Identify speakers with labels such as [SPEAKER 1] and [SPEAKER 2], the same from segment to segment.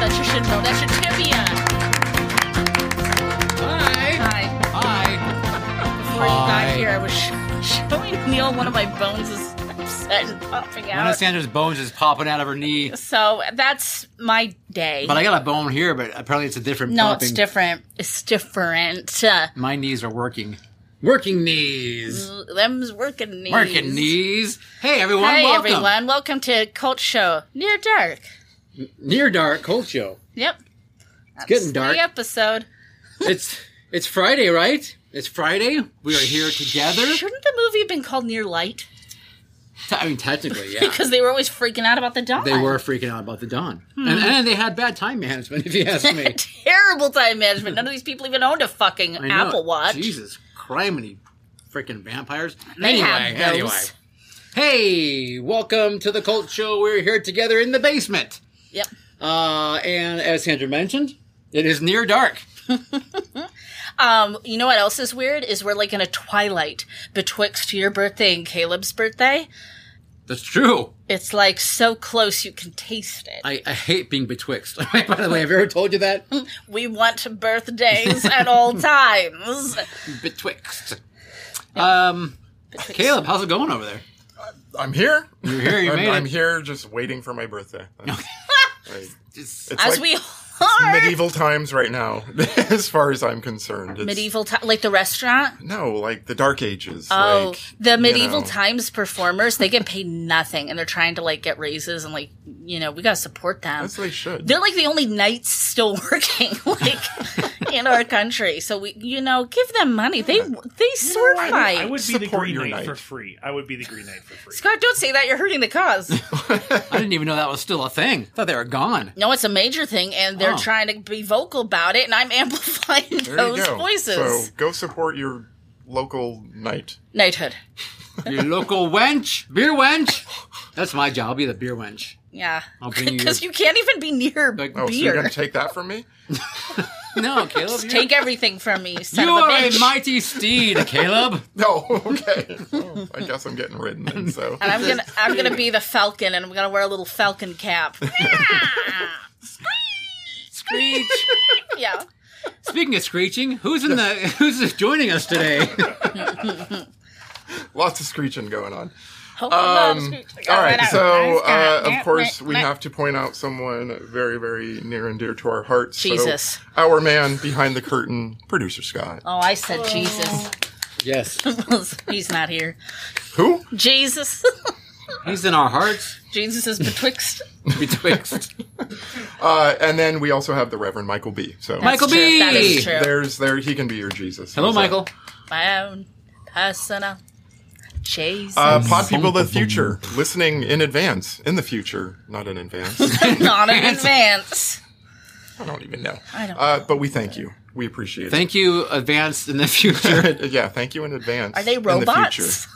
[SPEAKER 1] That's your shit roll. That's your trivia.
[SPEAKER 2] Hi.
[SPEAKER 1] Hi.
[SPEAKER 2] Hi.
[SPEAKER 1] Before you got
[SPEAKER 2] Hi.
[SPEAKER 1] here, I was sh- showing Neil one of my bones is upset and popping
[SPEAKER 2] Anna
[SPEAKER 1] out.
[SPEAKER 2] Sanders' bones is popping out of her knee.
[SPEAKER 1] So that's my day.
[SPEAKER 2] But I got a bone here, but apparently it's a different
[SPEAKER 1] no,
[SPEAKER 2] popping.
[SPEAKER 1] it's different. It's different. Uh,
[SPEAKER 2] My knees are working. Working knees.
[SPEAKER 1] them's working knees.
[SPEAKER 2] Working knees. Hey everyone,
[SPEAKER 1] Hey
[SPEAKER 2] welcome.
[SPEAKER 1] everyone, welcome to Cult Show Near Dark.
[SPEAKER 2] Near dark cold show.
[SPEAKER 1] Yep,
[SPEAKER 2] It's getting dark.
[SPEAKER 1] the episode.
[SPEAKER 2] it's it's Friday, right? It's Friday. We are here together.
[SPEAKER 1] Shouldn't the movie have been called Near Light?
[SPEAKER 2] I mean technically, yeah.
[SPEAKER 1] Because they were always freaking out about the dawn.
[SPEAKER 2] they were freaking out about the dawn.
[SPEAKER 1] Hmm.
[SPEAKER 2] And, and they had bad time management, if you ask me.
[SPEAKER 1] terrible time management. None of these people even owned a fucking
[SPEAKER 2] I know.
[SPEAKER 1] Apple Watch.
[SPEAKER 2] Jesus, criminy freaking vampires.
[SPEAKER 1] They
[SPEAKER 2] anyway,
[SPEAKER 1] have those.
[SPEAKER 2] anyway. Hey, welcome to the Cult Show. We're here together in the basement.
[SPEAKER 1] Yep.
[SPEAKER 2] Uh, and as Sandra mentioned, it is near dark.
[SPEAKER 1] Um, you know what else is weird is we're like in a twilight betwixt your birthday and Caleb's birthday.
[SPEAKER 2] That's true.
[SPEAKER 1] It's like so close you can taste it.
[SPEAKER 2] I, I hate being betwixt. By the way, have I ever told you that?
[SPEAKER 1] we want birthdays at all times.
[SPEAKER 2] betwixt. Um, Caleb, how's it going over there?
[SPEAKER 3] I'm here.
[SPEAKER 2] You're here. You
[SPEAKER 3] I'm,
[SPEAKER 2] made
[SPEAKER 3] I'm
[SPEAKER 2] it.
[SPEAKER 3] here just waiting for my birthday. Like,
[SPEAKER 2] Just-
[SPEAKER 3] it's
[SPEAKER 1] As
[SPEAKER 3] like
[SPEAKER 1] we are medieval,
[SPEAKER 3] medieval times right now, as far as I'm concerned. It's-
[SPEAKER 1] ti- like the restaurant.
[SPEAKER 3] No, like the Dark Ages.
[SPEAKER 1] Oh,
[SPEAKER 3] like,
[SPEAKER 1] the
[SPEAKER 3] you
[SPEAKER 1] medieval
[SPEAKER 3] know.
[SPEAKER 1] times performers, they get paid nothing and they're trying to like get raises and like, you know, we got to support them.
[SPEAKER 3] As they should.
[SPEAKER 1] They're like the only knights still working, like in our country. So we, you know, give them money. They they sort
[SPEAKER 4] I
[SPEAKER 1] by.
[SPEAKER 4] would, I would be the
[SPEAKER 3] Support
[SPEAKER 4] Green
[SPEAKER 3] your
[SPEAKER 4] Knight,
[SPEAKER 3] knight.
[SPEAKER 4] for free. I would be the Green Knight for free.
[SPEAKER 1] Scott, don't say that. You're hurting the cause.
[SPEAKER 2] I didn't even know that was still a thing. I thought they were gone.
[SPEAKER 1] no, it's a major thing, and they're
[SPEAKER 2] Oh.
[SPEAKER 1] trying to be vocal about it, and I'm amplifying
[SPEAKER 3] there you
[SPEAKER 1] those
[SPEAKER 3] go.
[SPEAKER 1] voices.
[SPEAKER 3] So go support your local knight.
[SPEAKER 1] Knighthood.
[SPEAKER 2] Your local wench, beer wench. That's my job. I'll be the beer wench.
[SPEAKER 1] Yeah.
[SPEAKER 2] I'll bring you
[SPEAKER 1] Because you, can't even be near
[SPEAKER 2] Like-
[SPEAKER 3] Oh, so you're
[SPEAKER 1] beer.
[SPEAKER 3] going to take that from me?
[SPEAKER 2] No, Caleb. you're-
[SPEAKER 1] Take everything from me, son
[SPEAKER 2] you
[SPEAKER 1] of a
[SPEAKER 2] are a
[SPEAKER 1] bitch.
[SPEAKER 2] mighty steed, Caleb.
[SPEAKER 3] No, okay. Well, I guess I'm getting ridden then, so.
[SPEAKER 1] and I'm gonna I'm gonna be the falcon, and I'm gonna wear a little falcon cap.
[SPEAKER 2] Screech.
[SPEAKER 3] Um,
[SPEAKER 1] yeah.
[SPEAKER 2] Speaking of screeching, who's in the who's joining us today?
[SPEAKER 3] Lots of screeching going on.
[SPEAKER 1] Hope I'm not
[SPEAKER 3] Um,
[SPEAKER 1] screeching.
[SPEAKER 3] all right,
[SPEAKER 1] Alright,
[SPEAKER 3] so
[SPEAKER 1] alright,
[SPEAKER 3] uh,
[SPEAKER 1] alright.
[SPEAKER 3] of course we have to point out someone very, very near and dear to our hearts. So,
[SPEAKER 1] Jesus.
[SPEAKER 3] our man behind the curtain, producer Scott.
[SPEAKER 1] Oh, I said Jesus.
[SPEAKER 2] yes,
[SPEAKER 1] He's not here.
[SPEAKER 3] Who?
[SPEAKER 1] Jesus.
[SPEAKER 2] he's in our hearts,
[SPEAKER 1] Jesus is betwixt.
[SPEAKER 2] betwixt.
[SPEAKER 3] Uh, and then we also have the Reverend Michael B. So
[SPEAKER 2] Michael
[SPEAKER 1] That's true.
[SPEAKER 2] B.
[SPEAKER 1] That is true.
[SPEAKER 3] there's there he can be your Jesus.
[SPEAKER 2] Hello,
[SPEAKER 3] How's that?
[SPEAKER 2] Michael.
[SPEAKER 1] My own personal Jesus.
[SPEAKER 3] Uh, pod people of the future, listening in advance, in the future, not in advance.
[SPEAKER 1] not in advance.
[SPEAKER 3] I don't even know.
[SPEAKER 1] I don't
[SPEAKER 3] Uh, but we thank you. We appreciate
[SPEAKER 2] Thank you, advanced in the future.
[SPEAKER 3] it. Yeah, thank you in advance.
[SPEAKER 1] Are they
[SPEAKER 3] In the future.
[SPEAKER 1] robots?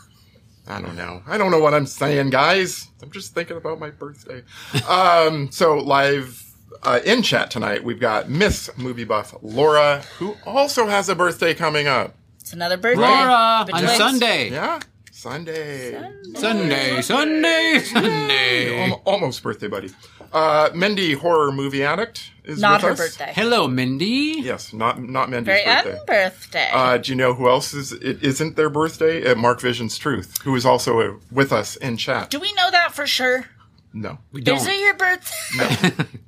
[SPEAKER 3] I don't know. I don't know what I'm saying, guys. I'm just thinking about my birthday. Um, so live uh, in chat tonight, we've got Miss Movie Buff Laura, who also has a birthday coming up.
[SPEAKER 1] It's another birthday.
[SPEAKER 2] Laura on
[SPEAKER 1] Betwixt.
[SPEAKER 2] Sunday.
[SPEAKER 3] Yeah, Sunday.
[SPEAKER 2] Sunday, Sunday, Sunday.
[SPEAKER 3] Al- almost birthday buddy. Uh, Mindy, horror movie addict, is
[SPEAKER 1] Not
[SPEAKER 3] with
[SPEAKER 1] her
[SPEAKER 3] us.
[SPEAKER 1] birthday.
[SPEAKER 2] Hello, Mindy.
[SPEAKER 3] Yes, not not Mindy's
[SPEAKER 1] Very
[SPEAKER 3] birthday.
[SPEAKER 1] unbirthday.
[SPEAKER 3] Uh, do you know who else is it isn't their birthday? Uh, Mark Vision's Truth, who is also uh, with us in chat.
[SPEAKER 1] Do we know that for sure?
[SPEAKER 3] no,
[SPEAKER 2] We don't.
[SPEAKER 1] Is it your birthday?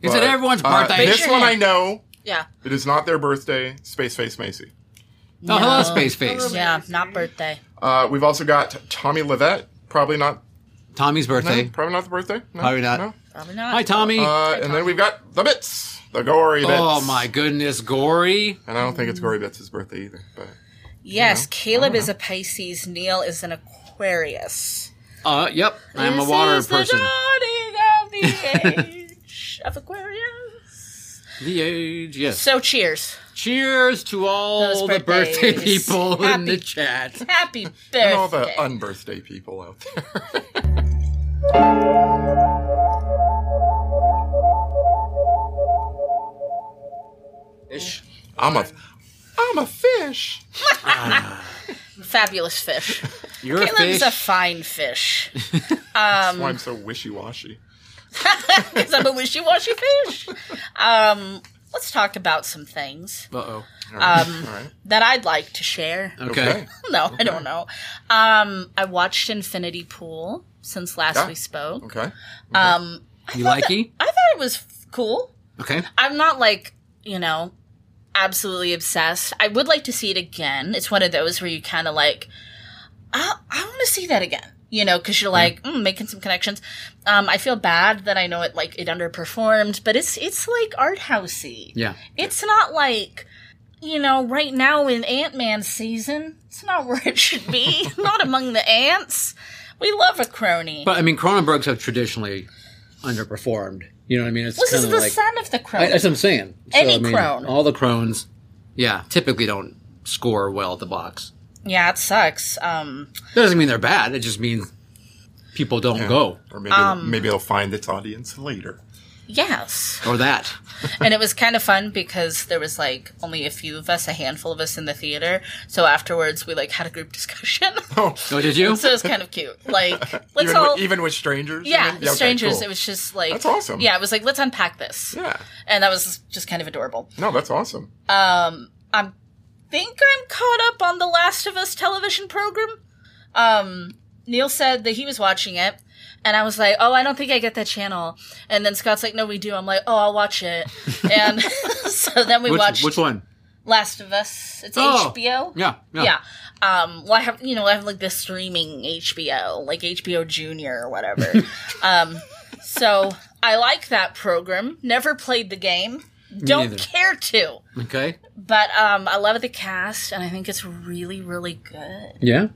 [SPEAKER 2] Is it
[SPEAKER 3] But,
[SPEAKER 2] everyone's
[SPEAKER 3] uh,
[SPEAKER 2] birthday?
[SPEAKER 3] this
[SPEAKER 1] your
[SPEAKER 3] one
[SPEAKER 1] hand.
[SPEAKER 3] I know.
[SPEAKER 1] Yeah.
[SPEAKER 3] It is not their birthday. Space Face Macy.
[SPEAKER 2] Oh, hello, Space Face.
[SPEAKER 1] Yeah, not birthday.
[SPEAKER 3] Uh, we've also got Tommy Levette. Probably not.
[SPEAKER 2] Tommy's
[SPEAKER 3] no,
[SPEAKER 2] birthday.
[SPEAKER 3] probably not the birthday. No,
[SPEAKER 2] Probably not.
[SPEAKER 3] no.
[SPEAKER 1] Probably not.
[SPEAKER 2] Hi, Tommy.
[SPEAKER 3] Uh, and then we've got the bits, the gory bits.
[SPEAKER 2] oh my goodness, gory.
[SPEAKER 3] And I don't think it's gory bits' birthday either. But
[SPEAKER 1] yes, Caleb is a Pisces. Neil is an Aquarius.
[SPEAKER 2] Uh, yep, I'm a
[SPEAKER 1] This
[SPEAKER 2] water
[SPEAKER 1] is the
[SPEAKER 2] person.
[SPEAKER 1] dawning of the age of Aquarius.
[SPEAKER 2] The age, yes.
[SPEAKER 1] So cheers.
[SPEAKER 2] Cheers to
[SPEAKER 1] Those
[SPEAKER 2] all the birthday
[SPEAKER 1] birthdays.
[SPEAKER 2] people in
[SPEAKER 1] Happy-
[SPEAKER 2] the chat.
[SPEAKER 1] Happy birthday.
[SPEAKER 3] And all the unbirthday people out there.
[SPEAKER 2] Ish.
[SPEAKER 3] I'm a, I'm a fish.
[SPEAKER 1] Fabulous fish.
[SPEAKER 2] You're a
[SPEAKER 1] Caleb's
[SPEAKER 2] fish.
[SPEAKER 1] a fine fish.
[SPEAKER 3] That's why I'm so wishy washy.
[SPEAKER 1] Because I'm a wishy washy fish. Um, let's talk about some things
[SPEAKER 2] Uh
[SPEAKER 3] All right.
[SPEAKER 1] Um,
[SPEAKER 3] all right.
[SPEAKER 1] that I'd like to share.
[SPEAKER 2] oh. Okay.
[SPEAKER 1] No, I don't know. Um, I watched Infinity Pool since last
[SPEAKER 2] Ah,
[SPEAKER 3] Yeah.
[SPEAKER 1] we spoke.
[SPEAKER 3] Okay.
[SPEAKER 1] Um,
[SPEAKER 2] You E? likey?
[SPEAKER 1] I thought it was f- cool.
[SPEAKER 2] Okay.
[SPEAKER 1] I'm not like, you know, absolutely obsessed. I would like to see it again. It's one of those where you kind of like, I, I want to see that again. You know, because you're like
[SPEAKER 2] Mm-hmm.
[SPEAKER 1] mm, making some connections. Um, I feel bad that I know it like it underperformed, but it's it's like art housey.
[SPEAKER 2] Yeah.
[SPEAKER 1] It's not like, you know, right now in Ant Man season, it's not where it should be. not among the ants. We love a crony.
[SPEAKER 2] But I mean, Cronenbergs have traditionally underperformed. You know what I mean? It's
[SPEAKER 1] this is
[SPEAKER 2] kinda
[SPEAKER 1] the
[SPEAKER 2] like,
[SPEAKER 1] son of the crony.
[SPEAKER 2] I, that's what I'm saying. So,
[SPEAKER 1] Any
[SPEAKER 2] I mean,
[SPEAKER 1] crone.
[SPEAKER 2] All the crones, yeah, typically don't score well at the box.
[SPEAKER 1] yeah, it sucks. Um,
[SPEAKER 2] That doesn't mean they're bad. It just means people don't go
[SPEAKER 3] Or maybe
[SPEAKER 1] Um,
[SPEAKER 3] maybe they'll find its audience later.
[SPEAKER 1] yes.
[SPEAKER 2] or that.
[SPEAKER 1] and it was kind of fun because there was like only a few of us, a handful of us in the theater. So afterwards, we like had a group discussion.
[SPEAKER 2] Oh, did you?
[SPEAKER 1] so it was kind of cute. Like let's
[SPEAKER 3] Even,
[SPEAKER 1] all
[SPEAKER 3] with, even with strangers.
[SPEAKER 1] yeah,
[SPEAKER 3] I mean? okay,
[SPEAKER 1] strangers.
[SPEAKER 3] cool.
[SPEAKER 1] It was just like
[SPEAKER 3] That's awesome.
[SPEAKER 1] Yeah, it was like let's unpack this.
[SPEAKER 3] Yeah.
[SPEAKER 1] and that was just kind of adorable.
[SPEAKER 3] No, that's awesome.
[SPEAKER 1] I'm think I'm caught up on the Last of Us television program. Um, Neil said that he was watching it, and I was like, "Oh, I don't think I get that channel." And then Scott's like, "No, we do." I'm like, "Oh, I'll watch it." And so then we
[SPEAKER 2] Which,
[SPEAKER 1] watched
[SPEAKER 2] which one?
[SPEAKER 1] Last of Us. It's
[SPEAKER 2] Oh,
[SPEAKER 1] HBO.
[SPEAKER 2] Yeah, yeah.
[SPEAKER 1] Yeah. Um, well, I have, you know, I have like this streaming HBO, like HBO Junior or whatever. um, so I like that program. Never played the game. Don't
[SPEAKER 2] neither.
[SPEAKER 1] care to.
[SPEAKER 2] Okay.
[SPEAKER 1] But um, I love the cast, and I think it's really, really good.
[SPEAKER 2] Yeah.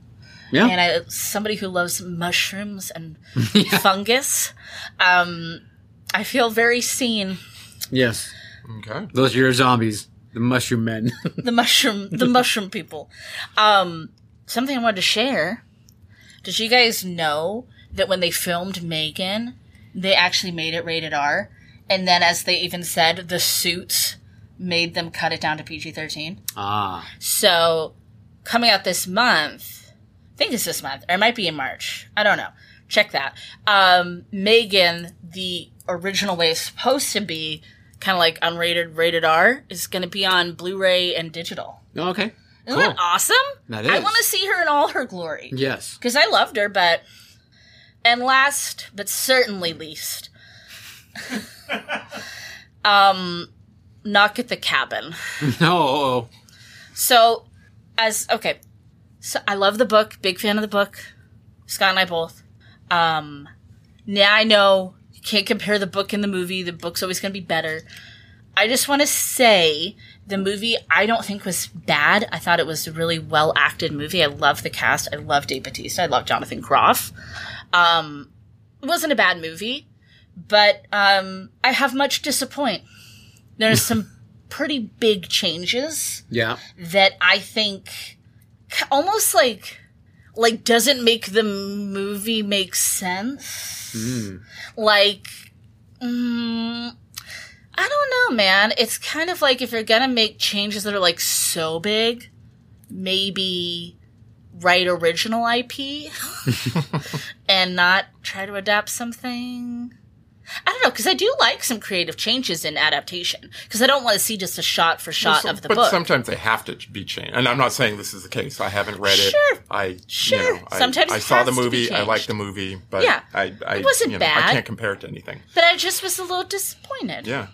[SPEAKER 2] Yeah.
[SPEAKER 1] And I, somebody who loves mushrooms and fungus, um, I feel very seen.
[SPEAKER 2] yes.
[SPEAKER 3] Okay.
[SPEAKER 2] Those are your zombies, the mushroom men.
[SPEAKER 1] the mushroom the mushroom people um something i wanted to share did you guys know that when they filmed megan they actually made it rated r and then as they even said the suits made them cut it down to pg-13
[SPEAKER 2] ah.
[SPEAKER 1] so coming out this month i think it's this month or it might be in march i don't know check that um megan the original way it's supposed to be kind of like unrated rated r is going to be on blu-ray and digital
[SPEAKER 2] Okay.
[SPEAKER 1] isn't that awesome?
[SPEAKER 2] That
[SPEAKER 1] I
[SPEAKER 2] is.
[SPEAKER 1] want to see her in all her glory.
[SPEAKER 2] Yes.
[SPEAKER 1] Because I loved her, but. And last, but certainly least, um, Knock at the Cabin.
[SPEAKER 2] No. oh, oh.
[SPEAKER 1] So, as. Okay. So I love the book, big fan of the book. Scott and I both. Um, now I know you can't compare the book and the movie, the book's always going to be better. I just want to say the movie I don't think was bad. I thought it was a really well acted movie. I love the cast. I love Dave Bautista. I love Jonathan Groff. Um, it wasn't a bad movie, but um, I have much disappoint. There's some pretty big changes
[SPEAKER 2] Yeah.
[SPEAKER 1] that I think k- almost like like doesn't make the movie make sense. Like, mm, I don't know, man. It's kind of like if you're gonna make changes that are like so big, maybe write original IP and not try to adapt something. I don't know because I do like some creative changes in adaptation because I don't want to see just a shot for shot
[SPEAKER 3] Some-
[SPEAKER 1] of the
[SPEAKER 3] but
[SPEAKER 1] book.
[SPEAKER 3] sometimes they have to be changed. And I'm not saying this is the case. I haven't read
[SPEAKER 1] Sure.
[SPEAKER 3] it. I
[SPEAKER 1] Sure.
[SPEAKER 3] You know, I,
[SPEAKER 1] Sometimes
[SPEAKER 3] I
[SPEAKER 1] it
[SPEAKER 3] saw
[SPEAKER 1] has
[SPEAKER 3] the
[SPEAKER 1] to be
[SPEAKER 3] movie. I
[SPEAKER 1] changed.
[SPEAKER 3] liked the movie, but
[SPEAKER 1] Yeah.
[SPEAKER 3] I, I
[SPEAKER 1] It wasn't
[SPEAKER 3] you know,
[SPEAKER 1] bad.
[SPEAKER 3] I can't compare it to anything.
[SPEAKER 1] But I just was a little disappointed.
[SPEAKER 3] Yeah.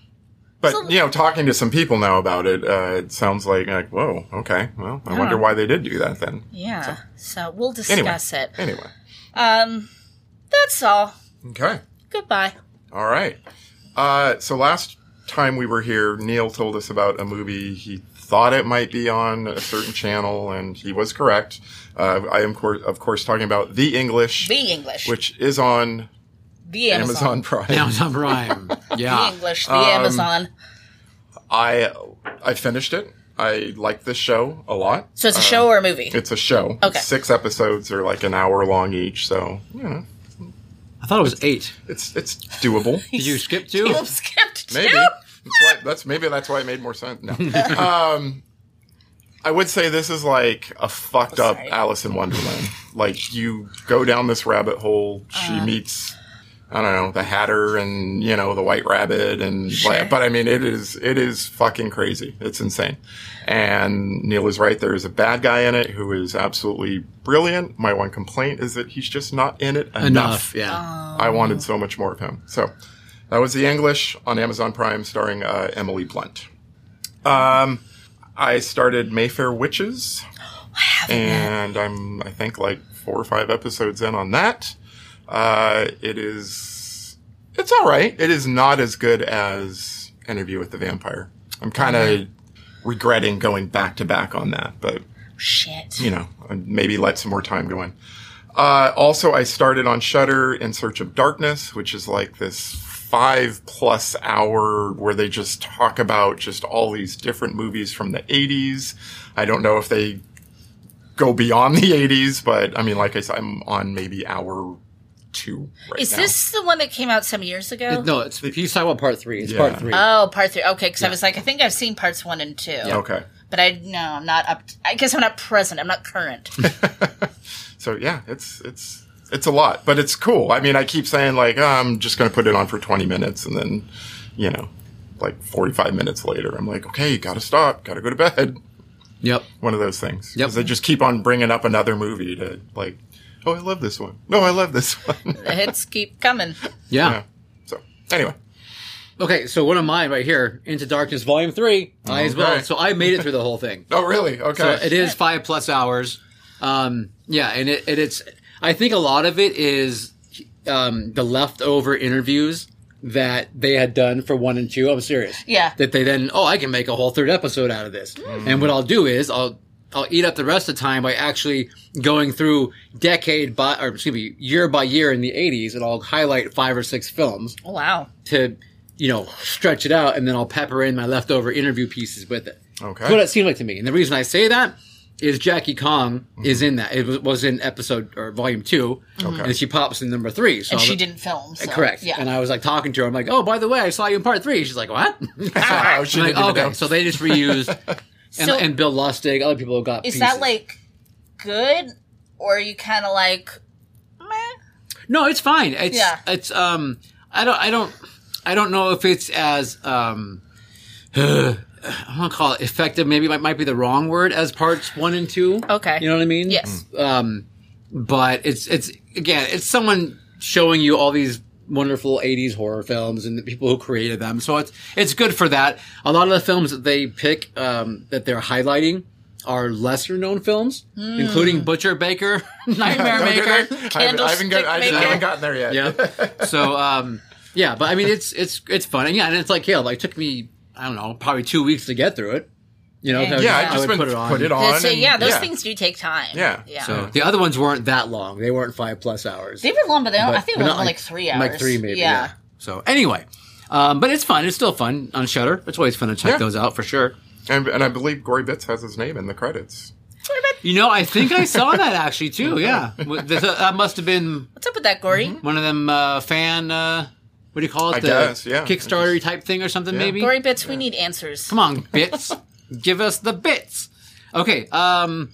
[SPEAKER 3] But
[SPEAKER 1] So-
[SPEAKER 3] you know, talking to some people now about it, uh, it sounds like like whoa, okay, well, I wonder why they did do that then.
[SPEAKER 1] Yeah. So, we'll
[SPEAKER 3] Anyway,
[SPEAKER 1] discuss it.
[SPEAKER 3] anyway,
[SPEAKER 1] Um, that's all.
[SPEAKER 3] okay,
[SPEAKER 1] Goodbye.
[SPEAKER 3] all right. Uh, so last time we were here, Neil told us about a movie he thought it might be on a certain channel, and he was correct. Uh, I am, cour- of course, talking about The English,
[SPEAKER 1] The English.
[SPEAKER 3] which is on
[SPEAKER 1] the Amazon.
[SPEAKER 3] Amazon Um, Prime.
[SPEAKER 2] Amazon Prime.
[SPEAKER 1] The
[SPEAKER 2] Yeah.
[SPEAKER 1] English. The Amazon.
[SPEAKER 3] I I finished it. I like this show a lot.
[SPEAKER 1] So it's a show or a movie?
[SPEAKER 3] It's a show.
[SPEAKER 1] Okay.
[SPEAKER 3] Six episodes are like an hour long each, so you know
[SPEAKER 2] I thought it was eight.
[SPEAKER 3] it's it's doable.
[SPEAKER 2] Did you skip two?
[SPEAKER 1] Well, skipped
[SPEAKER 3] Maybe
[SPEAKER 1] two.
[SPEAKER 3] that's why. That's maybe that's why it made more sense. No, um, I would say this is like a fucked up
[SPEAKER 1] Sorry.
[SPEAKER 3] Alice in Wonderland. Like you go down this rabbit hole. She
[SPEAKER 1] Uh-huh.
[SPEAKER 3] meets. I don't know the Hatter and you know the White Rabbit and
[SPEAKER 1] Sure.
[SPEAKER 3] but I mean it is it is fucking crazy it's insane and Neil is right there is a bad guy in it who is absolutely brilliant my one complaint is that he's just not in it
[SPEAKER 2] Enough.
[SPEAKER 3] enough
[SPEAKER 2] Yeah.
[SPEAKER 3] I wanted so much more of him. So that was The English on Amazon Prime starring uh, Emily Blunt. Um, I started Mayfair Witches, and I'm I think like four or five episodes in on that. Uh, it is it's all right. It is not as good as Interview with the Vampire. I'm kind of regretting going back to back on that, but
[SPEAKER 1] Shit.
[SPEAKER 3] you know, maybe let some more time go in. Uh, also, I started on Shutter in Search of Darkness, which is like this five plus hour where they just talk about just all these different movies from the 80s. I don't know if they go beyond the 80s, but I mean, like I said, I'm on maybe hour two right
[SPEAKER 1] Is
[SPEAKER 3] now.
[SPEAKER 1] this the one that came out some years ago?
[SPEAKER 2] No, it's he's talking about part three. It's
[SPEAKER 3] Yeah.
[SPEAKER 2] part three.
[SPEAKER 1] Oh, part three. Okay, because I was like, I think I've seen parts one and two,
[SPEAKER 3] Okay.
[SPEAKER 1] but I no, I'm not up. I guess I'm not present. I'm not current.
[SPEAKER 3] So yeah, it's it's it's a lot, but it's cool. I mean, I keep saying like oh, I'm just going to put it on for 20 minutes, and then you know, like 45 minutes later, I'm like, okay, got to stop, got to go to bed.
[SPEAKER 2] Yep.
[SPEAKER 3] One of those things.
[SPEAKER 2] Yep.
[SPEAKER 3] Because they just keep on bringing up another movie to like, oh, I love this one. No, I love this one.
[SPEAKER 1] the hits keep coming.
[SPEAKER 2] Yeah.
[SPEAKER 3] yeah. So anyway,
[SPEAKER 2] Okay, so one of mine right here, Into Darkness, Volume Three. I as well.
[SPEAKER 3] Okay.
[SPEAKER 2] So I made it through the whole thing.
[SPEAKER 3] oh really?
[SPEAKER 2] So
[SPEAKER 3] Okay.
[SPEAKER 2] it is five plus hours. Um, yeah, and it, and it's. I think a lot of it is um, the leftover interviews that they had done for one and two. I'm serious.
[SPEAKER 1] Yeah.
[SPEAKER 2] That they then, oh, I can make a whole third episode out of this. And what I'll do is I'll I'll eat up the rest of the time by actually going through decade by or excuse me year by year in the 80s, and I'll highlight five or six films
[SPEAKER 1] Oh, wow.
[SPEAKER 2] to you know stretch it out and then i'll pepper in my leftover interview pieces with it
[SPEAKER 3] Okay.
[SPEAKER 2] That's what it seemed like to me and the reason i say that is jackie kong
[SPEAKER 3] Mm-hmm.
[SPEAKER 2] is in that it was, was in episode or volume two and she pops in number three so
[SPEAKER 1] And
[SPEAKER 2] I
[SPEAKER 1] she
[SPEAKER 2] was-
[SPEAKER 1] didn't film. So,
[SPEAKER 2] correct
[SPEAKER 1] Yeah.
[SPEAKER 2] and i was like talking to her i'm like oh by the way i saw you in part three she's like what
[SPEAKER 3] Wow, Oh, she
[SPEAKER 2] I'm like,
[SPEAKER 3] didn't even
[SPEAKER 2] okay
[SPEAKER 3] know.
[SPEAKER 2] so they just reused and,
[SPEAKER 1] So-
[SPEAKER 2] and bill lustig other people got
[SPEAKER 1] is
[SPEAKER 2] pieces.
[SPEAKER 1] that like good, or are you kind of like, meh?
[SPEAKER 2] No, it's fine. It's
[SPEAKER 1] Yeah.
[SPEAKER 2] it's um I don't I don't I don't know if it's as um I don't want to call it effective, maybe might might be the wrong word as parts one and two.
[SPEAKER 1] Okay.
[SPEAKER 2] You know what I mean?
[SPEAKER 1] Yes.
[SPEAKER 2] Um but it's it's again, it's someone showing you all these wonderful 80s horror films and the people who created them. So it's it's good for that. A lot of the films that they pick um that they're highlighting are lesser known films,
[SPEAKER 1] Hmm.
[SPEAKER 2] including Butcher Baker, Nightmare
[SPEAKER 3] Don't do
[SPEAKER 2] Maker.
[SPEAKER 3] that. I haven't, I haven't, got, I
[SPEAKER 1] Candlestick
[SPEAKER 3] haven't
[SPEAKER 1] maker.
[SPEAKER 3] gotten there yet.
[SPEAKER 2] Yeah. So um yeah, but I mean it's it's it's fun. And yeah, and it's like Caleb, like it took me I don't know, probably two weeks to get through it. You know, 'cause
[SPEAKER 1] Yeah,
[SPEAKER 2] I,
[SPEAKER 3] Yeah,
[SPEAKER 1] I
[SPEAKER 3] I've just
[SPEAKER 2] would
[SPEAKER 3] been
[SPEAKER 2] put it on.
[SPEAKER 1] So,
[SPEAKER 3] and-
[SPEAKER 1] yeah, those things do take time.
[SPEAKER 3] Yeah.
[SPEAKER 1] Yeah.
[SPEAKER 2] So the other ones weren't that long. They weren't five plus hours.
[SPEAKER 1] they were long, but they don't,
[SPEAKER 2] But-
[SPEAKER 1] I think it
[SPEAKER 2] but
[SPEAKER 1] was
[SPEAKER 2] not
[SPEAKER 1] only like three hours.
[SPEAKER 2] Like three maybe. Yeah.
[SPEAKER 1] Yeah.
[SPEAKER 2] So anyway. Um, but it's fun. It's still fun on Shutter. It's always fun to check
[SPEAKER 3] Yeah.
[SPEAKER 2] those out for sure.
[SPEAKER 3] And, and I believe Gory Bitts has his name in the credits.
[SPEAKER 2] You know, I think I saw that actually too. Yeah, With- that must have been
[SPEAKER 1] What's up with that, Gory?
[SPEAKER 2] one of them uh, fan. Uh, what do you call it?
[SPEAKER 3] I guess, yeah.
[SPEAKER 2] Kickstarter type thing or something. Maybe
[SPEAKER 1] Gory bits, we need answers.
[SPEAKER 2] Come on, bits. Give us the bits. Okay, um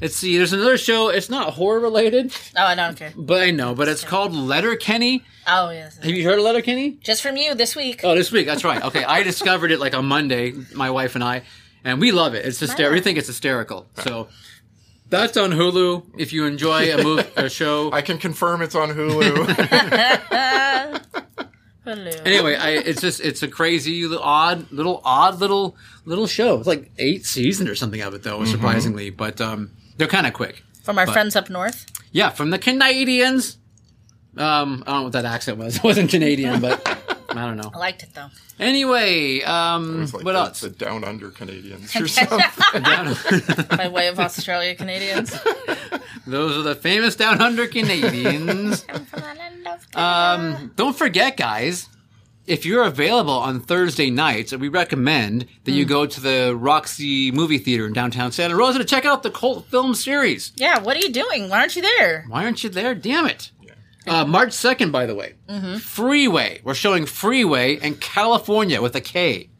[SPEAKER 2] let's see, there's another show, it's not horror related,
[SPEAKER 1] Oh, I don't care.
[SPEAKER 2] but I know, but it's called Letter Kenny.
[SPEAKER 1] Oh, yes.
[SPEAKER 2] Have you heard of Letter Kenny?
[SPEAKER 1] Just from you this week.
[SPEAKER 2] Oh, this week, that's right. Okay, I discovered it like on Monday, my wife and I, and we love it. It's hysterical. We think it's hysterical. So that's on Hulu. If you enjoy a move a show.
[SPEAKER 3] I can confirm it's on Hulu.
[SPEAKER 1] Hello.
[SPEAKER 2] Anyway, I, it's just it's a crazy little odd little odd little little show. It's like eight seasons or something of it though, surprisingly. But um, they're kind of quick.
[SPEAKER 1] From our friends up north.
[SPEAKER 2] Yeah, from the Canadians. Um, I don't know what that accent was. It wasn't Canadian, but I don't know.
[SPEAKER 1] I liked it, though.
[SPEAKER 2] Anyway, um,
[SPEAKER 3] It's like
[SPEAKER 2] what
[SPEAKER 3] the,
[SPEAKER 2] else?
[SPEAKER 3] The Down Under Canadians or something.
[SPEAKER 1] By way of Australia Canadians.
[SPEAKER 2] Those are the famous down under Canadians. um, don't forget, guys, if you're available on Thursday nights, we recommend that you go to the Roxy Movie Theater in downtown Santa Rosa to check out the cult film series.
[SPEAKER 1] Yeah, what are you doing? Why aren't you there?
[SPEAKER 2] Why aren't you there? Damn it. Uh, March 2nd, by the way.
[SPEAKER 1] Mm-hmm.
[SPEAKER 2] Freeway. We're showing Freeway in California with a K.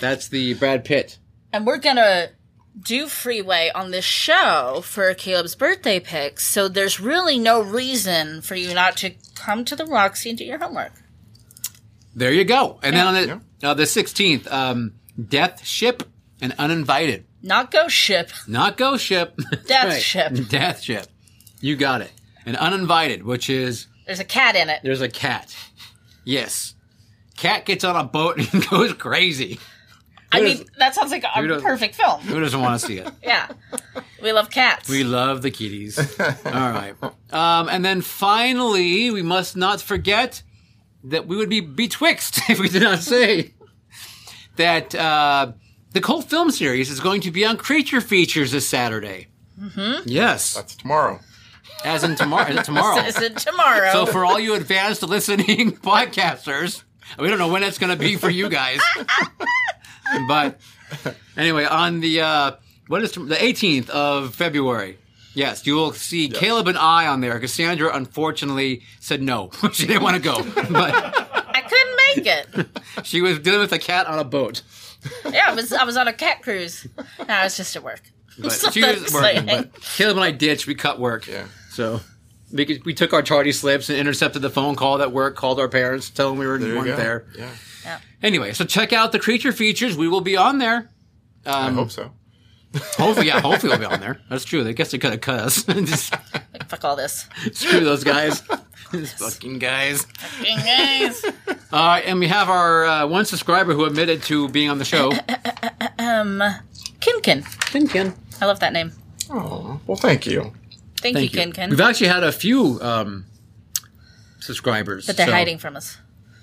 [SPEAKER 2] That's the Brad Pitt.
[SPEAKER 1] And we're gonna do freeway on this show for Caleb's birthday picks, so there's really no reason for you not to come to the Roxy and do your homework.
[SPEAKER 2] There you go. And then on the, uh, the 16th, um, Death Ship and Uninvited.
[SPEAKER 1] Not go ship.
[SPEAKER 2] Not Ghost Ship.
[SPEAKER 1] Death Ship.
[SPEAKER 2] Death Ship. You got it. And Uninvited, which is
[SPEAKER 1] There's a cat in it.
[SPEAKER 2] there's a cat. Yes. Cat gets on a boat and goes crazy.
[SPEAKER 1] I mean, that sounds like a
[SPEAKER 2] doesn't-
[SPEAKER 1] perfect film.
[SPEAKER 2] Who doesn't want to see it?
[SPEAKER 1] Yeah. We love cats.
[SPEAKER 2] We love the kitties. All right. Um, and then finally, we must not forget that we would be betwixt if we did not say that uh, the cult film series is going to be on Creature Features this Saturday. Mm-hmm. Yes,
[SPEAKER 3] That's tomorrow.
[SPEAKER 2] as in tomorrow. As in tomorrow.
[SPEAKER 1] Is it tomorrow?
[SPEAKER 3] Oh.
[SPEAKER 2] So for all you advanced listening podcasters, we don't know when it's going to be for you guys. but anyway, on the uh, what is tom- the 18th of February? Yes, you will see Caleb and I on there. Cassandra unfortunately said no; she didn't want to go, but
[SPEAKER 1] I couldn't make it.
[SPEAKER 2] she was dealing with a cat on a boat.
[SPEAKER 1] Yeah, I was I was on a cat cruise. No, I was just at work.
[SPEAKER 2] But
[SPEAKER 1] So
[SPEAKER 2] she was
[SPEAKER 1] that's
[SPEAKER 2] working.
[SPEAKER 1] exciting.
[SPEAKER 2] But Caleb and I ditched. We cut work.
[SPEAKER 3] Yeah.
[SPEAKER 2] So. We, we took our tardy slips and intercepted the phone call at work, called our parents, told them we were,
[SPEAKER 3] There you
[SPEAKER 2] weren't
[SPEAKER 3] go.
[SPEAKER 2] there.
[SPEAKER 3] Yeah.
[SPEAKER 2] Anyway, so check out the creature features. We will be on there.
[SPEAKER 3] I hope so.
[SPEAKER 2] Hopefully, yeah, hopefully we'll be on there. That's true. I guess they could have cut us. Just
[SPEAKER 1] Fuck all this.
[SPEAKER 2] screw those guys. These fucking guys.
[SPEAKER 1] Fucking guys.
[SPEAKER 2] All right, and we have our uh, one subscriber who admitted to being on the show.
[SPEAKER 1] Kinkin.
[SPEAKER 2] Kinkin.
[SPEAKER 1] I love that name.
[SPEAKER 3] Oh, well, thank you.
[SPEAKER 1] Thank,
[SPEAKER 2] Thank
[SPEAKER 1] you,
[SPEAKER 2] you.
[SPEAKER 1] Kinkin.
[SPEAKER 2] We've actually had a few um, subscribers.
[SPEAKER 1] but they're
[SPEAKER 2] so-
[SPEAKER 1] hiding from us.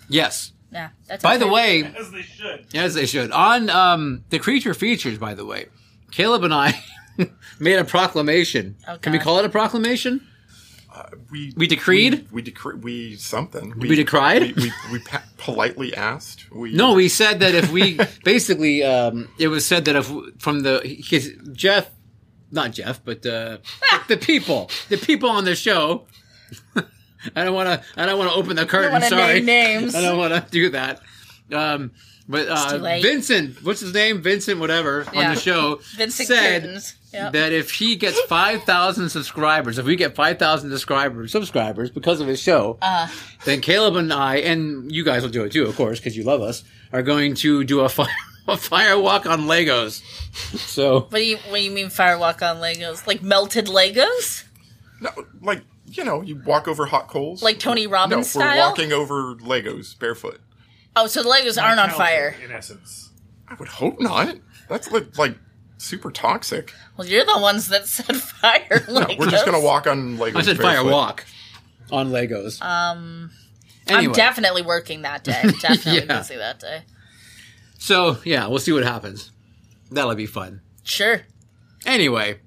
[SPEAKER 2] Yes.
[SPEAKER 1] Yeah. That's
[SPEAKER 2] By the
[SPEAKER 1] okay.
[SPEAKER 2] way,
[SPEAKER 4] As they should.
[SPEAKER 2] As they should. On um, the creature features, by the way, Caleb and I made a proclamation.
[SPEAKER 1] Oh,
[SPEAKER 2] Can we
[SPEAKER 1] God.
[SPEAKER 2] call it a proclamation?
[SPEAKER 3] We
[SPEAKER 2] We decreed?
[SPEAKER 3] We, we decreed. We something. We,
[SPEAKER 2] decried?
[SPEAKER 3] We, we, we pa- politely asked. We
[SPEAKER 2] No, we said that if we basically, um, it was said that if from the his, Jeff, not Jeff, but uh, the people, the people on the show. I don't want to. I don't want to open the curtain.
[SPEAKER 1] wanna
[SPEAKER 2] Sorry,
[SPEAKER 1] name names.
[SPEAKER 2] I don't want to do that. Um, but uh,
[SPEAKER 1] too late.
[SPEAKER 2] Vincent, what's his name? Vincent, whatever, on
[SPEAKER 1] Yeah.
[SPEAKER 2] the show
[SPEAKER 1] Vincent
[SPEAKER 2] said
[SPEAKER 1] Curtains. Yep.
[SPEAKER 2] that if he gets five thousand subscribers, if we get five thousand subscribers, subscribers because of his show,
[SPEAKER 1] Uh,
[SPEAKER 2] then Caleb and I, and you guys will do it too, of course, because you love us, are going to do a fire a fire walk on Legos. So
[SPEAKER 1] What do you what do you mean firewalk on Legos? Like melted Legos?
[SPEAKER 3] No, like you know, you walk over hot coals.
[SPEAKER 1] Like Tony
[SPEAKER 3] no,
[SPEAKER 1] Robbins
[SPEAKER 3] we're
[SPEAKER 1] style?
[SPEAKER 3] walking over Legos barefoot.
[SPEAKER 1] Oh, so the Legos aren't on
[SPEAKER 4] Talented,
[SPEAKER 1] fire.
[SPEAKER 4] In essence.
[SPEAKER 3] I would hope not. That's like, like super toxic.
[SPEAKER 1] Well, you're the ones that said fire.
[SPEAKER 3] No, we're just gonna
[SPEAKER 1] Legos.
[SPEAKER 3] walk on Legos.
[SPEAKER 2] I said fire
[SPEAKER 3] barefoot.
[SPEAKER 2] walk on Legos. Um, anyway,
[SPEAKER 1] I'm definitely working that day. Definitely
[SPEAKER 2] Yeah.
[SPEAKER 1] busy that day.
[SPEAKER 2] so yeah, we'll see what happens. That'll be fun.
[SPEAKER 1] Sure.
[SPEAKER 2] Anyway,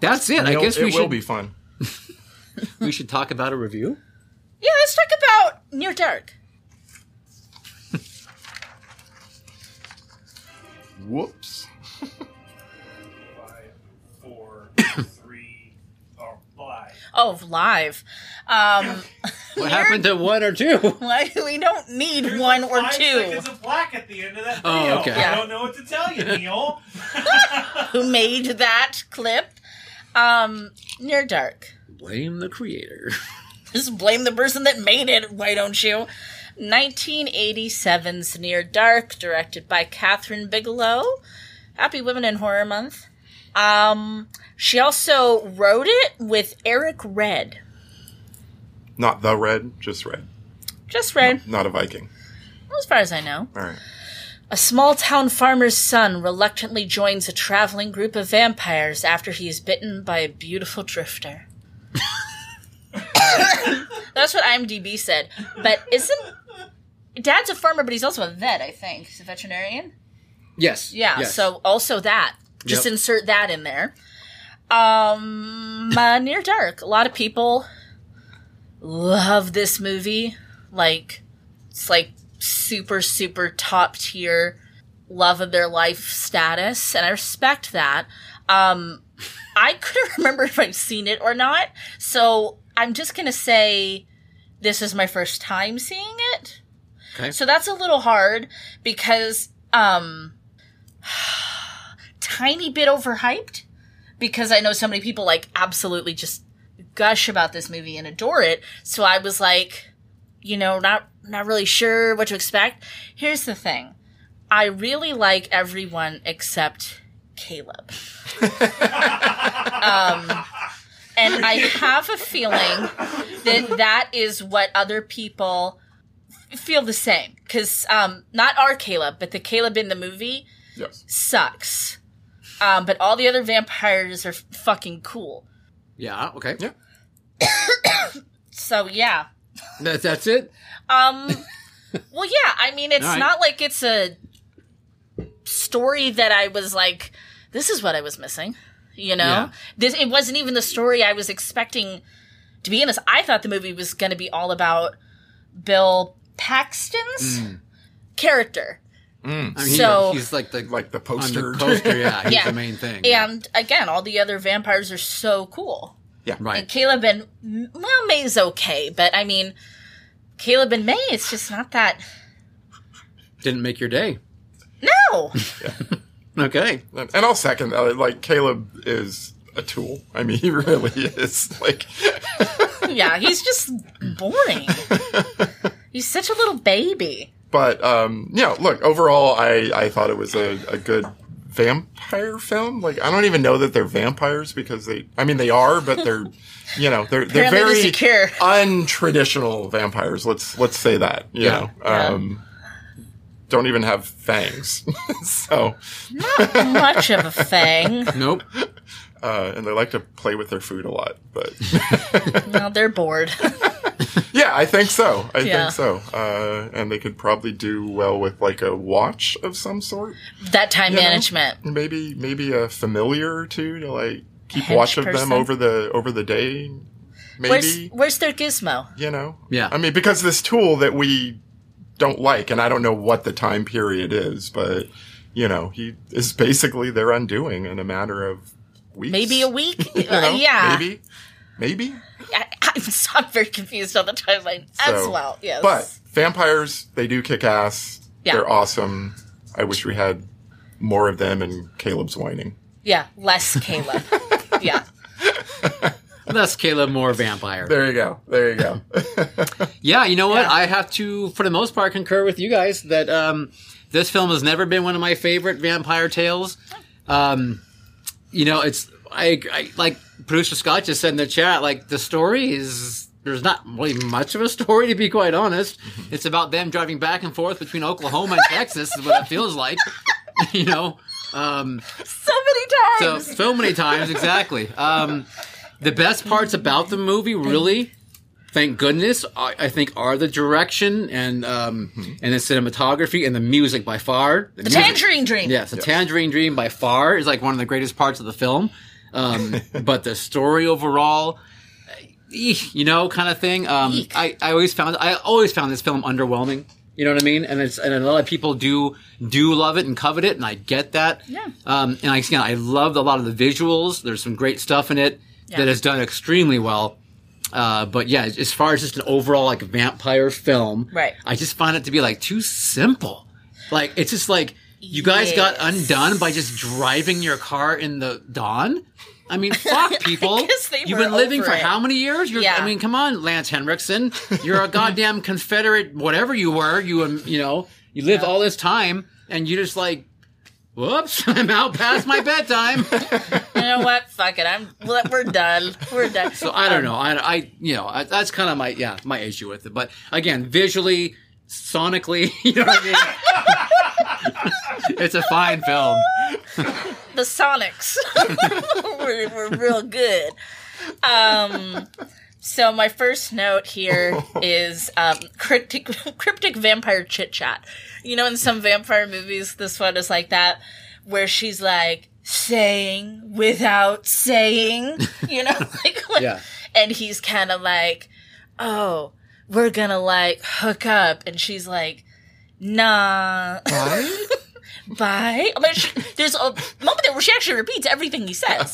[SPEAKER 2] that's it. I
[SPEAKER 3] It'll-
[SPEAKER 2] guess
[SPEAKER 3] it
[SPEAKER 2] we
[SPEAKER 3] will
[SPEAKER 2] should
[SPEAKER 3] be fun.
[SPEAKER 2] we should talk about a review.
[SPEAKER 1] Yeah, let's talk about Near Dark.
[SPEAKER 3] Whoops.
[SPEAKER 4] Five, four, three, or five.
[SPEAKER 1] Oh, live. Um,
[SPEAKER 2] What happened to one or two?
[SPEAKER 1] why we don't need one or
[SPEAKER 4] Five
[SPEAKER 1] two.
[SPEAKER 4] seconds of black at the end of that
[SPEAKER 2] Oh,
[SPEAKER 4] video.
[SPEAKER 2] okay.
[SPEAKER 4] I
[SPEAKER 1] Yeah.
[SPEAKER 4] don't know what to tell you, Neil.
[SPEAKER 1] Who made that clip? Um, Near Dark.
[SPEAKER 2] Blame the creator.
[SPEAKER 1] Just blame the person that made it, why don't you? 1987's Near Dark, directed by Catherine Bigelow. Happy Women in Horror Month. Um, she also wrote it with Eric Red.
[SPEAKER 3] Not the red, just red.
[SPEAKER 1] Just Red,
[SPEAKER 3] Not a Viking.
[SPEAKER 1] as far as I know.
[SPEAKER 3] All right.
[SPEAKER 1] A small town farmer's son reluctantly joins a traveling group of vampires after he is bitten by a beautiful drifter. That's what IMDb said. But isn't. Dad's a farmer, but he's also a vet, I think. He's a veterinarian.
[SPEAKER 2] Yes.
[SPEAKER 1] Yeah,
[SPEAKER 2] yes.
[SPEAKER 1] so also that. Just
[SPEAKER 2] Yep.
[SPEAKER 1] insert that in there. Um, uh, Near Dark. A lot of people love this movie. Like, it's like super, super top tier love of their life status, and I respect that. Um, I couldn't remember if I've seen it or not, so I'm just gonna say this is my first time seeing it.
[SPEAKER 2] Okay.
[SPEAKER 1] So that's a little hard because um tiny bit overhyped because I know so many people like absolutely just gush about this movie and adore it. So I was like, you know, not not really sure what to expect. Here's the thing. I really like everyone except Caleb. um and I have a feeling that that is what other people feel the same because um, not our Caleb, but the Caleb in the movie
[SPEAKER 3] Yes.
[SPEAKER 1] sucks. Um, but all the other vampires are fucking cool.
[SPEAKER 2] Yeah. Okay.
[SPEAKER 3] Yeah.
[SPEAKER 1] So yeah.
[SPEAKER 2] That, that's it.
[SPEAKER 1] Um, well, yeah. I mean, it's
[SPEAKER 2] All right.
[SPEAKER 1] not like it's a story that I was like, this is what I was missing. You know,
[SPEAKER 2] Yeah.
[SPEAKER 1] this it wasn't even the story I was expecting. To be honest, I thought the movie was going to be all about Bill Paxton's
[SPEAKER 2] Mm.
[SPEAKER 1] character.
[SPEAKER 2] I mean,
[SPEAKER 1] So-
[SPEAKER 2] he, he's like the
[SPEAKER 3] Like the
[SPEAKER 2] on
[SPEAKER 3] poster.
[SPEAKER 2] the poster. Yeah. He's
[SPEAKER 1] Yeah.
[SPEAKER 2] the main thing.
[SPEAKER 1] And again, all the other vampires are so cool.
[SPEAKER 3] yeah.
[SPEAKER 2] Right.
[SPEAKER 1] And Caleb and well, May's okay, but I mean, Caleb and May, it's just not that.
[SPEAKER 2] Didn't make your day.
[SPEAKER 1] No,
[SPEAKER 2] Okay.
[SPEAKER 3] And, and I'll second that. Like Caleb is a tool. I mean, he really is. Like,
[SPEAKER 1] yeah, he's just boring. he's such a little baby.
[SPEAKER 3] but um, yeah. Look, overall, I I thought it was a, a good vampire film. Like, I don't even know that they're vampires because they. I mean, they are, but they're. You know, they're they're
[SPEAKER 1] Apparently
[SPEAKER 3] very
[SPEAKER 1] secure.
[SPEAKER 3] untraditional vampires. Let's let's say that. You
[SPEAKER 2] Yeah.
[SPEAKER 3] know, um, don't even have fangs. so,
[SPEAKER 1] Much of a thing.
[SPEAKER 2] Nope.
[SPEAKER 3] uh, and they like to play with their food a lot, but.
[SPEAKER 1] Well, they're bored.
[SPEAKER 3] Yeah, I think so. I
[SPEAKER 1] Yeah.
[SPEAKER 3] think so. Uh, and they could probably do well with like a watch of some sort.
[SPEAKER 1] That time
[SPEAKER 3] you know?
[SPEAKER 1] management.
[SPEAKER 3] Maybe maybe a familiar or two to like keep
[SPEAKER 1] hench
[SPEAKER 3] watch of them
[SPEAKER 1] person?
[SPEAKER 3] over the over the day. Maybe
[SPEAKER 1] Where's where's their gizmo?
[SPEAKER 3] you know.
[SPEAKER 2] Yeah.
[SPEAKER 3] I mean, because this tool that we don't like, and I don't know what the time period is, but you know, he is basically their undoing in a matter of weeks.
[SPEAKER 1] Maybe a week?
[SPEAKER 3] You know?
[SPEAKER 1] Uh, yeah.
[SPEAKER 3] Maybe. Maybe.
[SPEAKER 1] I, I'm, so- I'm very confused on the timeline as
[SPEAKER 3] So-
[SPEAKER 1] well. Yes.
[SPEAKER 3] But vampires, they do kick ass.
[SPEAKER 1] Yeah.
[SPEAKER 3] They're awesome. I wish we had more of them and Caleb's whining.
[SPEAKER 1] yeah, less Caleb. yeah.
[SPEAKER 2] Less Caleb, more vampire.
[SPEAKER 3] There you go. There you go.
[SPEAKER 2] Yeah, you know what?
[SPEAKER 1] Yeah.
[SPEAKER 2] I have to, for the most part, concur with you guys that um, this film has never been one of my favorite vampire tales. Um, you know, it's I, I like producer Scott just said in the chat. Like the story is there's not really much of a story to be quite honest. It's about them driving back and forth between Oklahoma and Texas is what it feels like. you know, um,
[SPEAKER 1] So many
[SPEAKER 2] so
[SPEAKER 1] times.
[SPEAKER 2] so many times exactly. Um, the best parts about the movie, really, thank goodness, I, I think, are the direction and um, and the cinematography and the music by far.
[SPEAKER 1] the Tangerine Dream.
[SPEAKER 2] Yes, the Tangerine Dream by far is like one of the greatest parts of the film. Um, but the story overall, eek, you know, kind of thing. Um,
[SPEAKER 1] Eek.
[SPEAKER 2] I, I always found I always found this film underwhelming. You know what I mean? And it's and a lot of people do do love it and covet it, and I get that.
[SPEAKER 1] Yeah.
[SPEAKER 2] Um, and I again, I loved a lot of the visuals. There's some great stuff in it
[SPEAKER 1] Yeah.
[SPEAKER 2] that is done extremely well. Uh, but yeah, as far as just an overall like vampire film,
[SPEAKER 1] Right.
[SPEAKER 2] I just find it to be like too simple. Like it's just like you guys got
[SPEAKER 1] Yes.
[SPEAKER 2] undone by just driving your car in the dawn. I mean, fuck people.
[SPEAKER 1] guess they
[SPEAKER 2] You've
[SPEAKER 1] were
[SPEAKER 2] been living
[SPEAKER 1] over
[SPEAKER 2] for
[SPEAKER 1] it.
[SPEAKER 2] how many years? You're,
[SPEAKER 1] Yeah.
[SPEAKER 2] I mean, come on, Lance Henriksen. You're a goddamn Confederate, whatever you were. You um, you know, you lived all this time, and you just like, whoops, I'm out past my bedtime.
[SPEAKER 1] You know what? Fuck it. I'm. well, We're done. We're done. Um,
[SPEAKER 2] So I don't know. I, I you know, I, that's kind of my yeah my issue with it. But again, visually, sonically, you know what I mean. it's a fine film.
[SPEAKER 1] the Sonics were, were real good. Um, so my first note here is um, cryptic cryptic vampire chit chat. You know, in some vampire movies, this one is like that, where she's like saying without saying. You know, like when-
[SPEAKER 2] Yeah.
[SPEAKER 1] and he's kind of like, oh, we're gonna like hook up, and she's like. nah,
[SPEAKER 3] Right?
[SPEAKER 1] bye. I mean, she, there's a moment there where she actually repeats everything he says.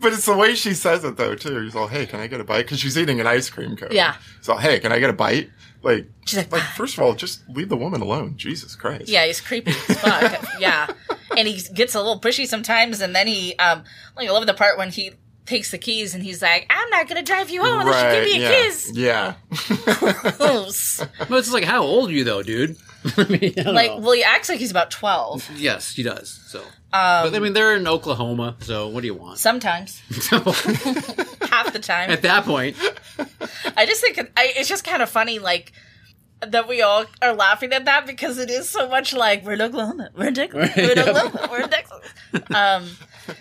[SPEAKER 3] But it's the way she says it though too. She's all, "Hey, can I get a bite?" Because she's eating an ice cream cone.
[SPEAKER 1] Yeah.
[SPEAKER 3] She's all, "Hey, can I get a bite?" Like,
[SPEAKER 1] She's like,
[SPEAKER 3] like first of all, just leave the woman alone. Jesus Christ.
[SPEAKER 1] Yeah, he's creepy as fuck. yeah. And he gets a little pushy sometimes and then he um like I love the part when he takes the keys and he's like, I'm not gonna drive you home unless you give me a
[SPEAKER 3] yeah.
[SPEAKER 1] kiss. Oh.
[SPEAKER 3] Yeah.
[SPEAKER 1] Gross.
[SPEAKER 2] But it's like, how old are you though, dude? I mean, I don't
[SPEAKER 1] like Um,
[SPEAKER 2] know.
[SPEAKER 1] well he acts like he's about twelve.
[SPEAKER 2] yes, he does. So, but I mean, they're in Oklahoma, so what do you want?
[SPEAKER 1] Sometimes.
[SPEAKER 2] So,
[SPEAKER 1] Half the time.
[SPEAKER 2] at that point,
[SPEAKER 1] I just think it- I, it's just kind of funny, like that we all are laughing at that because it is so much like we're in Oklahoma, we're in Texas, we're in
[SPEAKER 2] Yep.
[SPEAKER 1] Oklahoma, we're in Texas. Um,
[SPEAKER 3] There's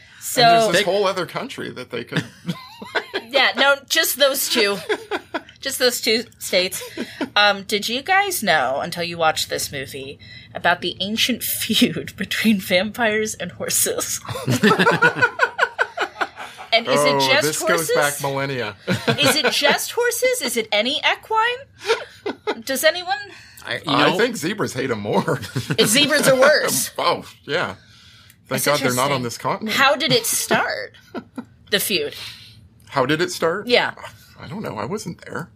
[SPEAKER 1] so
[SPEAKER 3] this whole other country that they could.
[SPEAKER 1] yeah, no, just those two. just those two states. Um, did you guys know until you watched this movie about the ancient feud between vampires and horses? and is
[SPEAKER 3] oh,
[SPEAKER 1] it just
[SPEAKER 3] this
[SPEAKER 1] horses?
[SPEAKER 3] goes back millennia.
[SPEAKER 1] is it just horses? Is it any equine? Does anyone?
[SPEAKER 2] I, you know,
[SPEAKER 3] I think zebras hate them more.
[SPEAKER 1] Zebras are worse.
[SPEAKER 3] oh yeah. Thank
[SPEAKER 1] That's
[SPEAKER 3] God they're not
[SPEAKER 1] interesting.
[SPEAKER 3] on this continent.
[SPEAKER 1] How did it start? The feud.
[SPEAKER 3] How did it start?
[SPEAKER 1] Yeah.
[SPEAKER 3] I don't know. I wasn't there.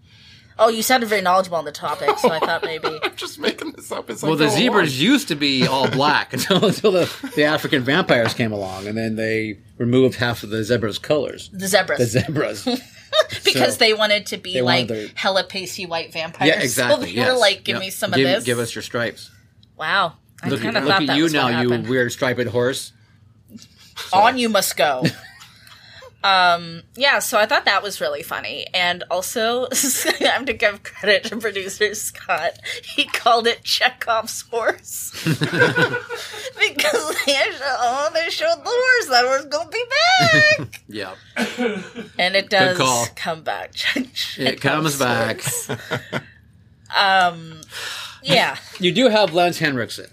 [SPEAKER 1] Oh, you sounded very knowledgeable on the topic, so I thought maybe.
[SPEAKER 3] I'm just making this up. It's
[SPEAKER 2] well, the zebras used to be all black until until the, the African vampires came along, and then they removed half of the zebra's colors.
[SPEAKER 1] The zebras.
[SPEAKER 2] The zebras.
[SPEAKER 1] because
[SPEAKER 2] So,
[SPEAKER 1] they wanted to be
[SPEAKER 2] they
[SPEAKER 1] like
[SPEAKER 2] wanted their-
[SPEAKER 1] hella pasty white vampires.
[SPEAKER 2] yeah, exactly.
[SPEAKER 1] So they
[SPEAKER 2] yes.
[SPEAKER 1] were like, give
[SPEAKER 2] Yep.
[SPEAKER 1] me some
[SPEAKER 2] Give-
[SPEAKER 1] of this.
[SPEAKER 2] Give us your stripes.
[SPEAKER 1] wow. I
[SPEAKER 2] Look,
[SPEAKER 1] kind
[SPEAKER 2] at-
[SPEAKER 1] of
[SPEAKER 2] look
[SPEAKER 1] thought
[SPEAKER 2] at
[SPEAKER 1] that
[SPEAKER 2] you
[SPEAKER 1] was what
[SPEAKER 2] now, you
[SPEAKER 1] happened.
[SPEAKER 2] weird striped horse.
[SPEAKER 1] On you must go. um, yeah, so I thought that was really funny. And also, I have to give credit to producer Scott. He called it Chekhov's horse. because they, actually- oh, they showed the horse. That horse going to be back.
[SPEAKER 2] Yeah.
[SPEAKER 1] And it does
[SPEAKER 2] call.
[SPEAKER 1] come back.
[SPEAKER 2] It comes back.
[SPEAKER 1] um, yeah.
[SPEAKER 2] You do have Lance Henriksen,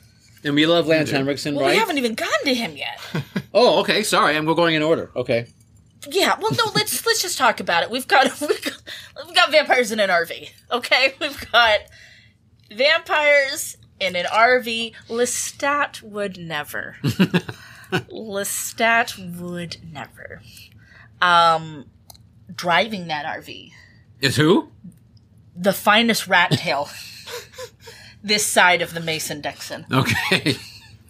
[SPEAKER 2] and we love Lance Henriksen,
[SPEAKER 1] Well, we
[SPEAKER 2] right?
[SPEAKER 1] haven't even gotten to him yet.
[SPEAKER 2] Oh, okay. Sorry, I'm we're going in order. Okay.
[SPEAKER 1] Yeah. Well, no. Let's let's just talk about it. We've got we've got, we've got vampires in an RV. Okay. We've got vampires in an RV. Lestat would never. Lestat would never. Um, driving that RV,
[SPEAKER 2] Is who?
[SPEAKER 1] the finest rat tail. this side of the Mason Dixon.
[SPEAKER 2] Okay.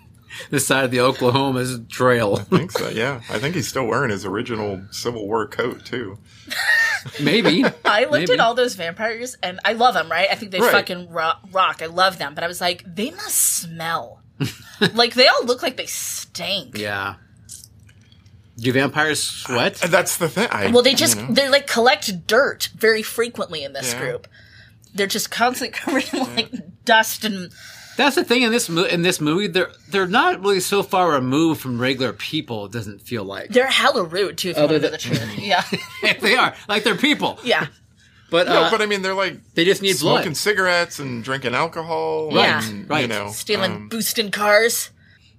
[SPEAKER 2] this side of the Oklahoma's trail.
[SPEAKER 3] I think so. Yeah, I think he's still wearing his original Civil War coat too.
[SPEAKER 2] Maybe.
[SPEAKER 1] I looked
[SPEAKER 2] Maybe.
[SPEAKER 1] at all those vampires and I love them, right? I think they
[SPEAKER 3] Right.
[SPEAKER 1] fucking ro- rock. I love them, but I was like, they must smell. like they all look like they stink.
[SPEAKER 2] Yeah. Do vampires sweat?
[SPEAKER 3] And that's the thing. I,
[SPEAKER 1] Well, they just
[SPEAKER 3] you know.
[SPEAKER 1] they like collect dirt very frequently in this
[SPEAKER 3] Mm-hmm. Yeah.
[SPEAKER 1] group. They're just constantly covered in like dust and
[SPEAKER 2] That's the thing in this mo- in this movie. They're they're not really so far removed from regular people. It doesn't feel like
[SPEAKER 1] they're hella rude too. If you want to know
[SPEAKER 2] than-
[SPEAKER 1] the truth, yeah,
[SPEAKER 2] they are like they're people.
[SPEAKER 1] yeah.
[SPEAKER 2] But,
[SPEAKER 3] no,
[SPEAKER 2] uh,
[SPEAKER 3] but I mean, they're like
[SPEAKER 2] they just need
[SPEAKER 3] smoking
[SPEAKER 2] blood.
[SPEAKER 3] cigarettes and drinking alcohol.
[SPEAKER 1] Right,
[SPEAKER 3] and, You
[SPEAKER 2] right.
[SPEAKER 3] know,
[SPEAKER 1] Stealing,
[SPEAKER 3] um,
[SPEAKER 1] boosting cars.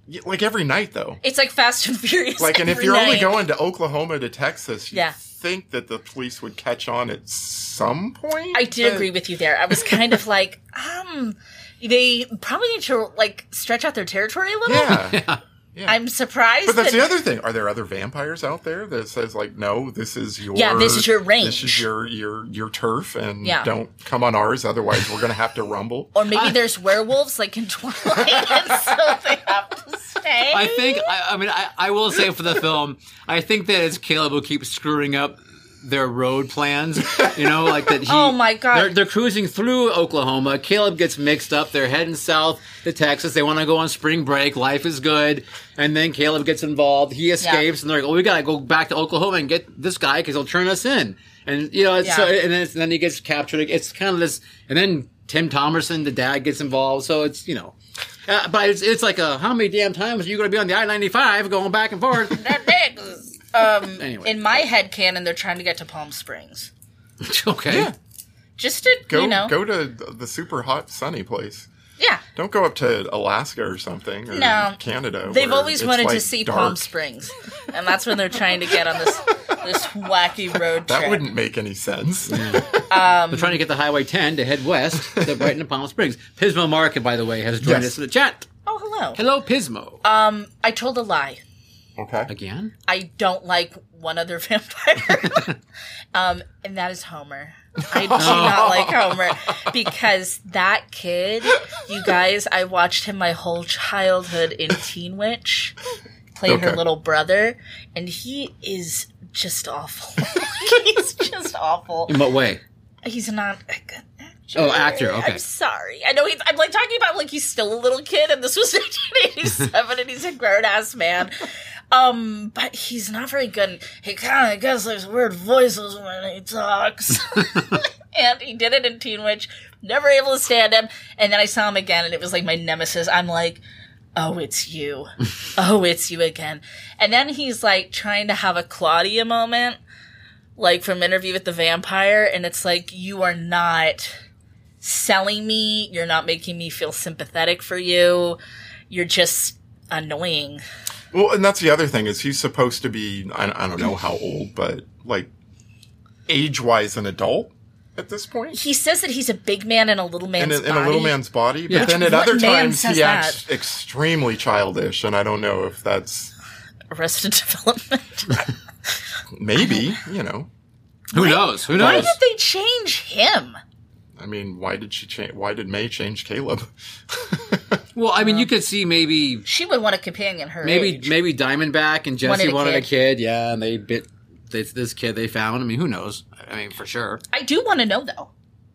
[SPEAKER 3] y- like every night though.
[SPEAKER 1] It's like Fast and Furious.
[SPEAKER 3] Like, and if
[SPEAKER 1] every
[SPEAKER 3] you're only
[SPEAKER 1] night.
[SPEAKER 3] going to Oklahoma to Texas, you
[SPEAKER 1] Yeah.
[SPEAKER 3] think that the police would catch on at some point.
[SPEAKER 1] I did agree with you there. I was kind of like, um, they probably need to like stretch out their territory a little.
[SPEAKER 3] Yeah.
[SPEAKER 1] I'm surprised.
[SPEAKER 3] But that's
[SPEAKER 1] that-
[SPEAKER 3] the other thing. Are there other vampires out there that says like, no, this is your
[SPEAKER 1] Yeah, this is your
[SPEAKER 3] This
[SPEAKER 1] range.
[SPEAKER 3] is your your your turf, and
[SPEAKER 1] Yeah.
[SPEAKER 3] don't come on ours, otherwise we're gonna have to rumble.
[SPEAKER 1] or maybe there's werewolves like in Twilight, and so they have to stay.
[SPEAKER 2] I think I, I mean I, I will say for the film I think that it's Caleb who keeps screwing up their road plans. You know, like that. He,
[SPEAKER 1] Oh, my God.
[SPEAKER 2] They're, they're cruising through Oklahoma. Caleb gets mixed up. They're heading south to Texas. They want to go on spring break. Life is good, and then Caleb gets involved. He escapes, and they're like, "Oh, we gotta go back to Oklahoma and get this guy because he'll turn us in." And you know, it's, so,
[SPEAKER 1] Yeah.
[SPEAKER 2] and then, it's, then he gets captured. It's kind of this, and then Tim Thomerson, the dad, gets involved. So it's you know. Uh, but it's, it's like, uh how many damn times are you going to be on the I 95 going back and forth?
[SPEAKER 1] They're dicks. Um,
[SPEAKER 2] Anyway.
[SPEAKER 1] in my head canon, they're trying to get to Palm Springs,
[SPEAKER 2] okay.
[SPEAKER 1] just to
[SPEAKER 3] Go
[SPEAKER 1] you know,
[SPEAKER 3] go to the super hot sunny place.
[SPEAKER 1] yeah.
[SPEAKER 3] Don't go up to Alaska or something or
[SPEAKER 1] No.
[SPEAKER 3] Canada.
[SPEAKER 1] They've
[SPEAKER 3] where
[SPEAKER 1] always
[SPEAKER 3] it's,
[SPEAKER 1] wanted to
[SPEAKER 3] like,
[SPEAKER 1] see
[SPEAKER 3] dark.
[SPEAKER 1] Palm Springs, and that's when they're trying to get on this this wacky road trip.
[SPEAKER 3] That wouldn't make any sense.
[SPEAKER 2] They're trying to get the Highway 10 to head west to Brighton and Palm Springs. Pismo Market, by the way, has joined
[SPEAKER 3] Yes.
[SPEAKER 2] us in the chat.
[SPEAKER 1] Oh, hello.
[SPEAKER 2] Hello, Pismo.
[SPEAKER 1] Um, I told a lie.
[SPEAKER 3] Okay.
[SPEAKER 2] Again?
[SPEAKER 1] I don't like one other vampire, um, and that is Homer. I do not like Homer because that kid, you guys, I watched him my whole childhood in Teen Witch, played her
[SPEAKER 3] Okay.
[SPEAKER 1] little brother, and he is just awful. He's just awful.
[SPEAKER 2] In what way?
[SPEAKER 1] He's not a good actor.
[SPEAKER 2] Oh, actor, okay.
[SPEAKER 1] I'm sorry. I know he's, I'm like talking about like he's still a little kid and this was 1987 and he's a grown ass man. Um, but he's not very good. and He kind of gets those weird voices when he talks. and he did it in Teen Witch. Never able to stand him. And then I saw him again and it was like my nemesis. I'm like, oh, it's you. oh, it's you again. And then he's like trying to have a Claudia moment like from interview with the vampire and it's like you are not selling me you're not making me feel sympathetic for you you're just annoying
[SPEAKER 3] Well, and that's the other thing is he's supposed to be I, I don't know how old, but like age wise, an adult at this point.
[SPEAKER 1] he says that he's a big man in a little
[SPEAKER 3] In
[SPEAKER 1] man's
[SPEAKER 3] a, in a little
[SPEAKER 1] body.
[SPEAKER 3] man's body, but
[SPEAKER 2] Yeah.
[SPEAKER 3] then at
[SPEAKER 1] What
[SPEAKER 3] other
[SPEAKER 1] man
[SPEAKER 3] times
[SPEAKER 1] says
[SPEAKER 3] he acts extremely childish, and I don't know if that's
[SPEAKER 1] arrested development
[SPEAKER 3] maybe you know.
[SPEAKER 2] Who knows? Who
[SPEAKER 1] why
[SPEAKER 2] knows?
[SPEAKER 1] did they change him
[SPEAKER 3] I mean, why did she change? Why did May change Caleb?
[SPEAKER 2] Well, I mean, you could see maybe
[SPEAKER 1] she would want a companion her
[SPEAKER 2] maybe
[SPEAKER 1] age.
[SPEAKER 2] maybe Diamondback and Jesse wanted,
[SPEAKER 1] Wanted
[SPEAKER 2] a,
[SPEAKER 1] a
[SPEAKER 2] kid. yeah, and they bit this, this kid they found. I mean, who knows? I mean, for sure.
[SPEAKER 1] i do want to know though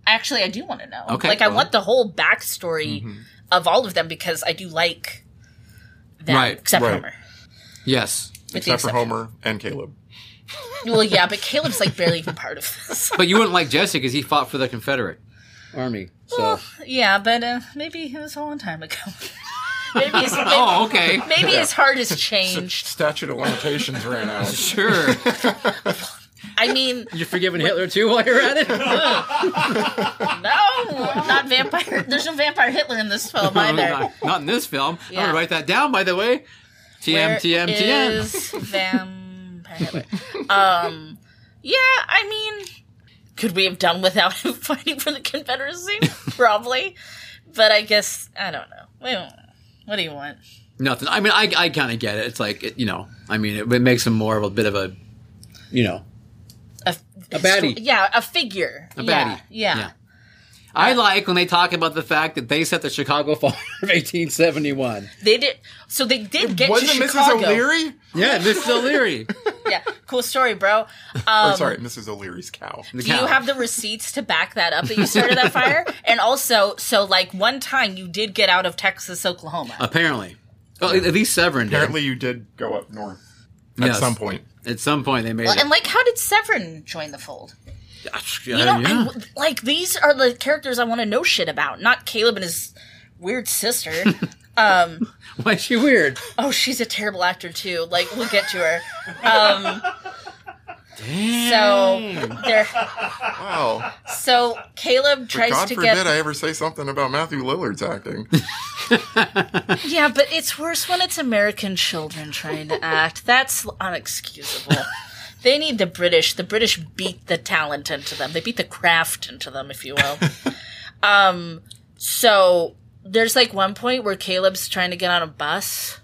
[SPEAKER 1] actually i do want to know
[SPEAKER 2] Okay, Mm-hmm.
[SPEAKER 1] like i
[SPEAKER 2] well.
[SPEAKER 1] want the whole backstory of all of them because i do like them
[SPEAKER 2] Right,
[SPEAKER 1] except
[SPEAKER 3] right.
[SPEAKER 1] homer
[SPEAKER 2] Yes,
[SPEAKER 1] with the
[SPEAKER 3] Except for
[SPEAKER 1] exception.
[SPEAKER 3] Homer and Caleb.
[SPEAKER 1] Well, yeah, but Caleb's like barely even part of this.
[SPEAKER 2] but you wouldn't like Jesse because he fought for the Confederate Army. So,
[SPEAKER 1] yeah, but uh, maybe it was a long time ago. maybe his, maybe,
[SPEAKER 2] oh, okay,
[SPEAKER 1] maybe his heart has changed.
[SPEAKER 3] Statute of limitations ran out.
[SPEAKER 2] sure.
[SPEAKER 1] I mean,
[SPEAKER 2] You're forgiving Hitler too while you're at it.
[SPEAKER 1] no, not vampire. There's no vampire Hitler in this film either.
[SPEAKER 2] not, not in this film. I'm
[SPEAKER 1] Yeah.
[SPEAKER 2] gonna write that down, by the way. TM
[SPEAKER 1] Where
[SPEAKER 2] TM TM.
[SPEAKER 1] is vampire Hitler? Um, yeah, I mean, could we have done without him fighting for the Confederacy? Probably, but I guess I don't know. We don't- What do you want?
[SPEAKER 2] Nothing. I mean, I, I kind of get it. It's like it- you know. I mean, it, it makes him more of a bit of a, you know,
[SPEAKER 1] a,
[SPEAKER 2] A baddie.
[SPEAKER 1] Yeah, a figure.
[SPEAKER 2] a baddie.
[SPEAKER 1] Yeah, yeah.
[SPEAKER 2] I like when they talk about the fact that they set the Chicago Fire of 1871.
[SPEAKER 1] They did. So they did get
[SPEAKER 3] Wasn't
[SPEAKER 1] to
[SPEAKER 3] Mrs.
[SPEAKER 1] Chicago.
[SPEAKER 3] O'Leary?
[SPEAKER 2] Yeah, Mrs. O'Leary.
[SPEAKER 1] Yeah, cool story, bro. Um,
[SPEAKER 3] or sorry, Mrs. O'Leary's cow.
[SPEAKER 2] The
[SPEAKER 1] Do you
[SPEAKER 2] cow.
[SPEAKER 1] have the receipts to back that up that you started that fire? And also, so like one time you did get out of Texas, Oklahoma.
[SPEAKER 2] Apparently. Well, at least Severin did.
[SPEAKER 3] Apparently, you did go up north at
[SPEAKER 2] Yes.
[SPEAKER 3] some point.
[SPEAKER 2] At some point, they made
[SPEAKER 1] Well,
[SPEAKER 2] it.
[SPEAKER 1] and like, how did Severin join the fold?
[SPEAKER 2] Yeah,
[SPEAKER 1] You know,
[SPEAKER 2] Uh, yeah.
[SPEAKER 1] I, like these are the characters I want to know shit about, not Caleb and his weird sister.
[SPEAKER 2] Why is she weird?
[SPEAKER 1] oh, she's a terrible actor too. Like, we'll get to her. Um, so there.
[SPEAKER 3] Wow.
[SPEAKER 1] So Caleb tries
[SPEAKER 3] God
[SPEAKER 1] to
[SPEAKER 3] forbid
[SPEAKER 1] get.
[SPEAKER 3] I ever say something about Matthew Lillard's acting.
[SPEAKER 1] yeah, but it's worse when it's American children trying to act. That's unexcusable. they need the British. The British beat the talent into them. They beat the craft into them, if you will. um, so there's like one point where Caleb's trying to get on a bus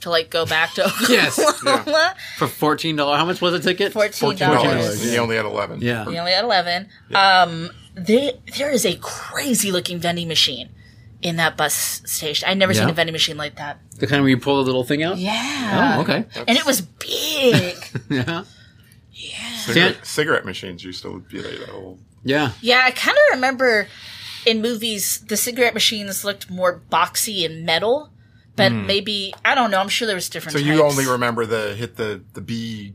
[SPEAKER 1] to like go back to Oklahoma.
[SPEAKER 2] Yes. For $14. How much was a ticket?
[SPEAKER 1] Fourteen
[SPEAKER 3] Dollars.
[SPEAKER 1] dollars.
[SPEAKER 3] He only had eleven.
[SPEAKER 2] Yeah.
[SPEAKER 1] We only had eleven. Um, they, there is a crazy looking vending machine in that bus station. I never seen
[SPEAKER 2] Yeah.
[SPEAKER 1] a vending machine like that.
[SPEAKER 2] The kind where you pull the little thing out?
[SPEAKER 1] Yeah.
[SPEAKER 2] Oh, okay.
[SPEAKER 1] And it was big.
[SPEAKER 2] Yeah.
[SPEAKER 3] Cigarette, cigarette machines used to be like that old.
[SPEAKER 2] Yeah.
[SPEAKER 1] yeah, I kind of remember in movies the cigarette machines looked more boxy and metal, but maybe I don't know. I'm sure there was different.
[SPEAKER 3] Hmm. So you
[SPEAKER 1] types.
[SPEAKER 3] only remember the hit the the B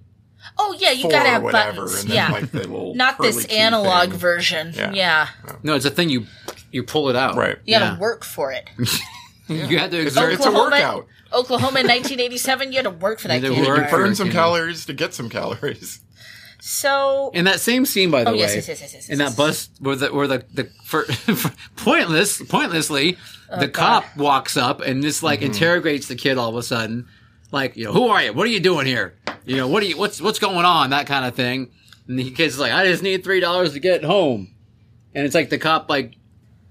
[SPEAKER 1] Oh yeah, you
[SPEAKER 3] four
[SPEAKER 1] gotta
[SPEAKER 3] or
[SPEAKER 1] have
[SPEAKER 3] whatever,
[SPEAKER 1] buttons.
[SPEAKER 3] and then
[SPEAKER 1] Yeah.
[SPEAKER 3] like the little
[SPEAKER 1] Not this
[SPEAKER 3] curly key
[SPEAKER 1] analog
[SPEAKER 3] thing.
[SPEAKER 1] version.
[SPEAKER 3] Yeah.
[SPEAKER 1] Yeah.
[SPEAKER 2] No, it's a thing you you pull it out.
[SPEAKER 3] Right.
[SPEAKER 1] You gotta
[SPEAKER 2] Yeah.
[SPEAKER 1] work for it.
[SPEAKER 2] You
[SPEAKER 1] Oh,
[SPEAKER 2] had to exert.
[SPEAKER 3] It's a workout.
[SPEAKER 1] Oklahoma in 1987, you had to work for that
[SPEAKER 2] You had to
[SPEAKER 1] candy
[SPEAKER 2] work
[SPEAKER 1] bar.
[SPEAKER 2] for
[SPEAKER 3] Burn some
[SPEAKER 2] Yeah.
[SPEAKER 3] calories to get some calories.
[SPEAKER 1] So
[SPEAKER 2] In that same scene, by the
[SPEAKER 1] Oh,
[SPEAKER 2] way,
[SPEAKER 1] yes, yes, yes, yes, yes,
[SPEAKER 2] in
[SPEAKER 1] yes.
[SPEAKER 2] that bus where the where the, the for, pointless pointlessly the
[SPEAKER 1] Oh, God.
[SPEAKER 2] cop walks up and just
[SPEAKER 3] Mm-hmm.
[SPEAKER 2] like interrogates the kid all of a sudden, like you know who are you? What are you doing here? You know what are you? What's what's going on? That kind of thing. And the kid's like, I just need three dollars to get home. and it's like the cop like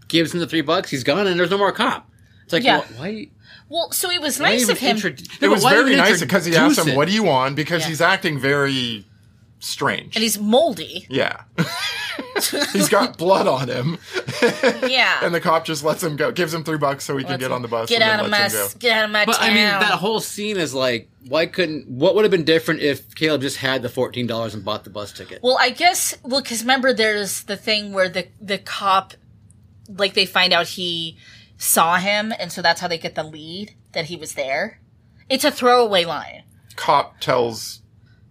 [SPEAKER 2] gives him the three bucks, he's gone, and there's no more cop. It's like
[SPEAKER 1] Yeah.
[SPEAKER 2] why- why?
[SPEAKER 1] Well, so it was
[SPEAKER 2] why
[SPEAKER 1] nice
[SPEAKER 2] even
[SPEAKER 1] of him.
[SPEAKER 2] introdu- No,
[SPEAKER 3] It
[SPEAKER 2] but
[SPEAKER 3] was
[SPEAKER 2] why
[SPEAKER 3] very
[SPEAKER 2] even
[SPEAKER 3] nice because he asked
[SPEAKER 2] introduce
[SPEAKER 3] him,
[SPEAKER 2] it?
[SPEAKER 3] "What do you want?" Because
[SPEAKER 1] Yeah.
[SPEAKER 3] he's acting very strange.
[SPEAKER 1] and he's moldy.
[SPEAKER 3] yeah, he's got blood on him,
[SPEAKER 1] Yeah.
[SPEAKER 3] and the cop just lets him go, gives him three bucks so he can
[SPEAKER 1] Let's-
[SPEAKER 3] get on the bus.
[SPEAKER 1] Get
[SPEAKER 3] and then
[SPEAKER 1] out of my.
[SPEAKER 3] lets him
[SPEAKER 1] s-
[SPEAKER 3] go.
[SPEAKER 1] Get out of my
[SPEAKER 2] But
[SPEAKER 1] town.
[SPEAKER 2] I mean, that whole scene is like, why couldn't? What would have been different if Caleb just had the fourteen dollars and bought the bus ticket?
[SPEAKER 1] Well, I guess well because remember there's the thing where the the cop, like they find out he saw him, and so that's how they get the lead that he was there. It's a throwaway line.
[SPEAKER 3] Cop tells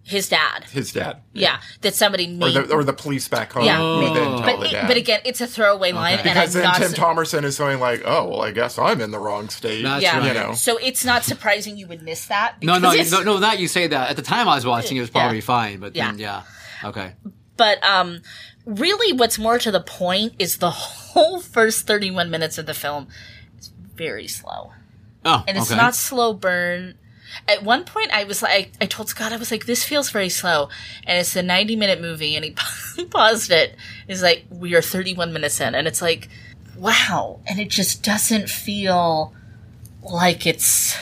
[SPEAKER 1] His dad,
[SPEAKER 3] his dad,
[SPEAKER 1] yeah, that somebody
[SPEAKER 3] or
[SPEAKER 1] made.
[SPEAKER 3] the, or the police back home.
[SPEAKER 1] Yeah.
[SPEAKER 2] Oh.
[SPEAKER 3] who then tell
[SPEAKER 1] but,
[SPEAKER 3] the
[SPEAKER 1] it-
[SPEAKER 3] dad.
[SPEAKER 1] but again, it's a throwaway line, and
[SPEAKER 3] because
[SPEAKER 1] I'm
[SPEAKER 3] then
[SPEAKER 1] not.
[SPEAKER 3] Tim
[SPEAKER 1] su-
[SPEAKER 3] Thomerson is going like, "Oh, well, I guess I'm in the wrong state."
[SPEAKER 2] That's
[SPEAKER 1] yeah,
[SPEAKER 2] right.
[SPEAKER 3] you know.
[SPEAKER 1] so it's not surprising you would miss that.
[SPEAKER 2] no, no,
[SPEAKER 1] because
[SPEAKER 2] you-
[SPEAKER 1] it's-
[SPEAKER 2] no, no, not you say that. At the time I was watching, it was probably
[SPEAKER 1] Yeah.
[SPEAKER 2] fine, but then, yeah, okay.
[SPEAKER 1] But um, really, what's more to the point is the whole first 31 minutes of the film is very slow.
[SPEAKER 2] Oh,
[SPEAKER 1] and it's
[SPEAKER 2] okay.
[SPEAKER 1] not slow burn. At one point, I was like, I told Scott, I was like, this feels very slow, and it's a ninety-minute movie, and he paused it. He's like, we are thirty-one minutes in, and it's like, wow, and it just doesn't feel like it's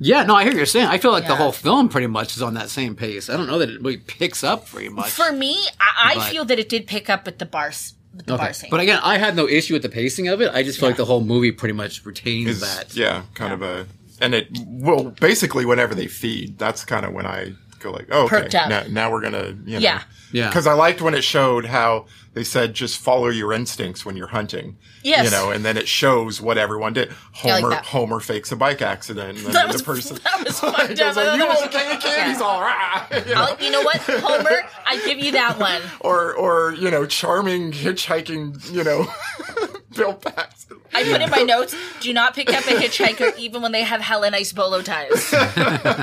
[SPEAKER 2] Yeah, no, I hear what you're saying. I feel like the
[SPEAKER 1] Yeah.
[SPEAKER 2] whole film pretty much is on that same pace. I don't know that it really picks up very much.
[SPEAKER 1] for me. I, I
[SPEAKER 2] But-
[SPEAKER 1] feel that it did pick up at the bars, with the
[SPEAKER 2] Okay.
[SPEAKER 1] bar scene.
[SPEAKER 2] But again, I had no issue with the pacing of it. I just feel like the whole movie pretty much retains
[SPEAKER 3] is
[SPEAKER 2] that.
[SPEAKER 3] yeah kind of a and it well basically whenever they feed that's kind of when i go like oh okay
[SPEAKER 1] Perked up.
[SPEAKER 3] now, now we're gonna you know
[SPEAKER 1] Yeah.
[SPEAKER 2] Yeah.
[SPEAKER 3] because i liked when it showed how they said just follow your instincts when you're hunting
[SPEAKER 1] Yes.
[SPEAKER 3] you know and then it shows what everyone did
[SPEAKER 1] like
[SPEAKER 3] homer
[SPEAKER 1] that.
[SPEAKER 3] homer fakes a bike accident and then
[SPEAKER 1] that
[SPEAKER 3] the
[SPEAKER 1] was
[SPEAKER 3] person
[SPEAKER 1] that was fucked
[SPEAKER 3] goes
[SPEAKER 1] up.
[SPEAKER 3] like,
[SPEAKER 1] That was-
[SPEAKER 3] you okay kid he's all right you know?
[SPEAKER 1] I'll- you know what, Homer? I give you that one.
[SPEAKER 3] or or you know charming hitchhiking you know bill paxton
[SPEAKER 1] I put in my notes: do not pick up a hitchhiker, even when they have hella nice bolo ties.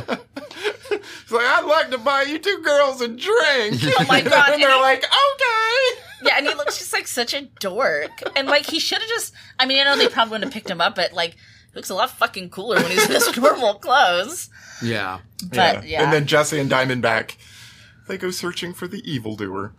[SPEAKER 3] It's like, I'd like to buy you two girls a drink.
[SPEAKER 1] Oh my God,
[SPEAKER 3] and they're
[SPEAKER 1] and he-
[SPEAKER 3] like, okay.
[SPEAKER 1] Yeah, and he looks just like such a dork. And like he should have just I mean, I know they probably wouldn't have picked him up, but like he looks a lot fucking cooler when he's in his normal clothes.
[SPEAKER 2] Yeah.
[SPEAKER 1] But yeah.
[SPEAKER 3] And then Jesse and Diamondback, they go searching for the evildoer.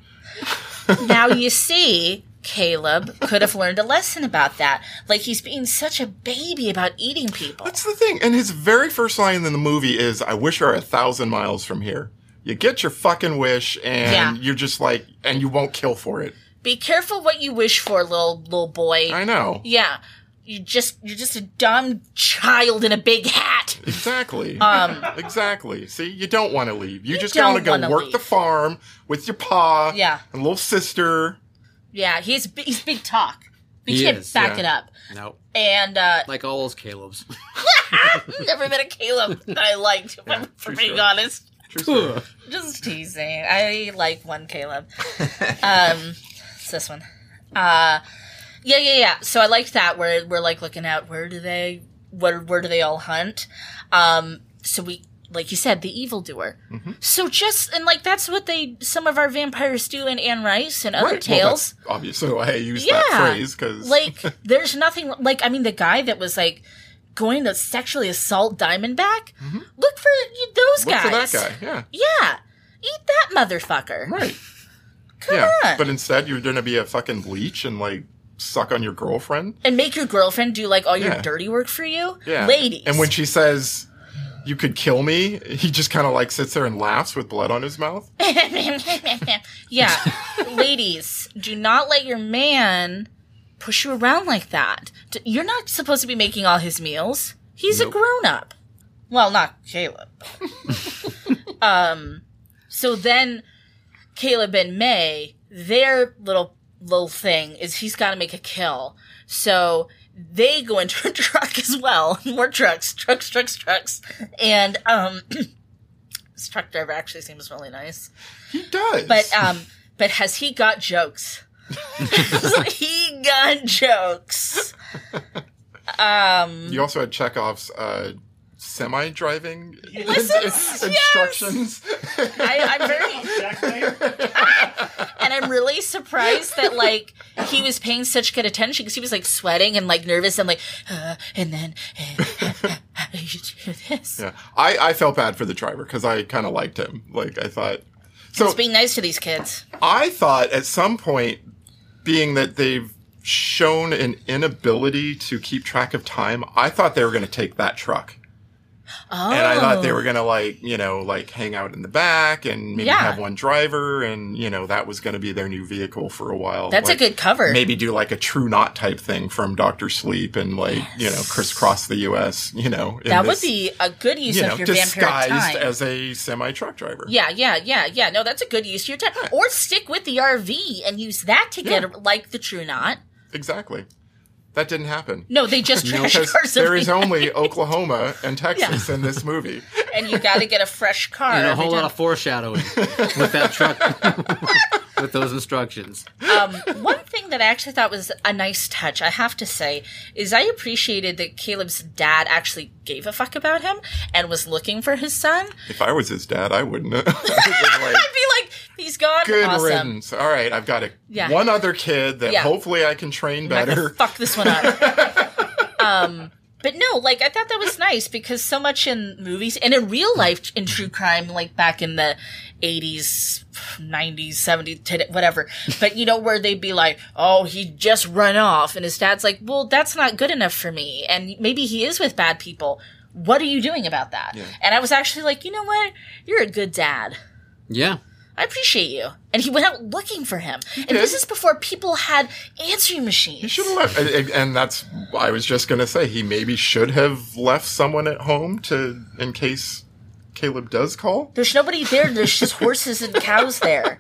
[SPEAKER 1] now you see Caleb could have learned a lesson about that. Like he's being such a baby about eating people.
[SPEAKER 3] That's the thing. And his very first line in the movie is, I wish I were a thousand miles from here. You get your fucking wish, and
[SPEAKER 1] Yeah.
[SPEAKER 3] you're just like, and you won't kill for it.
[SPEAKER 1] Be careful what you wish for, little little boy.
[SPEAKER 3] I know.
[SPEAKER 1] Yeah. You just you're just a dumb child in a big hat. Um,
[SPEAKER 3] Exactly.
[SPEAKER 1] Uh,
[SPEAKER 3] exactly. See, you don't want to leave. You, just
[SPEAKER 1] don't
[SPEAKER 3] want to go
[SPEAKER 1] wanna
[SPEAKER 3] work
[SPEAKER 1] leave.
[SPEAKER 3] the farm with your pa
[SPEAKER 1] Yeah.
[SPEAKER 3] and little sister.
[SPEAKER 1] Yeah, he's bi- he's big talk. We
[SPEAKER 2] He
[SPEAKER 1] can't
[SPEAKER 2] is,
[SPEAKER 1] back
[SPEAKER 3] yeah.
[SPEAKER 1] it up.
[SPEAKER 2] No.
[SPEAKER 1] And uh
[SPEAKER 2] Like all those Caleb's.
[SPEAKER 1] never been a Caleb that I liked, if I'm for being honest. Just teasing. I like one Caleb. Um, it's this one. Uh, yeah, yeah, yeah. So I liked that where we're like looking at where do they, where where do they all hunt? Um, so we, like you said, the evildoer.
[SPEAKER 3] Mm-hmm.
[SPEAKER 1] So just and like that's what they some of our vampires do in Anne Rice and other
[SPEAKER 3] Right. Well,
[SPEAKER 1] tales
[SPEAKER 3] that's obviously why I use
[SPEAKER 1] Yeah.
[SPEAKER 3] that phrase because
[SPEAKER 1] like there's nothing like i mean the guy that was like going to sexually assault diamondback look for y- those
[SPEAKER 3] Mm-hmm. look
[SPEAKER 1] guys
[SPEAKER 3] for that guy. Yeah.
[SPEAKER 1] yeah eat that motherfucker
[SPEAKER 3] Right. yeah.
[SPEAKER 1] on.
[SPEAKER 3] But instead, you're going to be a fucking leech and like suck on your girlfriend.
[SPEAKER 1] and make your girlfriend do like all your
[SPEAKER 3] Yeah.
[SPEAKER 1] dirty work for you
[SPEAKER 3] Yeah.
[SPEAKER 1] ladies
[SPEAKER 3] And when she says, you could kill me, he just kind of like sits there and laughs with blood on his mouth.
[SPEAKER 1] yeah ladies do not let your man push you around like that D- you're not supposed to be making all his meals he's a
[SPEAKER 3] Nope.
[SPEAKER 1] grown-up well not caleb um so then Caleb and May, their little little thing is he's got to make a kill. So they go into a truck as well. More trucks, trucks, trucks, trucks. And um this truck driver actually seems really nice.
[SPEAKER 3] He does.
[SPEAKER 1] But um but has he got jokes? he got jokes. Um
[SPEAKER 3] you also had Chekhov's uh, semi driving
[SPEAKER 1] Lessons?
[SPEAKER 3] instructions.
[SPEAKER 1] I, I'm very
[SPEAKER 4] Jack Mayer?
[SPEAKER 1] and I'm really surprised that like he was paying such good attention because he was like sweating and like nervous and like, uh, and then uh, you should do this.
[SPEAKER 3] Yeah. I, I felt bad for the driver because I kind of liked him. Like, I thought. So
[SPEAKER 1] It's being nice to these kids.
[SPEAKER 3] I thought at some point being that they've shown an inability to keep track of time. I thought they were going to take that truck.
[SPEAKER 1] Oh.
[SPEAKER 3] And I thought they were going to like, you know, like hang out in the back and maybe
[SPEAKER 1] Yeah.
[SPEAKER 3] have one driver and, you know, that was going to be their new vehicle for a while.
[SPEAKER 1] Oh. That's
[SPEAKER 3] Like,
[SPEAKER 1] a good cover.
[SPEAKER 3] Maybe do like a true knot type thing from Doctor Sleep and like, you know, crisscross the US, you know. in
[SPEAKER 1] that would
[SPEAKER 3] this,
[SPEAKER 1] be a good use
[SPEAKER 3] you know,
[SPEAKER 1] of your vampiric
[SPEAKER 3] disguised
[SPEAKER 1] time.
[SPEAKER 3] as a semi truck driver.
[SPEAKER 1] yeah, yeah, yeah, yeah. No, that's a good use of your time. Or stick with the RV and use that to get like the True Knot.
[SPEAKER 3] Exactly. That didn't happen.
[SPEAKER 1] No, they just trash
[SPEAKER 3] Because
[SPEAKER 1] cars
[SPEAKER 3] there is
[SPEAKER 1] every-
[SPEAKER 3] only Oklahoma and Texas in this movie.
[SPEAKER 1] and you got to get a fresh car.
[SPEAKER 2] and a
[SPEAKER 1] every
[SPEAKER 2] whole lot
[SPEAKER 1] time.
[SPEAKER 2] of foreshadowing with that truck, with those instructions.
[SPEAKER 1] um, one thing that I actually thought was a nice touch, I have to say, is I appreciated that Caleb's dad actually gave a fuck about him and was looking for his son.
[SPEAKER 3] If I was his dad, I wouldn't. I would've been like,
[SPEAKER 1] I'd be like, he's gone.
[SPEAKER 3] Good
[SPEAKER 1] awesome.
[SPEAKER 3] riddance. All right, I've got a
[SPEAKER 1] Yeah.
[SPEAKER 3] one other kid that
[SPEAKER 1] Yeah.
[SPEAKER 3] hopefully I can train
[SPEAKER 1] I'm gonna
[SPEAKER 3] better.
[SPEAKER 1] Fuck this one up. um, but no, like I thought that was nice because so much in movies and in real life in true crime, like back in the eighties, nineties, seventies, whatever. But you know where they'd be like, "Oh, he just run off," and his dad's like, "Well, that's not good enough for me," and maybe he is with bad people. What are you doing about that? And I was actually like, you know what? You're a good dad.
[SPEAKER 2] Yeah.
[SPEAKER 1] I appreciate you. And he went out looking for him. And
[SPEAKER 3] did.
[SPEAKER 1] this is before people had answering machines.
[SPEAKER 3] He should have left, and- and, and that's I was just gonna say he maybe should have left someone at home to in case Caleb does call,
[SPEAKER 1] There's nobody there. There's just horses and cows there.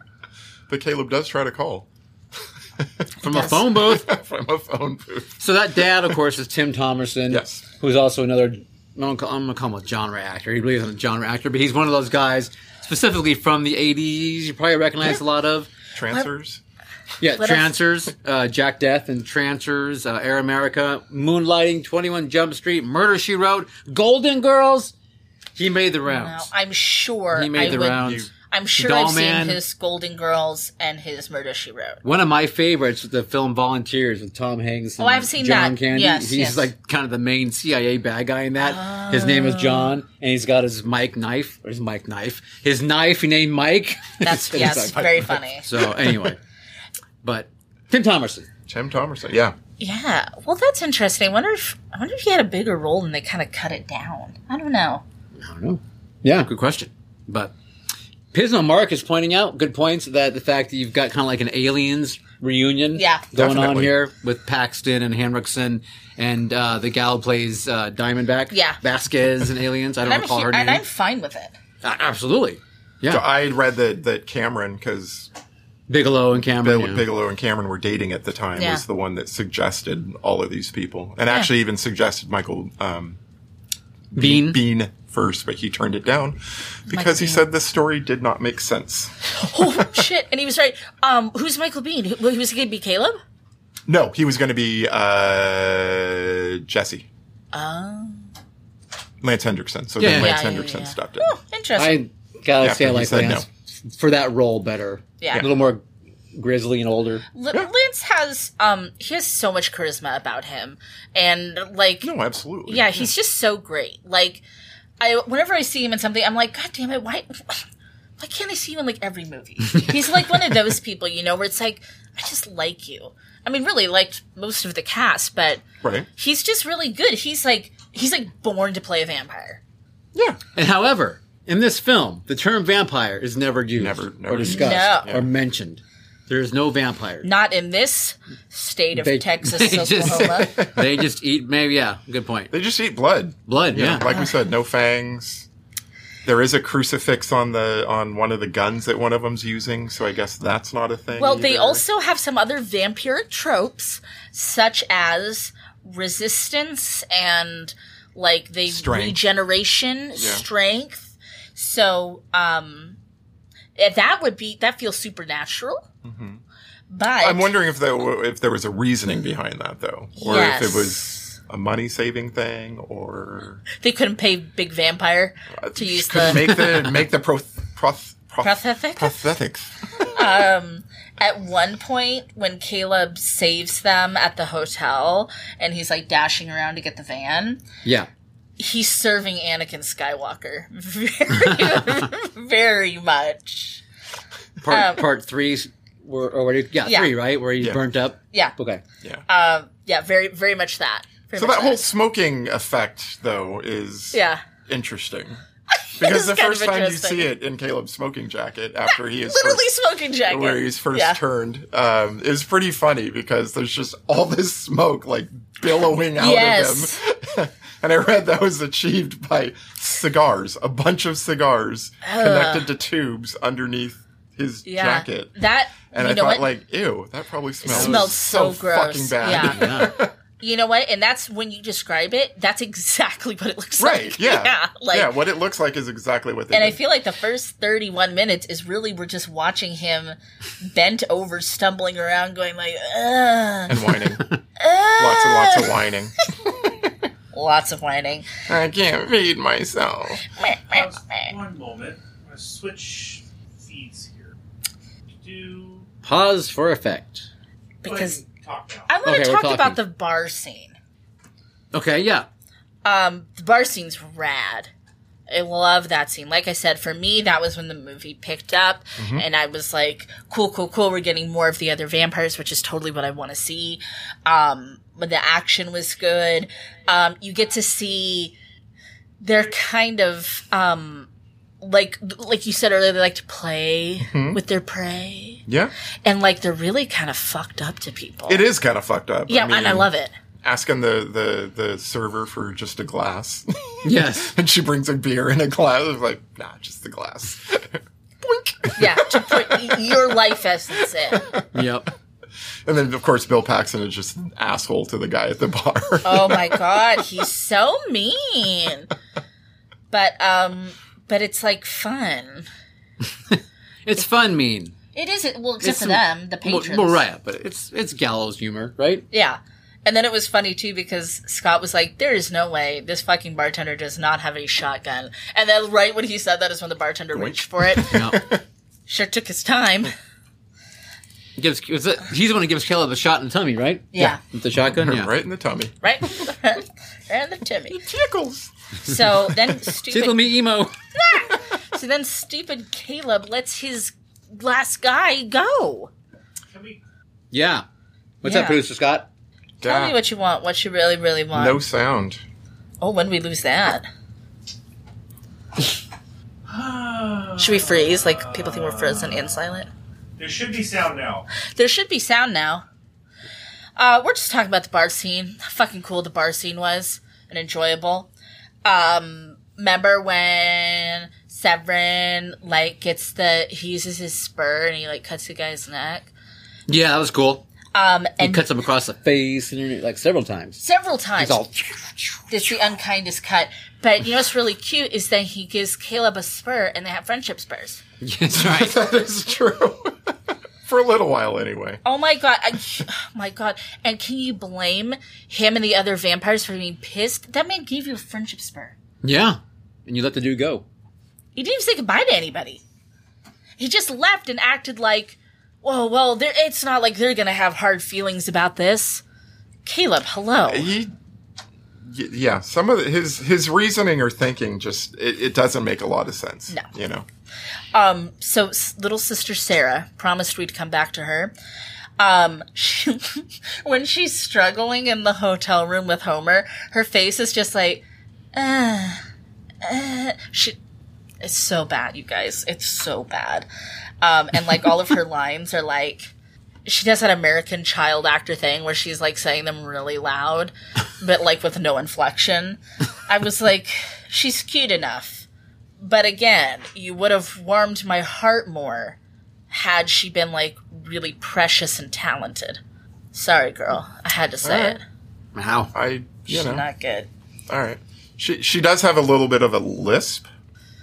[SPEAKER 3] but Caleb does try to call
[SPEAKER 2] From a phone booth.
[SPEAKER 3] from a phone booth.
[SPEAKER 2] So that dad, of course, is Tim Thomerson.
[SPEAKER 3] Yes.
[SPEAKER 2] Who's also another, I'm going to call him a genre actor. He really isn't a genre actor, but he's one of those guys, specifically from the 80s, you probably recognize a lot of.
[SPEAKER 3] Transfers.
[SPEAKER 2] Yeah,
[SPEAKER 1] What else?
[SPEAKER 2] Trancers, uh, Jack Death and Trancers, uh, Air America, Moonlighting, 21 Jump Street, Murder, She Wrote, Golden Girls. He made the
[SPEAKER 1] Now,
[SPEAKER 2] rounds.
[SPEAKER 1] I'm sure
[SPEAKER 2] He made
[SPEAKER 1] I
[SPEAKER 2] the
[SPEAKER 1] would,
[SPEAKER 2] rounds.
[SPEAKER 1] I'm sure
[SPEAKER 2] Doll
[SPEAKER 1] I've seen
[SPEAKER 2] Man.
[SPEAKER 1] his Golden Girls and his Murder She Wrote.
[SPEAKER 2] One of my favorites, the film Volunteers with Tom Hanks. And
[SPEAKER 1] Oh, I've seen
[SPEAKER 2] John
[SPEAKER 1] that.
[SPEAKER 2] Candy.
[SPEAKER 1] Yes,
[SPEAKER 2] he's
[SPEAKER 1] yes.
[SPEAKER 2] like kind of the main CIA bad guy in that. His name is
[SPEAKER 1] Oh.
[SPEAKER 2] John, and he's got his Mike knife or his Mike knife. His knife he named Mike.
[SPEAKER 1] That's
[SPEAKER 2] It's
[SPEAKER 1] yes,
[SPEAKER 2] like-
[SPEAKER 1] very funny.
[SPEAKER 2] so anyway, but Tim Thomerson.
[SPEAKER 3] Tim Thomerson. Yeah.
[SPEAKER 1] Yeah. Well, that's interesting. I wonder if I wonder if he had a bigger role and they kind of cut it down. I don't know.
[SPEAKER 2] I don't know. Yeah, good question. But Pismo Mark is pointing out good points that the fact that you've got kind of like an aliens reunion
[SPEAKER 1] Yeah.
[SPEAKER 2] going on
[SPEAKER 3] Definitely.
[SPEAKER 2] here with Paxton and Henriksen and uh, the gal plays uh, Diamondback.
[SPEAKER 1] Yeah.
[SPEAKER 2] Vasquez and aliens. I don't
[SPEAKER 1] I'm
[SPEAKER 2] recall
[SPEAKER 1] here,
[SPEAKER 2] her name.
[SPEAKER 1] and I'm fine with it.
[SPEAKER 2] A- Absolutely.
[SPEAKER 3] So uh,
[SPEAKER 2] Yeah.
[SPEAKER 3] I read that that Cameron because
[SPEAKER 2] Bigelow and Cameron. yeah.
[SPEAKER 3] Bigelow and Cameron were dating at the time
[SPEAKER 1] Yeah.
[SPEAKER 3] was the one that suggested all of these people, and actually even suggested Michael um,
[SPEAKER 1] Mm-hmm.
[SPEAKER 2] Bean.
[SPEAKER 3] Bean first, but he turned it down because he
[SPEAKER 1] Bean.
[SPEAKER 3] said this story did not make sense.
[SPEAKER 1] Oh shit! And he was right. Um, who's Michael Bean? Who, who's going to be Caleb?
[SPEAKER 3] No, he was going to be uh, Jesse. Oh. Lance Hendrickson. So
[SPEAKER 2] Yeah,
[SPEAKER 3] then Lance
[SPEAKER 1] yeah, yeah,
[SPEAKER 3] Hendrickson
[SPEAKER 1] yeah. Oh,
[SPEAKER 3] stepped in.
[SPEAKER 1] Interesting.
[SPEAKER 2] I gotta
[SPEAKER 3] Yeah,
[SPEAKER 2] say I
[SPEAKER 3] he
[SPEAKER 2] like
[SPEAKER 3] said
[SPEAKER 2] Lance for that role better.
[SPEAKER 1] Yeah.
[SPEAKER 2] A little more grizzly and older.
[SPEAKER 1] L- Lance has um he has so much charisma about him, and like
[SPEAKER 3] No, absolutely.
[SPEAKER 1] yeah, he's just so great. Like, I whenever I see him in something, I'm like, God damn it, why, why can't I see you in like every movie? he's like one of those people, you know, where it's like, I just like you. I mean, really liked most of the cast, but
[SPEAKER 3] Right.
[SPEAKER 1] he's just really good. He's like he's like born to play a vampire.
[SPEAKER 3] Yeah.
[SPEAKER 2] And however, in this film, the term vampire is never used,
[SPEAKER 3] Never-
[SPEAKER 2] or
[SPEAKER 3] never used.
[SPEAKER 2] discussed,
[SPEAKER 1] No.
[SPEAKER 2] or mentioned. There is no vampire.
[SPEAKER 1] Not in this state of
[SPEAKER 2] They-
[SPEAKER 1] Texas,
[SPEAKER 2] they just-
[SPEAKER 1] Oklahoma.
[SPEAKER 2] they just eat. Maybe yeah. Good point.
[SPEAKER 3] They just eat blood.
[SPEAKER 2] Blood.
[SPEAKER 3] You know,
[SPEAKER 2] Yeah.
[SPEAKER 1] Uh-huh.
[SPEAKER 3] Like we said, no fangs. There is a crucifix on the on one of the guns that one of them's using, so I guess that's not a thing.
[SPEAKER 1] Well, they
[SPEAKER 3] either.
[SPEAKER 1] also have some other vampiric tropes, such as resistance and like they
[SPEAKER 3] Strength.
[SPEAKER 1] regeneration, strength. So, um, eh, that would be that feels supernatural.
[SPEAKER 3] Mm-hmm.
[SPEAKER 1] But
[SPEAKER 3] I'm wondering if though if there was a reasoning behind that though, or if
[SPEAKER 1] Yes.
[SPEAKER 3] it was a money saving thing, or
[SPEAKER 1] they couldn't pay big vampire to use the
[SPEAKER 3] Uh, make the make the proth, proth, proth,
[SPEAKER 1] Prosthetic?
[SPEAKER 3] prosthetics.
[SPEAKER 1] at one point when Caleb saves them at the hotel and he's like dashing around to get the van.
[SPEAKER 2] yeah.
[SPEAKER 1] he's serving Anakin Skywalker very, very much.
[SPEAKER 2] Part part three were already yeah,
[SPEAKER 1] Um, Yeah.
[SPEAKER 2] three right where he's
[SPEAKER 3] Yeah.
[SPEAKER 2] burnt up.
[SPEAKER 1] Yeah.
[SPEAKER 2] Okay.
[SPEAKER 3] Yeah.
[SPEAKER 1] Uh, yeah, very, very much that. Very
[SPEAKER 3] so
[SPEAKER 1] much
[SPEAKER 3] that whole smoking effect, though, is
[SPEAKER 1] Yeah.
[SPEAKER 3] interesting. Because
[SPEAKER 1] is
[SPEAKER 3] the
[SPEAKER 1] kind
[SPEAKER 3] first
[SPEAKER 1] of
[SPEAKER 3] time you
[SPEAKER 1] interesting.
[SPEAKER 3] see it in Caleb's smoking jacket after he is
[SPEAKER 1] Literally
[SPEAKER 3] first,
[SPEAKER 1] smoking jacket.
[SPEAKER 3] where he's first
[SPEAKER 1] yeah.
[SPEAKER 3] turned, um, is pretty funny because there's just all this smoke like billowing out
[SPEAKER 1] Yes.
[SPEAKER 3] of him. and I read that was achieved by cigars, a bunch of cigars connected to tubes underneath his
[SPEAKER 1] Yeah.
[SPEAKER 3] jacket.
[SPEAKER 1] That
[SPEAKER 3] And
[SPEAKER 1] you
[SPEAKER 3] I
[SPEAKER 1] know
[SPEAKER 3] thought,
[SPEAKER 1] what?
[SPEAKER 3] like, ew, that probably smells,
[SPEAKER 1] smelled so gross.
[SPEAKER 3] fucking bad.
[SPEAKER 1] Yeah. you know what? And that's when you describe it. That's exactly what it looks
[SPEAKER 3] right?
[SPEAKER 1] like.
[SPEAKER 3] Yeah,
[SPEAKER 1] yeah. Like,
[SPEAKER 3] yeah. What it looks like is exactly what they.
[SPEAKER 1] and I
[SPEAKER 3] did.
[SPEAKER 1] feel like the first 31 minutes is really we're just watching him bent over, stumbling around, going like, Ugh,
[SPEAKER 3] and whining, lots and lots of whining.
[SPEAKER 1] lots of whining.
[SPEAKER 3] I can't feed myself.
[SPEAKER 4] Just one moment. I'm gonna switch feeds here. Do
[SPEAKER 2] Pause for effect.
[SPEAKER 4] go ahead
[SPEAKER 1] Because
[SPEAKER 4] and talk now.
[SPEAKER 1] I want
[SPEAKER 2] Okay,
[SPEAKER 1] to
[SPEAKER 2] we're
[SPEAKER 1] talk about
[SPEAKER 2] talking.
[SPEAKER 1] the bar scene.
[SPEAKER 2] Okay. Yeah.
[SPEAKER 1] Um, the bar scene's rad. I love that scene. Like I said, for me, that was when the movie picked up, and I was like, "Cool, cool, cool. We're getting more of the other vampires, which is totally what I want to see." Um, but the action was good. Um, you get to see they're kind of um, like like you said earlier, they like to play with their prey,
[SPEAKER 3] Yeah,
[SPEAKER 1] and like they're really kind of fucked up to people.
[SPEAKER 3] it is kind of fucked up.
[SPEAKER 1] yeah, and I love it.
[SPEAKER 3] Asking the the the server for just a glass,
[SPEAKER 2] Yes.
[SPEAKER 3] and she brings a beer in a glass. I'm like, nah, just the glass. Boink.
[SPEAKER 1] Yeah, to put y- your life essence in.
[SPEAKER 2] yep.
[SPEAKER 3] And then, of course, Bill Paxton is just an asshole to the guy at the bar.
[SPEAKER 1] Oh my god, he's so mean. But um but it's like fun.
[SPEAKER 2] It's fun. Mean.
[SPEAKER 1] It isn't well except
[SPEAKER 2] It's
[SPEAKER 1] for
[SPEAKER 2] some-
[SPEAKER 1] them, the
[SPEAKER 2] Well,
[SPEAKER 1] patrons.
[SPEAKER 2] well, right, but it's it's gallows humor, right?
[SPEAKER 1] Yeah. And then it was funny too because Scott was like, There is no way this fucking bartender does not have a shotgun. And then right when he said that is when the bartender reached for it.
[SPEAKER 2] Yeah.
[SPEAKER 1] Sure took his time.
[SPEAKER 2] gives it's a- he's the one who gives Caleb a shot in the tummy, right?
[SPEAKER 1] Yeah.
[SPEAKER 2] With the shotgun. Yeah.
[SPEAKER 3] right in the tummy.
[SPEAKER 1] Right? and the Timmy.
[SPEAKER 3] Tickles.
[SPEAKER 1] So then
[SPEAKER 2] Tickle
[SPEAKER 1] stupid
[SPEAKER 2] me emo.
[SPEAKER 1] so then stupid Caleb lets his last guy go.
[SPEAKER 4] Can we
[SPEAKER 2] Yeah. What's
[SPEAKER 1] Yeah.
[SPEAKER 2] up, producer Scott?
[SPEAKER 1] Tell
[SPEAKER 3] Yeah.
[SPEAKER 1] me what you want, what you really, really want.
[SPEAKER 3] No sound.
[SPEAKER 1] Oh, when we lose that? Should we freeze? Like people think we're frozen and silent.
[SPEAKER 4] uh, There should be sound now.
[SPEAKER 1] There should be sound now. Uh, we're just talking about the bar scene. How fucking cool the bar scene was and enjoyable. Um, remember when Severin like gets the he uses his spur and he like cuts the guy's neck.
[SPEAKER 2] Yeah, that was cool.
[SPEAKER 1] Um,
[SPEAKER 2] He
[SPEAKER 1] and
[SPEAKER 2] cuts him across the face and like several times.
[SPEAKER 1] several times.
[SPEAKER 2] It's all
[SPEAKER 1] It's the unkindest cut. But you know what's really cute is that he gives Caleb a spur and they have friendship spurs.
[SPEAKER 2] That's right.
[SPEAKER 3] That is true. For a little while, anyway.
[SPEAKER 1] Oh my god! I, oh my god! And can you blame him and the other vampires for being pissed? That man gave you a friendship spur.
[SPEAKER 2] Yeah. And you let the dude go.
[SPEAKER 1] He didn't even say goodbye to anybody. He just left and acted like, "Whoa, well, they're- it's not like they're gonna have hard feelings about this." Caleb, hello.
[SPEAKER 3] He, y- yeah, some of the, his his reasoning or thinking just it, it doesn't make a lot of sense.
[SPEAKER 1] No.
[SPEAKER 3] you know,
[SPEAKER 1] Um, so s- little sister Sarah promised we'd come back to her. Um, she, when she's struggling in the hotel room with Homer, her face is just like, uh, uh, she, it's so bad, you guys. It's so bad. Um, and like all of her lines are like, she does that American child actor thing where she's like saying them really loud, but like with no inflection. I was like, she's cute enough. But again, you would have warmed my heart more had she been like really precious and talented. Sorry, girl. I had to say
[SPEAKER 3] Alright.
[SPEAKER 1] it.
[SPEAKER 2] Wow.
[SPEAKER 3] I you
[SPEAKER 1] She's
[SPEAKER 3] know,
[SPEAKER 1] not good.
[SPEAKER 3] all right. She she does have a little bit of a lisp,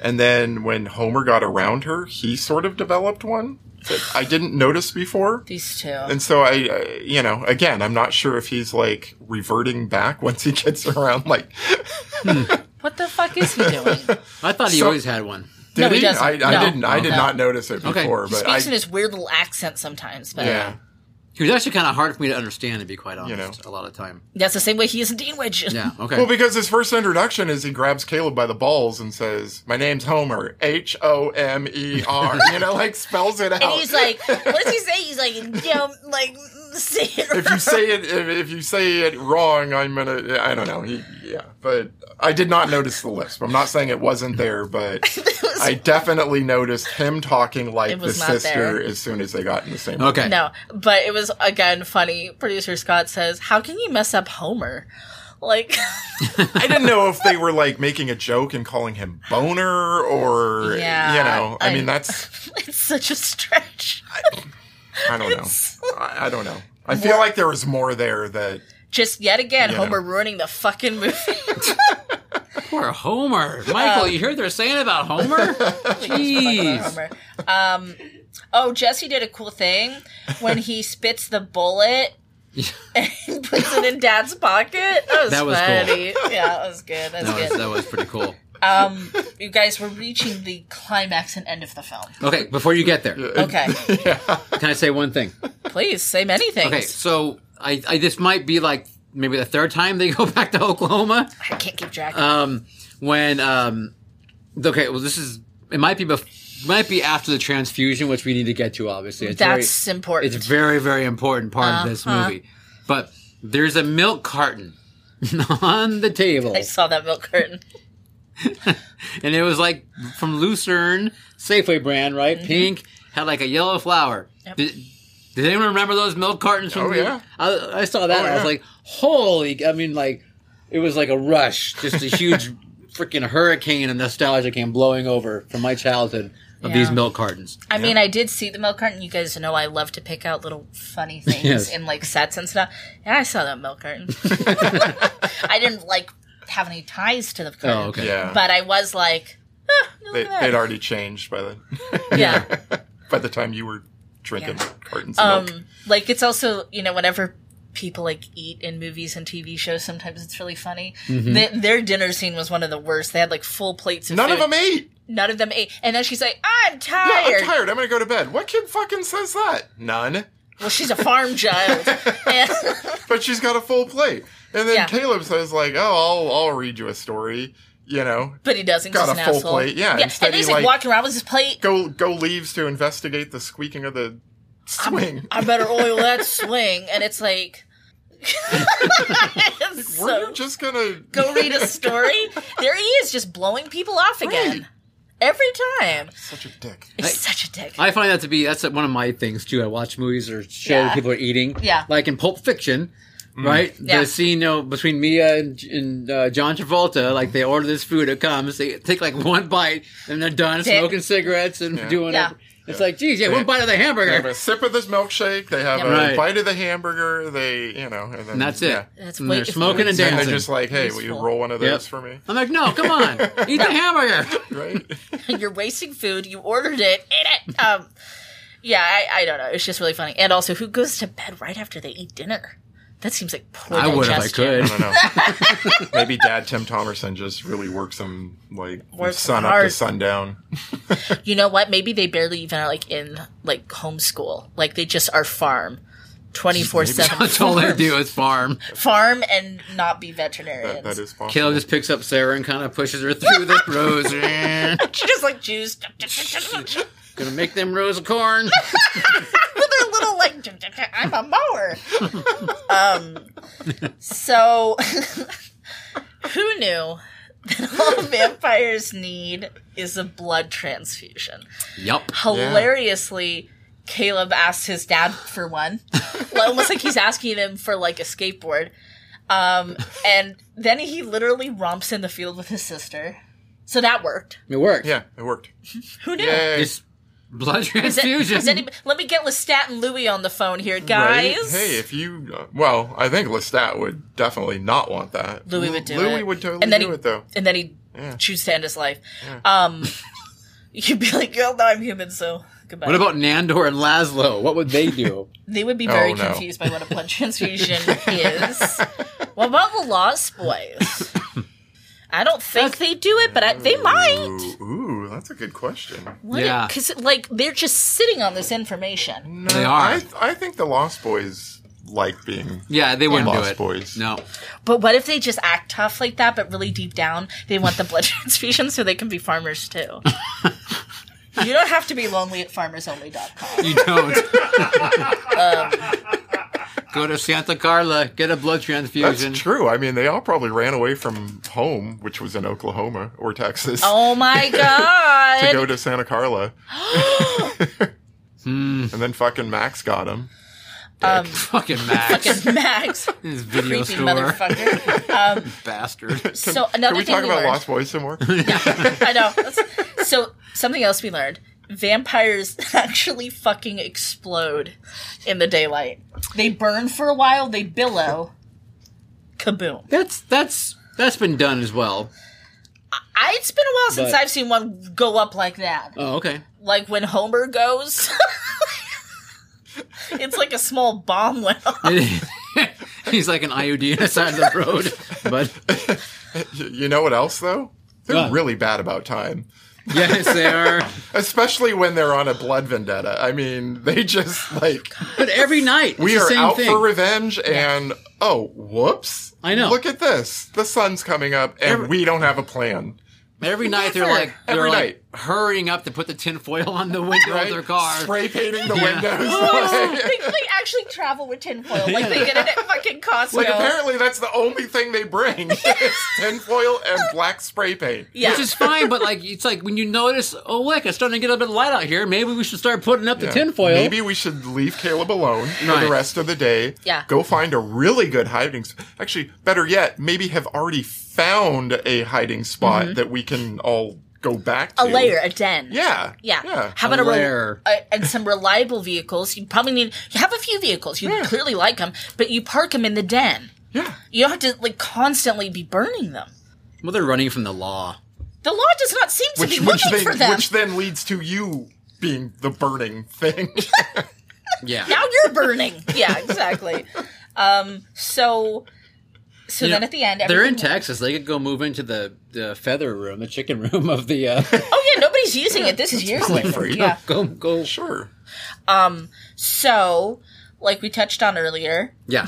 [SPEAKER 3] and then when Homer got around her, he sort of developed one that I didn't notice before.
[SPEAKER 1] These two.
[SPEAKER 3] And so I, I, you know, again, I'm not sure if he's like reverting back once he gets around. Like,
[SPEAKER 1] what the fuck is he doing?
[SPEAKER 2] I thought he
[SPEAKER 3] So-
[SPEAKER 2] always had one.
[SPEAKER 3] did
[SPEAKER 1] he
[SPEAKER 3] he?
[SPEAKER 1] doesn't.
[SPEAKER 3] I, I
[SPEAKER 1] No.
[SPEAKER 3] didn't. I did
[SPEAKER 1] No.
[SPEAKER 3] not notice it
[SPEAKER 2] Okay.
[SPEAKER 3] before.
[SPEAKER 1] he
[SPEAKER 3] But
[SPEAKER 1] speaks
[SPEAKER 3] I,
[SPEAKER 1] in his weird little accent sometimes, but
[SPEAKER 3] yeah,
[SPEAKER 2] He was actually kind of hard for me to understand, to be quite honest. A
[SPEAKER 3] You
[SPEAKER 2] lot of time.
[SPEAKER 1] That's the same way he is in Dean Witch.
[SPEAKER 2] Yeah. Okay.
[SPEAKER 3] Well, because his first introduction is he grabs Caleb by the balls and says, "My name's Homer, H O M E R." You know, like spells it out.
[SPEAKER 1] And he's like, what does he say? He's like, you know, like, say it
[SPEAKER 3] if you say it, if, if you say it wrong, I'm gonna. I don't know. He, yeah, but I did not notice the lisp. I'm not saying it wasn't there, but I definitely noticed him talking like
[SPEAKER 1] It
[SPEAKER 3] the
[SPEAKER 1] was not
[SPEAKER 3] sister
[SPEAKER 1] there.
[SPEAKER 3] as soon as they got in the same.
[SPEAKER 2] okay.
[SPEAKER 1] No, but it was again funny. Producer Scott says, "How can you mess up Homer?" Like,
[SPEAKER 3] I didn't know if they were like making a joke and calling him boner or
[SPEAKER 1] Yeah,
[SPEAKER 3] you know. I,
[SPEAKER 1] I-
[SPEAKER 3] mean, that's
[SPEAKER 1] it's such a stretch.
[SPEAKER 3] I don't know. I, I don't know. I feel like there was more there that
[SPEAKER 1] Just yet again,
[SPEAKER 3] Yeah.
[SPEAKER 1] Homer ruining the fucking movie.
[SPEAKER 2] Poor Homer. Michael, you hear they're saying about Homer? Jeez.
[SPEAKER 1] Homer. Um, oh, Jesse did a cool thing when he spits the bullet. and puts it in dad's pocket. That was,
[SPEAKER 2] That was cool.
[SPEAKER 1] funny. Yeah, that was good. That was
[SPEAKER 2] That was,
[SPEAKER 1] good.
[SPEAKER 2] that was pretty cool.
[SPEAKER 1] Um, you guys were reaching the climax and end of the film.
[SPEAKER 2] Okay, before you get there,
[SPEAKER 1] Okay,
[SPEAKER 2] can I say one thing?
[SPEAKER 1] please say many things.
[SPEAKER 2] Okay, so I, I this might be like maybe the third time they go back to Oklahoma.
[SPEAKER 1] I can't keep track.
[SPEAKER 2] Um, when um, okay, well this is it might be bef- might be after the transfusion, which we need to get to obviously. It's very-
[SPEAKER 1] That's important.
[SPEAKER 2] It's a very, very important part of this
[SPEAKER 1] Uh-huh.
[SPEAKER 2] movie. But there's a milk carton on the table.
[SPEAKER 1] I saw that milk curtain.
[SPEAKER 2] And it was like from Lucerne, Safeway brand, right? Pink, had like a yellow flower.
[SPEAKER 1] Mm-hmm. Yep.
[SPEAKER 2] Did, does anyone remember those milk cartons from
[SPEAKER 3] Oh,
[SPEAKER 2] the-
[SPEAKER 3] yeah.
[SPEAKER 2] I, I saw that
[SPEAKER 3] Oh,
[SPEAKER 2] and I was
[SPEAKER 3] yeah.
[SPEAKER 2] like, holy, I mean, like, it was like a rush, just a huge freaking hurricane of nostalgia came blowing over from my childhood of these
[SPEAKER 1] Yeah.
[SPEAKER 2] milk cartons.
[SPEAKER 1] I mean, I did see the milk carton. You guys know I love to pick out little funny things
[SPEAKER 2] Yes.
[SPEAKER 1] in like sets and stuff. And I saw that milk carton. I didn't like have any ties to the carton.
[SPEAKER 2] Oh, okay.
[SPEAKER 3] yeah
[SPEAKER 1] But I was like, "Ah, look
[SPEAKER 3] they,
[SPEAKER 1] at
[SPEAKER 3] they'd
[SPEAKER 1] that."
[SPEAKER 3] already changed by then.
[SPEAKER 1] yeah.
[SPEAKER 3] by the time you were drinking
[SPEAKER 1] Yeah.
[SPEAKER 3] cartons of milk.
[SPEAKER 1] um, like it's also you know whenever people like eat in movies and TV shows, sometimes it's really funny.
[SPEAKER 2] Mm-hmm.
[SPEAKER 1] Th- their dinner scene was one of the worst. They had like full plates. Of
[SPEAKER 3] None of
[SPEAKER 1] food.
[SPEAKER 3] them ate.
[SPEAKER 1] None of them ate. And then she's like, "I'm
[SPEAKER 3] Yeah,
[SPEAKER 1] tired."
[SPEAKER 3] I'm tired. I'm gonna go to bed. What kid fucking says that? None.
[SPEAKER 1] Well, she's a farm child. And-
[SPEAKER 3] But she's got a full plate. And then
[SPEAKER 1] Yeah.
[SPEAKER 3] Caleb says like, "Oh, I'll I'll read you a story." You know,
[SPEAKER 1] But he doesn't.
[SPEAKER 3] Got
[SPEAKER 1] he's
[SPEAKER 3] a
[SPEAKER 1] an
[SPEAKER 3] full
[SPEAKER 1] asshole.
[SPEAKER 3] plate, yeah,
[SPEAKER 1] yeah.
[SPEAKER 3] instead
[SPEAKER 1] And he's
[SPEAKER 3] he,
[SPEAKER 1] like,
[SPEAKER 3] like-
[SPEAKER 1] walking around with his plate.
[SPEAKER 3] go go leaves to investigate the squeaking of the swing.
[SPEAKER 1] I better oil that swing, and it's like, It's
[SPEAKER 3] Were
[SPEAKER 1] so-
[SPEAKER 3] you just gonna
[SPEAKER 1] go read a story. There he is, just blowing people off again every time.
[SPEAKER 3] Such a dick.
[SPEAKER 1] He's
[SPEAKER 2] I-
[SPEAKER 1] such a dick.
[SPEAKER 2] I find that to be that's one of my things too. I watch movies or shows
[SPEAKER 1] Yeah.
[SPEAKER 2] people are eating.
[SPEAKER 1] Yeah.
[SPEAKER 2] like in Pulp Fiction,
[SPEAKER 3] Mm.
[SPEAKER 2] right?
[SPEAKER 1] Yeah.
[SPEAKER 2] The scene you know, between Mia and, and uh, John Travolta, like they order this food, it comes, they take like one bite, and they're done
[SPEAKER 1] That's it.
[SPEAKER 2] smoking cigarettes and
[SPEAKER 3] Yeah.
[SPEAKER 2] doing
[SPEAKER 1] Yeah.
[SPEAKER 2] it. It's like, geez, yeah, one bite of the
[SPEAKER 3] They have
[SPEAKER 2] hamburger.
[SPEAKER 3] a sip of this milkshake. They have
[SPEAKER 1] Yeah.
[SPEAKER 3] a
[SPEAKER 2] Right.
[SPEAKER 3] bite of the hamburger. They, you know, and, then,
[SPEAKER 2] And that's it.
[SPEAKER 3] yeah.
[SPEAKER 1] That's
[SPEAKER 2] and
[SPEAKER 1] way-
[SPEAKER 2] they're smoking and
[SPEAKER 1] it's way
[SPEAKER 3] And
[SPEAKER 2] dancing.
[SPEAKER 3] they're just like, "Hey, will you
[SPEAKER 1] Useful.
[SPEAKER 3] roll one of those
[SPEAKER 2] Yep.
[SPEAKER 3] for me?"
[SPEAKER 2] I'm like, no, come on, eat the hamburger.
[SPEAKER 3] Right?
[SPEAKER 1] You're wasting food. You ordered it. Eat it. Um, yeah, I, I don't know. It's just really funny. And also, who goes to bed right after they eat dinner? That seems like poor
[SPEAKER 2] I would if I
[SPEAKER 1] digestion.
[SPEAKER 2] could.
[SPEAKER 3] I don't know. Maybe Dad Tim Thomerson just really works them like
[SPEAKER 1] Works
[SPEAKER 3] sun up to
[SPEAKER 1] hard.
[SPEAKER 3] sundown.
[SPEAKER 1] you know what maybe they barely even are like in like homeschool like they just are farm 24-7
[SPEAKER 2] that's all they do is farm.
[SPEAKER 1] farm and not be veterinarians
[SPEAKER 3] That, that is possible.
[SPEAKER 2] Caleb just picks up Sarah and kind of pushes her through the rows.
[SPEAKER 1] she just like Jews
[SPEAKER 2] Gonna make them rows of corn.
[SPEAKER 1] with her little like I'm a mower um so who knew that all vampires need is a blood transfusion
[SPEAKER 2] Yup.
[SPEAKER 1] hilariously caleb asks his dad for one Like, almost like he's asking him for like a skateboard um, and then he literally romps in the field with his sister so that worked
[SPEAKER 2] It worked.
[SPEAKER 3] yeah, it worked.
[SPEAKER 1] who knew
[SPEAKER 3] Yay.
[SPEAKER 2] It's blood
[SPEAKER 1] Is it-
[SPEAKER 2] transfusion.
[SPEAKER 1] is any- let me get lestat and louis on the phone here
[SPEAKER 3] Right?
[SPEAKER 1] guys
[SPEAKER 3] Hey, if you uh, well, I think Lestat would definitely not want that.
[SPEAKER 1] Louis would do
[SPEAKER 3] Louis
[SPEAKER 1] it.
[SPEAKER 3] would totally
[SPEAKER 1] And then
[SPEAKER 3] do
[SPEAKER 1] he-
[SPEAKER 3] it though.
[SPEAKER 1] and then he'd
[SPEAKER 3] Yeah.
[SPEAKER 1] choose to end his life um, you'd be like oh no i'm human so goodbye
[SPEAKER 2] what about Nandor and Laszlo? What would they do?
[SPEAKER 1] they would be very
[SPEAKER 3] Oh, no.
[SPEAKER 1] confused by what a blood transfusion is. What about the Lost Boys? I don't think they do it, but I, they might.
[SPEAKER 3] Ooh, ooh, that's a good question.
[SPEAKER 1] What
[SPEAKER 2] Yeah.
[SPEAKER 1] Because, like, they're just sitting on this information.
[SPEAKER 3] No,
[SPEAKER 2] They are.
[SPEAKER 3] I, I think the Lost Boys like being.
[SPEAKER 2] Yeah, they wouldn't do
[SPEAKER 3] Lost
[SPEAKER 2] it.
[SPEAKER 3] Boys.
[SPEAKER 2] No.
[SPEAKER 1] But what if they just act tough like that, but really deep down, they want the blood transfusion so they can be farmers too? you don't have to be lonely at farmersonly.com.
[SPEAKER 2] You don't. Go to Santa Carla, get a blood
[SPEAKER 3] That's
[SPEAKER 2] transfusion.
[SPEAKER 3] true. I mean, they all probably ran away from home, which was in Oklahoma or Texas,
[SPEAKER 1] Oh my
[SPEAKER 3] to go
[SPEAKER 1] god!
[SPEAKER 3] to Santa Carla.
[SPEAKER 2] Hmm.
[SPEAKER 3] And then fucking Max got him.
[SPEAKER 1] um,
[SPEAKER 2] Fucking Max.
[SPEAKER 1] fucking Max,
[SPEAKER 2] His video
[SPEAKER 1] creepy
[SPEAKER 2] store.
[SPEAKER 1] motherfucker. Um,
[SPEAKER 2] Bastard.
[SPEAKER 1] so
[SPEAKER 3] Can
[SPEAKER 1] another
[SPEAKER 3] we
[SPEAKER 1] thing
[SPEAKER 3] talk
[SPEAKER 1] we
[SPEAKER 3] about
[SPEAKER 1] learned.
[SPEAKER 3] Lost Boys some more?
[SPEAKER 1] I know. That's- So something else we learned: vampires actually fucking explode in the daylight. They burn for a while. They billow. Kaboom.
[SPEAKER 2] That's that's that's been done as well.
[SPEAKER 1] I, it's been a while since
[SPEAKER 2] But-
[SPEAKER 1] I've seen one go up like that.
[SPEAKER 2] Oh, okay.
[SPEAKER 1] Like when Homer goes, it's like a small bomb went off.
[SPEAKER 2] He's like an IOD on the side of the road. But
[SPEAKER 3] Y- you know what else though? They're
[SPEAKER 2] What?
[SPEAKER 3] really bad about time,
[SPEAKER 2] yes, they are.
[SPEAKER 3] especially when they're on a blood vendetta. I mean, they just like
[SPEAKER 2] But every night Oh, it's
[SPEAKER 3] we
[SPEAKER 2] the
[SPEAKER 3] are
[SPEAKER 2] same
[SPEAKER 3] out
[SPEAKER 2] thing.
[SPEAKER 3] for revenge, and oh, whoops!
[SPEAKER 2] I know.
[SPEAKER 3] Look at this. The sun's coming up, and
[SPEAKER 2] Every-
[SPEAKER 3] we don't have a plan.
[SPEAKER 2] every night they're like they're
[SPEAKER 3] Every
[SPEAKER 2] like hurrying up to put the tinfoil on the window
[SPEAKER 3] Right?
[SPEAKER 2] of their car.
[SPEAKER 3] Spray painting the
[SPEAKER 2] Yeah. Oh.
[SPEAKER 3] windows.
[SPEAKER 1] they, they actually travel with tinfoil, like they get it at fucking Costco.
[SPEAKER 3] Like apparently that's the only thing they bring is tinfoil and black spray paint.
[SPEAKER 1] yeah.
[SPEAKER 2] Which is fine, but like it's like when you notice, oh look, it's starting to get a bit of light out here. Maybe we should start putting up the
[SPEAKER 3] Yeah.
[SPEAKER 2] tinfoil.
[SPEAKER 3] Maybe we should leave Caleb alone for
[SPEAKER 2] Right.
[SPEAKER 3] the rest of the day.
[SPEAKER 1] Yeah.
[SPEAKER 3] Go find a really good hiding. s- Actually, better yet, maybe have already found a hiding spot
[SPEAKER 2] Mm-hmm.
[SPEAKER 3] that we can all go back to.
[SPEAKER 1] a layer, a den.
[SPEAKER 3] Yeah.
[SPEAKER 1] Yeah.
[SPEAKER 3] Yeah.
[SPEAKER 1] How about a,
[SPEAKER 2] A
[SPEAKER 1] rel-
[SPEAKER 2] lair.
[SPEAKER 1] uh, and some reliable vehicles? You probably need you have a few vehicles. You
[SPEAKER 3] Yeah.
[SPEAKER 1] clearly like them, but you park them in the den.
[SPEAKER 3] Yeah.
[SPEAKER 1] You don't have to like constantly be burning them.
[SPEAKER 2] Well, they're running from the law.
[SPEAKER 1] The law does not seem to
[SPEAKER 3] Which
[SPEAKER 1] be
[SPEAKER 3] which
[SPEAKER 1] looking
[SPEAKER 3] then
[SPEAKER 1] for them.
[SPEAKER 3] which then leads to you being the burning thing.
[SPEAKER 2] Yeah.
[SPEAKER 1] now you're burning. yeah, exactly. Um, so, so
[SPEAKER 2] You
[SPEAKER 1] then
[SPEAKER 2] know,
[SPEAKER 1] at the end,
[SPEAKER 2] They're
[SPEAKER 1] everything-
[SPEAKER 2] in Texas. They could go move into the, the feather room, the chicken room of the uh,
[SPEAKER 1] Oh yeah, nobody's using it. This is years
[SPEAKER 3] totally
[SPEAKER 1] later.
[SPEAKER 3] free.
[SPEAKER 1] Yeah.
[SPEAKER 2] go go.
[SPEAKER 3] sure.
[SPEAKER 1] So, like we touched on earlier,
[SPEAKER 2] Yeah,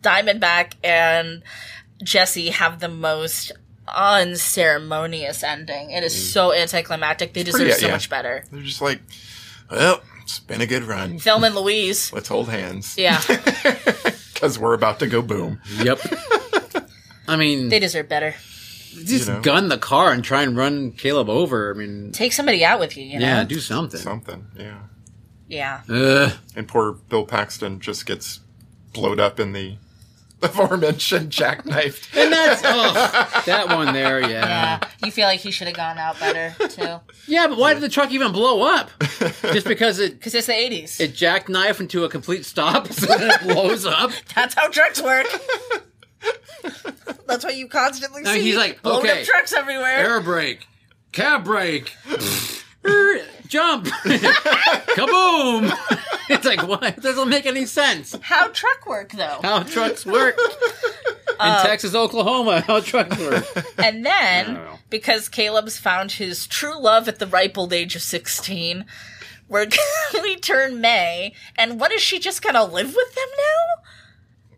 [SPEAKER 1] Diamondback and Jesse have the most unceremonious ending. It is
[SPEAKER 2] Mm.
[SPEAKER 1] so anticlimactic. They deserve
[SPEAKER 3] pretty-
[SPEAKER 1] so
[SPEAKER 3] yeah.
[SPEAKER 1] much better.
[SPEAKER 3] They're just like, well, it's been a good run.
[SPEAKER 1] Thelma and Louise.
[SPEAKER 3] Let's hold hands.
[SPEAKER 1] Yeah,
[SPEAKER 3] Because we're about to go boom.
[SPEAKER 2] yep. I mean,
[SPEAKER 1] they deserve better.
[SPEAKER 2] just
[SPEAKER 3] you know.
[SPEAKER 2] gun the car and try and run Caleb over. I mean,
[SPEAKER 1] Take somebody out with you, you know?
[SPEAKER 2] yeah, do something.
[SPEAKER 3] Something. Yeah.
[SPEAKER 1] Yeah.
[SPEAKER 2] Ugh.
[SPEAKER 3] And poor Bill Paxton just gets blowed up in the aforementioned jackknife.
[SPEAKER 2] and that's oh, that one there. Yeah.
[SPEAKER 1] Yeah.
[SPEAKER 2] yeah,
[SPEAKER 1] You feel like he should have gone out better, too.
[SPEAKER 2] But why did the truck even blow up? Just because it
[SPEAKER 1] Because it's the 80s.
[SPEAKER 2] it jackknife into a complete stop, so then it blows up.
[SPEAKER 1] That's how trucks work. That's why you constantly
[SPEAKER 2] No,
[SPEAKER 1] see
[SPEAKER 2] he's like,
[SPEAKER 1] blown
[SPEAKER 2] okay.
[SPEAKER 1] up trucks everywhere.
[SPEAKER 2] Air brake, cab brake, er, jump, kaboom. it's like what? It doesn't make any sense.
[SPEAKER 1] how truck work though.
[SPEAKER 2] how trucks work in
[SPEAKER 1] Uh,
[SPEAKER 2] Texas, Oklahoma. How trucks work.
[SPEAKER 1] And then
[SPEAKER 2] don't know.
[SPEAKER 1] because Caleb's found his true love at the ripe old age of 16, we're we turn May and what is she just going to live with them now?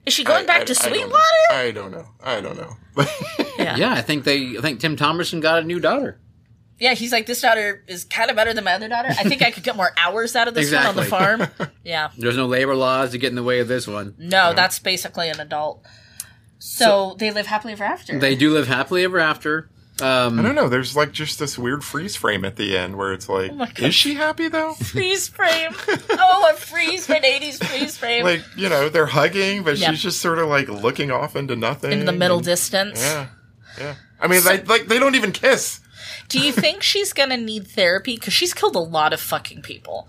[SPEAKER 1] Is she going back to Sweetwater?
[SPEAKER 3] I don't know. I don't know.
[SPEAKER 2] Yeah, I think they. I think Tim Thomerson got a new daughter.
[SPEAKER 1] yeah, he's like this daughter is kind of better than my other daughter. I think I could get more hours out of this one on the
[SPEAKER 2] Exactly.
[SPEAKER 1] farm. Yeah.
[SPEAKER 2] There's no labor laws to get in the way of this one.
[SPEAKER 1] No, that's basically an adult. So, they live happily ever after.
[SPEAKER 2] They do live happily ever after.
[SPEAKER 3] I
[SPEAKER 2] Um,
[SPEAKER 3] don't know. There's like just this weird freeze frame at the end where it's like,
[SPEAKER 1] Oh my God.
[SPEAKER 3] is she happy though?
[SPEAKER 1] freeze frame. Oh, a freeze frame, 80s freeze frame.
[SPEAKER 3] like, you know, they're hugging, but
[SPEAKER 1] Yeah.
[SPEAKER 3] she's just sort of like looking off into nothing.
[SPEAKER 1] in the middle
[SPEAKER 3] And-
[SPEAKER 1] distance.
[SPEAKER 3] mm, Yeah. Yeah. I mean, they, like, they don't even kiss.
[SPEAKER 1] Do you think she's gonna need therapy? Because she's killed a lot of fucking people.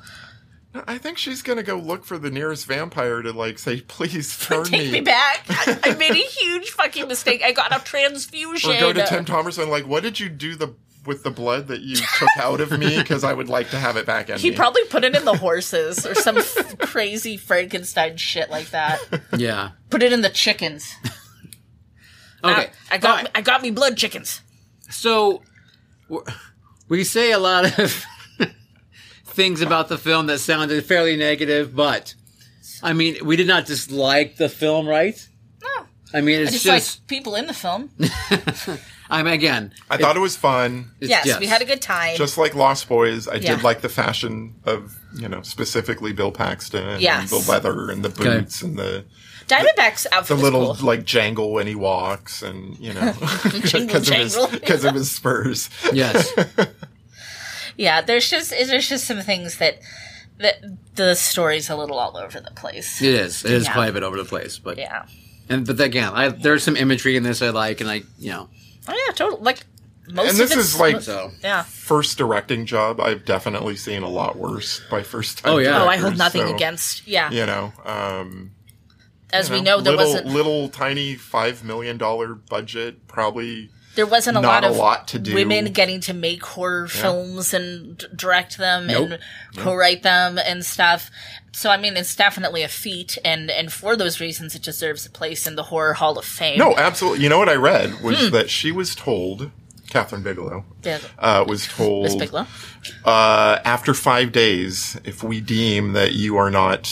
[SPEAKER 3] I think she's going to go look for the nearest vampire to like say, please turn
[SPEAKER 1] Take me back. I, I made a huge fucking mistake. I got a transfusion.
[SPEAKER 3] Or go to Tim Thomerson, like, what did you do the with the blood that you took out of me? Because I would like to have it back in
[SPEAKER 1] he
[SPEAKER 3] me.
[SPEAKER 1] probably put it in the horses or some f- crazy Frankenstein shit like that.
[SPEAKER 2] yeah.
[SPEAKER 1] Put it in the chickens. Uh,
[SPEAKER 2] Okay.
[SPEAKER 1] I, I got
[SPEAKER 2] All right.
[SPEAKER 1] I got me blood chickens.
[SPEAKER 2] So we're, we say a lot of things about the film that sounded fairly negative, but I mean, we did not dislike the film, right?
[SPEAKER 1] No.
[SPEAKER 2] I mean,
[SPEAKER 1] I
[SPEAKER 2] it's
[SPEAKER 1] just,
[SPEAKER 2] just.
[SPEAKER 1] like people in the film.
[SPEAKER 2] I mean, again,
[SPEAKER 3] I thought it was fun.
[SPEAKER 2] it's
[SPEAKER 1] yes,
[SPEAKER 2] just-
[SPEAKER 1] we had a good time.
[SPEAKER 3] Just like Lost Boys, I
[SPEAKER 1] Yeah.
[SPEAKER 3] did like the fashion of, you know, specifically Bill Paxton
[SPEAKER 1] Yes.
[SPEAKER 3] and the leather and the
[SPEAKER 2] Okay.
[SPEAKER 3] boots and the,
[SPEAKER 1] Diamondback's outfit
[SPEAKER 3] the
[SPEAKER 1] was
[SPEAKER 3] little,
[SPEAKER 1] cool.
[SPEAKER 3] like, jangle when he walks and, you know, because of, his-
[SPEAKER 1] jangle.
[SPEAKER 3] 'cause of his spurs.
[SPEAKER 2] Yes.
[SPEAKER 1] Yeah, there's just there's just some things that that the story's a little all over the place.
[SPEAKER 2] It is. It is
[SPEAKER 1] Yeah.
[SPEAKER 2] quite a bit over the place, but
[SPEAKER 1] Yeah.
[SPEAKER 2] and but again, I, there's some imagery in this I like, and I you know
[SPEAKER 1] Oh yeah, totally. Like most
[SPEAKER 3] And this
[SPEAKER 1] of it's
[SPEAKER 3] is, like-
[SPEAKER 2] so
[SPEAKER 1] yeah.
[SPEAKER 3] First directing job, I've definitely seen a lot worse by first time.
[SPEAKER 2] Oh,
[SPEAKER 1] Oh,
[SPEAKER 2] yeah.
[SPEAKER 1] I
[SPEAKER 3] directors,
[SPEAKER 1] hold nothing
[SPEAKER 3] so,
[SPEAKER 1] against. Yeah,
[SPEAKER 3] You know, um,
[SPEAKER 1] as
[SPEAKER 3] you
[SPEAKER 1] we know, there
[SPEAKER 3] little,
[SPEAKER 1] wasn't
[SPEAKER 3] little tiny five million dollar budget, probably
[SPEAKER 1] there wasn't a
[SPEAKER 3] not
[SPEAKER 1] lot
[SPEAKER 3] a
[SPEAKER 1] of
[SPEAKER 3] lot to do.
[SPEAKER 1] women getting to make horror films and d- direct them
[SPEAKER 2] Nope.
[SPEAKER 1] and co-write them and stuff. So I mean, it's definitely a feat, and and for those reasons, it deserves a place in the horror hall of fame.
[SPEAKER 3] No, absolutely. You know what I read was
[SPEAKER 1] Hmm.
[SPEAKER 3] that she was told, Catherine Bigelow
[SPEAKER 1] Yeah.
[SPEAKER 3] uh, was told
[SPEAKER 1] Miss Bigelow.
[SPEAKER 3] uh, after five days, if we deem that you are not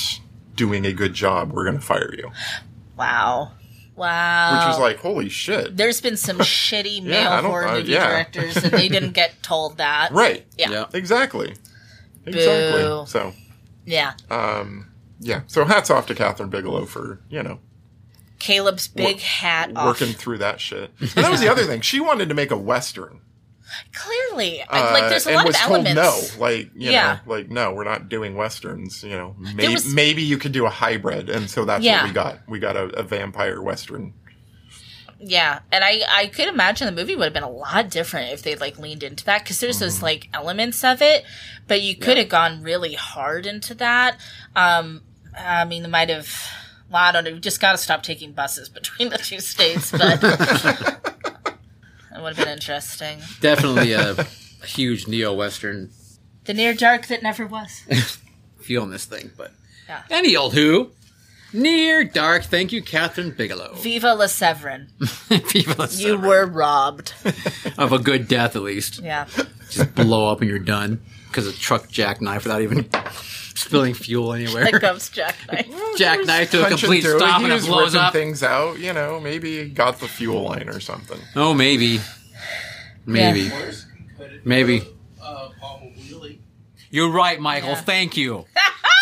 [SPEAKER 3] doing a good job, we're going to fire you. Which
[SPEAKER 1] Wow, wow.
[SPEAKER 3] was like, holy shit.
[SPEAKER 1] there's been some shitty male
[SPEAKER 3] I don't-
[SPEAKER 1] horror
[SPEAKER 3] uh,
[SPEAKER 1] movie
[SPEAKER 3] yeah.
[SPEAKER 1] directors, and they didn't get told that.
[SPEAKER 3] Right.
[SPEAKER 1] Yeah.
[SPEAKER 2] Yeah.
[SPEAKER 1] Yeah.
[SPEAKER 3] Exactly. Exactly.
[SPEAKER 1] Boo.
[SPEAKER 3] So, um, yeah. So hats off to Catherine Bigelow for, you know,
[SPEAKER 1] Caleb's big hat off.
[SPEAKER 3] working through that shit. And that was the other thing. She wanted to make a Western.
[SPEAKER 1] Clearly, I- like
[SPEAKER 3] Uh,
[SPEAKER 1] there's a
[SPEAKER 3] and
[SPEAKER 1] lot of
[SPEAKER 3] was told
[SPEAKER 1] elements.
[SPEAKER 3] no, like you
[SPEAKER 1] Yeah.
[SPEAKER 3] know, like no, we're not doing westerns. You know,
[SPEAKER 1] There
[SPEAKER 3] maybe
[SPEAKER 1] was-
[SPEAKER 3] maybe you could do a hybrid, and so that's
[SPEAKER 1] Yeah.
[SPEAKER 3] what we got. We got a, a vampire western.
[SPEAKER 1] Yeah, and I I could imagine the movie would have been a lot different if they'd like leaned into that because there's
[SPEAKER 3] Mm-hmm.
[SPEAKER 1] those like elements of it, but you could have gone really hard into that. Um, I mean, they might have. Well, I don't know. You just got to stop taking buses between the two states, but it would have been interesting.
[SPEAKER 2] definitely a, a huge neo western
[SPEAKER 1] The near dark that never was.
[SPEAKER 2] feel in this thing. But
[SPEAKER 1] Yeah.
[SPEAKER 2] any old who near dark. Thank you, Catherine Bigelow.
[SPEAKER 1] Viva La Severin.
[SPEAKER 2] People
[SPEAKER 1] You
[SPEAKER 2] are so-
[SPEAKER 1] were robbed.
[SPEAKER 2] of a good death at least.
[SPEAKER 1] Yeah.
[SPEAKER 2] Just blow up and you're done because a truck jackknife without even spilling fuel anywhere.
[SPEAKER 1] That comes jackknife.
[SPEAKER 2] jackknife to a
[SPEAKER 3] Punching
[SPEAKER 2] complete
[SPEAKER 3] through it,
[SPEAKER 2] stop
[SPEAKER 3] he
[SPEAKER 2] and it
[SPEAKER 3] was
[SPEAKER 2] blows
[SPEAKER 3] ripping
[SPEAKER 2] up.
[SPEAKER 3] things out. You know, maybe he got the fuel line or something.
[SPEAKER 2] Oh, maybe, maybe.
[SPEAKER 4] Worse, you could have
[SPEAKER 2] Maybe.
[SPEAKER 4] done, Uh, Palma Wheelie.
[SPEAKER 2] You're right, Michael.
[SPEAKER 1] Yeah.
[SPEAKER 2] Thank you.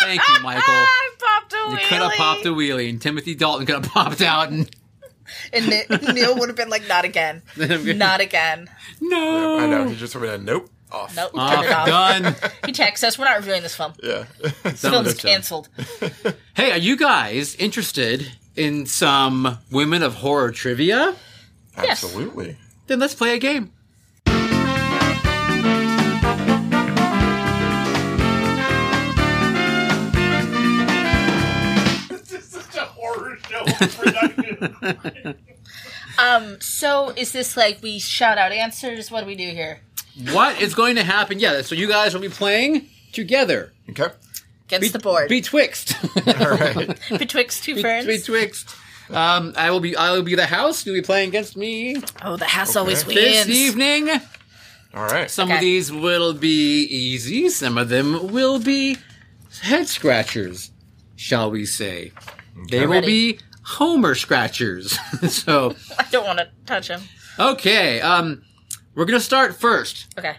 [SPEAKER 2] Thank you, Michael.
[SPEAKER 1] I popped a
[SPEAKER 2] You
[SPEAKER 1] wheelie.
[SPEAKER 2] could have popped a wheelie, and Timothy Dalton could have popped out. And
[SPEAKER 1] And Ne- Neil would have been like, not again. Not again.
[SPEAKER 2] no,
[SPEAKER 3] I know. He just would have been nope off.
[SPEAKER 1] Oh. Nope.
[SPEAKER 2] Off,
[SPEAKER 1] Turn it off.
[SPEAKER 2] done.
[SPEAKER 1] He texts us. We're not reviewing this film.
[SPEAKER 3] Yeah.
[SPEAKER 1] This film is
[SPEAKER 2] Done.
[SPEAKER 1] canceled.
[SPEAKER 2] Hey, are you guys interested in some women of horror trivia?
[SPEAKER 1] Yes.
[SPEAKER 3] Absolutely.
[SPEAKER 2] Then let's play a game.
[SPEAKER 4] This is such a horror show production.
[SPEAKER 1] Um, so is this like we shout out answers? What do we do here?
[SPEAKER 2] What is going to happen? Yeah, so you guys will be playing together.
[SPEAKER 3] Okay.
[SPEAKER 1] Against the board.
[SPEAKER 2] Betwixt.
[SPEAKER 3] All right.
[SPEAKER 1] Betwixt two ferns.
[SPEAKER 2] Betwixt. Um, I will be. I will be the house. You'll be playing against me
[SPEAKER 1] oh, the house always
[SPEAKER 2] this
[SPEAKER 1] wins.
[SPEAKER 2] evening.
[SPEAKER 3] All right.
[SPEAKER 2] Some of
[SPEAKER 1] Okay.
[SPEAKER 2] these will be easy, some of them will be head scratchers, shall we say. They will
[SPEAKER 1] Ready.
[SPEAKER 2] be homer scratchers. so,
[SPEAKER 1] I don't want to touch him.
[SPEAKER 2] okay, um, we're going to start first
[SPEAKER 1] Okay.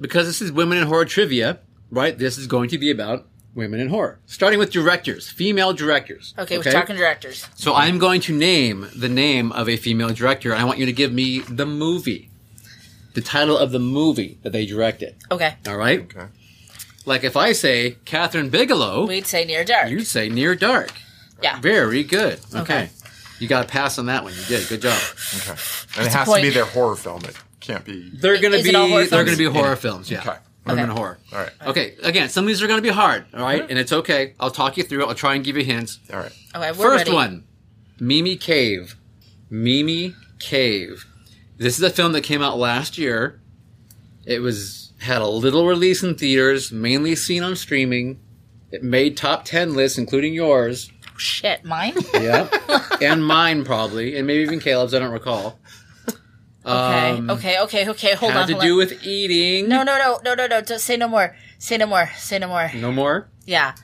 [SPEAKER 2] because this is women in horror trivia, right? This is going to be about women in horror. Starting with directors, female directors.
[SPEAKER 1] Okay, we're talking directors.
[SPEAKER 2] So, I'm going to name the name of a female director, and I want you to give me the movie, the title of the movie that they directed.
[SPEAKER 1] Okay.
[SPEAKER 2] All right?
[SPEAKER 3] Okay.
[SPEAKER 2] Like if I say Catherine Bigelow,
[SPEAKER 1] We'd say near dark.
[SPEAKER 2] you'd say Near Dark.
[SPEAKER 1] yeah.
[SPEAKER 2] Very good. Okay.
[SPEAKER 1] Okay.
[SPEAKER 2] You got a pass on that one. You did. Good job.
[SPEAKER 3] Okay. And it has to
[SPEAKER 1] point.
[SPEAKER 3] be their horror film. It can't be.
[SPEAKER 2] They're gonna
[SPEAKER 1] Is
[SPEAKER 2] be
[SPEAKER 1] it all horror
[SPEAKER 2] they're gonna
[SPEAKER 1] films?
[SPEAKER 2] be horror films, yeah.
[SPEAKER 3] Okay.
[SPEAKER 2] Women
[SPEAKER 1] Okay.
[SPEAKER 2] in horror.
[SPEAKER 3] All right.
[SPEAKER 2] Okay. Again, some of these are gonna be hard, all right?
[SPEAKER 1] Mm-hmm.
[SPEAKER 2] And it's okay. I'll talk you through it. I'll try and give you hints.
[SPEAKER 3] All right.
[SPEAKER 1] Okay, we're
[SPEAKER 2] First
[SPEAKER 1] ready.
[SPEAKER 2] one. Mimi Cave. Mimi Cave. This is a film that came out last year. It was had a little release in theaters, mainly seen on streaming. It made top 10 lists including yours.
[SPEAKER 1] Shit, mine?
[SPEAKER 2] Yeah. and mine probably, and maybe even Caleb's. I don't recall.
[SPEAKER 1] Okay.
[SPEAKER 2] Um,
[SPEAKER 1] okay. Okay. Okay. Hold
[SPEAKER 2] had
[SPEAKER 1] on.
[SPEAKER 2] to
[SPEAKER 1] hold
[SPEAKER 2] do
[SPEAKER 1] on.
[SPEAKER 2] with eating.
[SPEAKER 1] No. No. No. No. No. No. Don't say no more. Say no more. Say no more.
[SPEAKER 2] No more.
[SPEAKER 1] Yeah.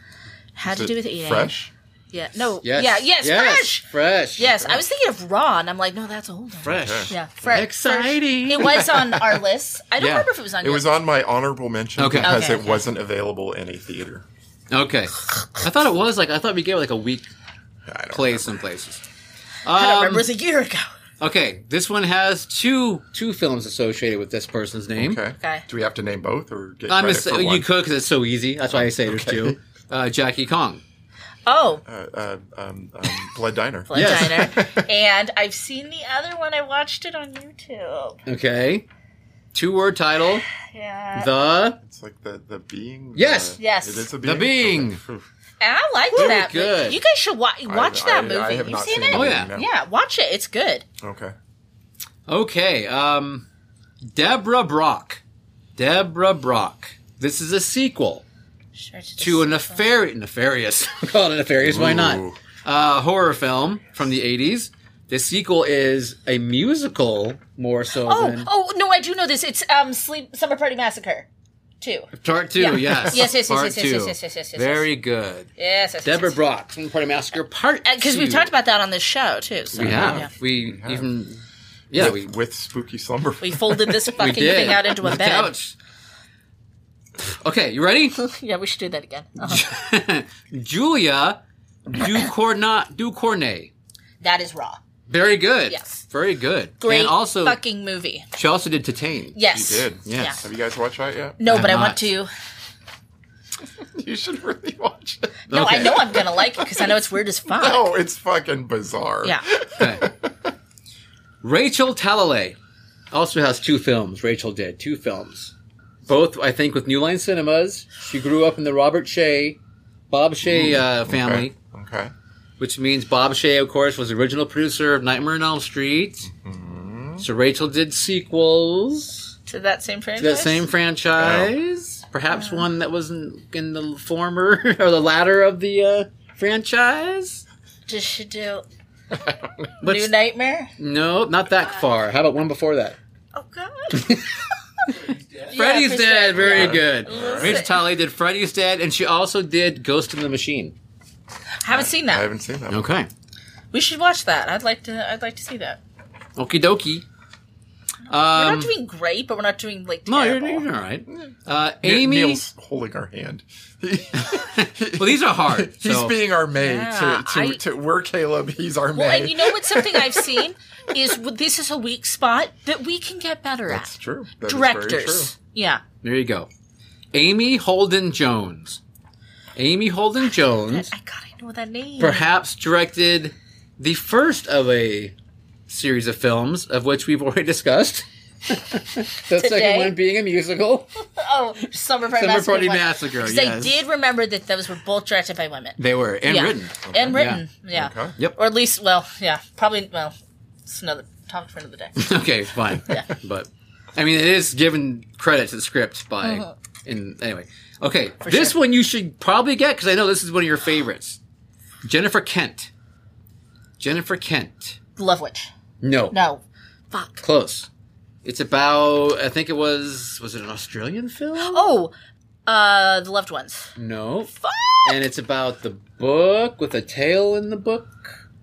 [SPEAKER 1] Had to
[SPEAKER 3] Is
[SPEAKER 1] do
[SPEAKER 3] it
[SPEAKER 1] with E eating.
[SPEAKER 3] Fresh?
[SPEAKER 1] Yeah. No.
[SPEAKER 2] Yes.
[SPEAKER 1] Yeah. Yes. Fresh.
[SPEAKER 2] Fresh.
[SPEAKER 1] Yes. I was thinking of raw, and I'm like, no, that's older.
[SPEAKER 2] fresh.
[SPEAKER 1] Yeah. Fresh.
[SPEAKER 2] Exciting.
[SPEAKER 1] It was on our list. I don't
[SPEAKER 2] Yeah.
[SPEAKER 1] remember if it was on.
[SPEAKER 3] It was on my honorable mention
[SPEAKER 2] Okay.
[SPEAKER 3] because
[SPEAKER 1] Okay.
[SPEAKER 3] it wasn't available in a theater.
[SPEAKER 2] Okay. I thought it was like I thought we gave it like a week
[SPEAKER 3] I don't
[SPEAKER 2] play some places.
[SPEAKER 1] I don't
[SPEAKER 2] Um,
[SPEAKER 1] remember. It was a year ago.
[SPEAKER 2] okay, this one has two two films associated with this person's name.
[SPEAKER 3] Okay.
[SPEAKER 1] Mm-hmm. Okay.
[SPEAKER 3] Do we have to name both or get
[SPEAKER 2] I'm
[SPEAKER 3] credit
[SPEAKER 2] just
[SPEAKER 3] for
[SPEAKER 2] you
[SPEAKER 3] one?
[SPEAKER 2] could because it's so easy. That's why I say there's two. Uh, Jackie Kong.
[SPEAKER 1] Oh,
[SPEAKER 3] Uh, uh, um, um, Blood Diner.
[SPEAKER 1] Blood
[SPEAKER 2] Yes.
[SPEAKER 1] Diner. and I've seen the other one. I watched it on YouTube.
[SPEAKER 2] Okay. Two word title.
[SPEAKER 1] Yeah.
[SPEAKER 2] The
[SPEAKER 3] It's like the the being.
[SPEAKER 2] Yes.
[SPEAKER 3] the-
[SPEAKER 1] Yes.
[SPEAKER 3] It is a
[SPEAKER 2] The
[SPEAKER 3] being.
[SPEAKER 2] Being.
[SPEAKER 3] Okay.
[SPEAKER 1] and I liked
[SPEAKER 2] Very
[SPEAKER 1] that. movie.
[SPEAKER 2] good.
[SPEAKER 1] You guys should wa- watch
[SPEAKER 3] I-
[SPEAKER 1] that
[SPEAKER 3] I-
[SPEAKER 1] movie.
[SPEAKER 3] I have
[SPEAKER 1] You've
[SPEAKER 3] not
[SPEAKER 1] seen,
[SPEAKER 3] seen
[SPEAKER 1] it?
[SPEAKER 2] it. Oh, yeah.
[SPEAKER 3] no.
[SPEAKER 1] Yeah. Watch it. It's good.
[SPEAKER 3] Okay.
[SPEAKER 2] Okay, um, Deborah Brock. Deborah Brock. This is a sequel
[SPEAKER 1] Sure, it's just-
[SPEAKER 2] to a nefari- nefarious. Call it nefarious. Why not?
[SPEAKER 3] Ooh.
[SPEAKER 2] Uh, horror film from the '80s. The sequel is a musical, more so
[SPEAKER 1] Oh,
[SPEAKER 2] than
[SPEAKER 1] oh no! I do know this. It's um, Sleep Summer Party Massacre, two.
[SPEAKER 2] part two.
[SPEAKER 1] Yeah.
[SPEAKER 2] Yes.
[SPEAKER 1] Yes, yes, yes,
[SPEAKER 2] part
[SPEAKER 1] yes, yes,
[SPEAKER 2] two.
[SPEAKER 1] yes, yes, yes, yes, yes.
[SPEAKER 2] Very good.
[SPEAKER 1] Yes, yes,
[SPEAKER 2] Deborah Brock from Party Massacre Part.
[SPEAKER 1] Because we've
[SPEAKER 2] two.
[SPEAKER 1] talked about that on this show too. So,
[SPEAKER 2] We have.
[SPEAKER 1] yeah.
[SPEAKER 2] We, even. Yeah, we
[SPEAKER 3] With spooky slumber.
[SPEAKER 1] We folded this fucking thing out into a
[SPEAKER 2] The
[SPEAKER 1] bed.
[SPEAKER 2] couch. Okay, you ready?
[SPEAKER 1] Yeah, we should do that again. Uh-huh.
[SPEAKER 2] Julia Ducourna, Ducournay.
[SPEAKER 1] that is raw.
[SPEAKER 2] Very good.
[SPEAKER 1] Yes.
[SPEAKER 2] Very good.
[SPEAKER 1] Great
[SPEAKER 2] And also,
[SPEAKER 1] fucking movie.
[SPEAKER 2] she also did Tatane.
[SPEAKER 3] You
[SPEAKER 1] Yes.
[SPEAKER 3] did.
[SPEAKER 2] Yes.
[SPEAKER 3] Have you guys watched that yet?
[SPEAKER 1] No, but I
[SPEAKER 2] I'm
[SPEAKER 1] want
[SPEAKER 2] not.
[SPEAKER 1] to.
[SPEAKER 3] You should really watch it.
[SPEAKER 1] No, I
[SPEAKER 2] Okay.
[SPEAKER 1] know I'm gonna like it because I know it's weird as fuck.
[SPEAKER 3] No, it's fucking bizarre.
[SPEAKER 1] Yeah.
[SPEAKER 2] Okay. Rachel Talalay also has two films. Rachel did two films. Both, I think, with New Line Cinemas. She grew up in the Robert Shea, Bob Shea uh, family.
[SPEAKER 3] Okay. Okay.
[SPEAKER 2] which means Bob Shea, of course, was the original producer of Nightmare on Elm Street. So Rachel did sequels
[SPEAKER 1] To that same franchise.
[SPEAKER 2] to that same franchise, perhaps one that wasn't in the former or the latter of the uh, franchise.
[SPEAKER 1] Does she do
[SPEAKER 2] But
[SPEAKER 1] New Nightmare?
[SPEAKER 2] no, not that far. How about one before that?
[SPEAKER 1] Oh God. Yeah,
[SPEAKER 2] Freddy's
[SPEAKER 1] for sure.
[SPEAKER 2] Dead, very
[SPEAKER 1] Yeah.
[SPEAKER 2] good.
[SPEAKER 1] Listen.
[SPEAKER 2] Rachel Talley did Freddy's Dead, and she also did Ghost in the Machine.
[SPEAKER 1] Haven't seen
[SPEAKER 3] I
[SPEAKER 1] that.
[SPEAKER 3] haven't seen that. one.
[SPEAKER 2] Okay,
[SPEAKER 1] We should watch that. I'd like to. I'd like to see that.
[SPEAKER 2] okie dokie.
[SPEAKER 1] We're
[SPEAKER 2] Um,
[SPEAKER 1] not doing great, but we're not doing like
[SPEAKER 2] no,
[SPEAKER 1] terrible.
[SPEAKER 2] you're, you're all right. Uh,
[SPEAKER 3] Ni-
[SPEAKER 2] Amy,
[SPEAKER 3] Neil's holding our hand.
[SPEAKER 2] well, these are hard.
[SPEAKER 3] He's
[SPEAKER 2] so-
[SPEAKER 3] being our maid.
[SPEAKER 1] Yeah,
[SPEAKER 3] to, to,
[SPEAKER 1] I-
[SPEAKER 3] to, we're Caleb. He's our
[SPEAKER 1] Well,
[SPEAKER 3] maid.
[SPEAKER 1] and you know what? Something I've seen is w- this is a weak spot that we can get better
[SPEAKER 3] That's
[SPEAKER 1] at.
[SPEAKER 3] true. That is very
[SPEAKER 1] Directors.
[SPEAKER 3] true.
[SPEAKER 1] Yeah.
[SPEAKER 2] There you go. Amy Holden Jones. Amy Holden Jones
[SPEAKER 1] I God, I know that name.
[SPEAKER 2] perhaps directed the first of a series of films of which we've already discussed. the
[SPEAKER 1] Today?
[SPEAKER 2] second one being a musical,
[SPEAKER 1] Oh, Summer Party
[SPEAKER 2] Summer
[SPEAKER 1] Massacre.
[SPEAKER 2] Party
[SPEAKER 1] one.
[SPEAKER 2] Massacre.
[SPEAKER 1] 'Cause
[SPEAKER 2] Yes.
[SPEAKER 1] I did remember that those were both directed by women.
[SPEAKER 2] They were and
[SPEAKER 1] Yeah.
[SPEAKER 2] written.
[SPEAKER 1] And written. Yeah.
[SPEAKER 3] Okay.
[SPEAKER 2] Yep.
[SPEAKER 1] Or at least, well, yeah. Probably, well, it's another topic for another day.
[SPEAKER 2] Okay, fine. But I mean, it is given credit to the script by. In anyway, okay. this
[SPEAKER 1] Uh-huh. sure.
[SPEAKER 2] one you should probably get because I know this is one of your favorites. Jennifer Kent. Jennifer Kent.
[SPEAKER 1] Love Witch.
[SPEAKER 2] No.
[SPEAKER 1] No. Fuck.
[SPEAKER 2] Close. It's about I think it was was it an Australian film?
[SPEAKER 1] Oh, uh, The Loved Ones.
[SPEAKER 2] No.
[SPEAKER 1] Fuck!
[SPEAKER 2] And it's about the book with a tail in the book.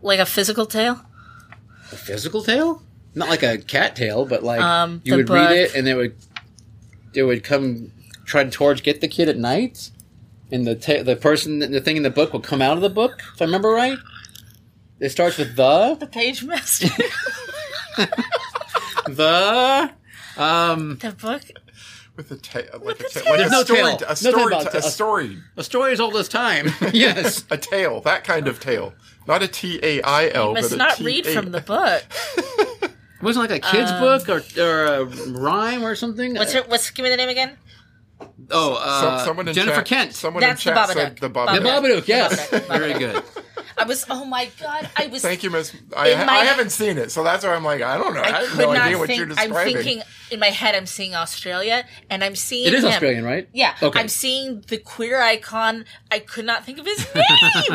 [SPEAKER 1] Like a physical tale?
[SPEAKER 2] A physical tail? Not like a cat tail, but like
[SPEAKER 1] Um,
[SPEAKER 2] you
[SPEAKER 1] the
[SPEAKER 2] would read
[SPEAKER 1] book.
[SPEAKER 2] it and it would it would come try to towards get the kid at night. And the ta- the person the thing in the book will come out of the book, if I remember right. It starts with the
[SPEAKER 1] The Page Master.
[SPEAKER 2] the um
[SPEAKER 1] the book?
[SPEAKER 3] With a tail. Like, a,
[SPEAKER 1] the
[SPEAKER 3] ta-
[SPEAKER 1] tail.
[SPEAKER 3] like
[SPEAKER 2] There's
[SPEAKER 3] a
[SPEAKER 2] no
[SPEAKER 3] story.
[SPEAKER 2] tail.
[SPEAKER 3] A
[SPEAKER 2] Nothing
[SPEAKER 3] story.
[SPEAKER 2] about
[SPEAKER 3] t- a
[SPEAKER 2] tail.
[SPEAKER 3] story.
[SPEAKER 2] a story as old as time. yes.
[SPEAKER 3] A tail. That kind of tail. Not a T A I L.
[SPEAKER 1] Must
[SPEAKER 3] but a
[SPEAKER 1] not read
[SPEAKER 3] T A-
[SPEAKER 1] from the book.
[SPEAKER 2] Wasn't it like a kids book or, or a rhyme or something.
[SPEAKER 1] Um,
[SPEAKER 2] Uh,
[SPEAKER 1] What's her, what's, give me the name again?
[SPEAKER 2] Oh,
[SPEAKER 3] So-
[SPEAKER 2] uh,
[SPEAKER 3] someone in
[SPEAKER 2] Jennifer
[SPEAKER 3] chat,
[SPEAKER 2] Kent.
[SPEAKER 3] Someone
[SPEAKER 1] That's the
[SPEAKER 3] in chat
[SPEAKER 1] Babadook.
[SPEAKER 3] said the
[SPEAKER 2] the
[SPEAKER 3] Babadook.
[SPEAKER 2] Babadook, yes,
[SPEAKER 1] Babadook, Babadook.
[SPEAKER 2] very good.
[SPEAKER 1] I was, oh my God. I was,
[SPEAKER 3] Thank you, Miss. I,
[SPEAKER 1] In my-
[SPEAKER 3] I haven't seen it, so that's why I'm like, I don't know. I,
[SPEAKER 1] I
[SPEAKER 3] have
[SPEAKER 1] could
[SPEAKER 3] no idea
[SPEAKER 1] not
[SPEAKER 3] what you're
[SPEAKER 1] think, I'm
[SPEAKER 3] describing.
[SPEAKER 1] thinking, in my head, I'm seeing Australia, and I'm seeing
[SPEAKER 2] It is
[SPEAKER 1] him.
[SPEAKER 2] Australian, right?
[SPEAKER 1] Yeah,
[SPEAKER 2] Okay.
[SPEAKER 1] I'm seeing the queer icon. I could not think of his name. His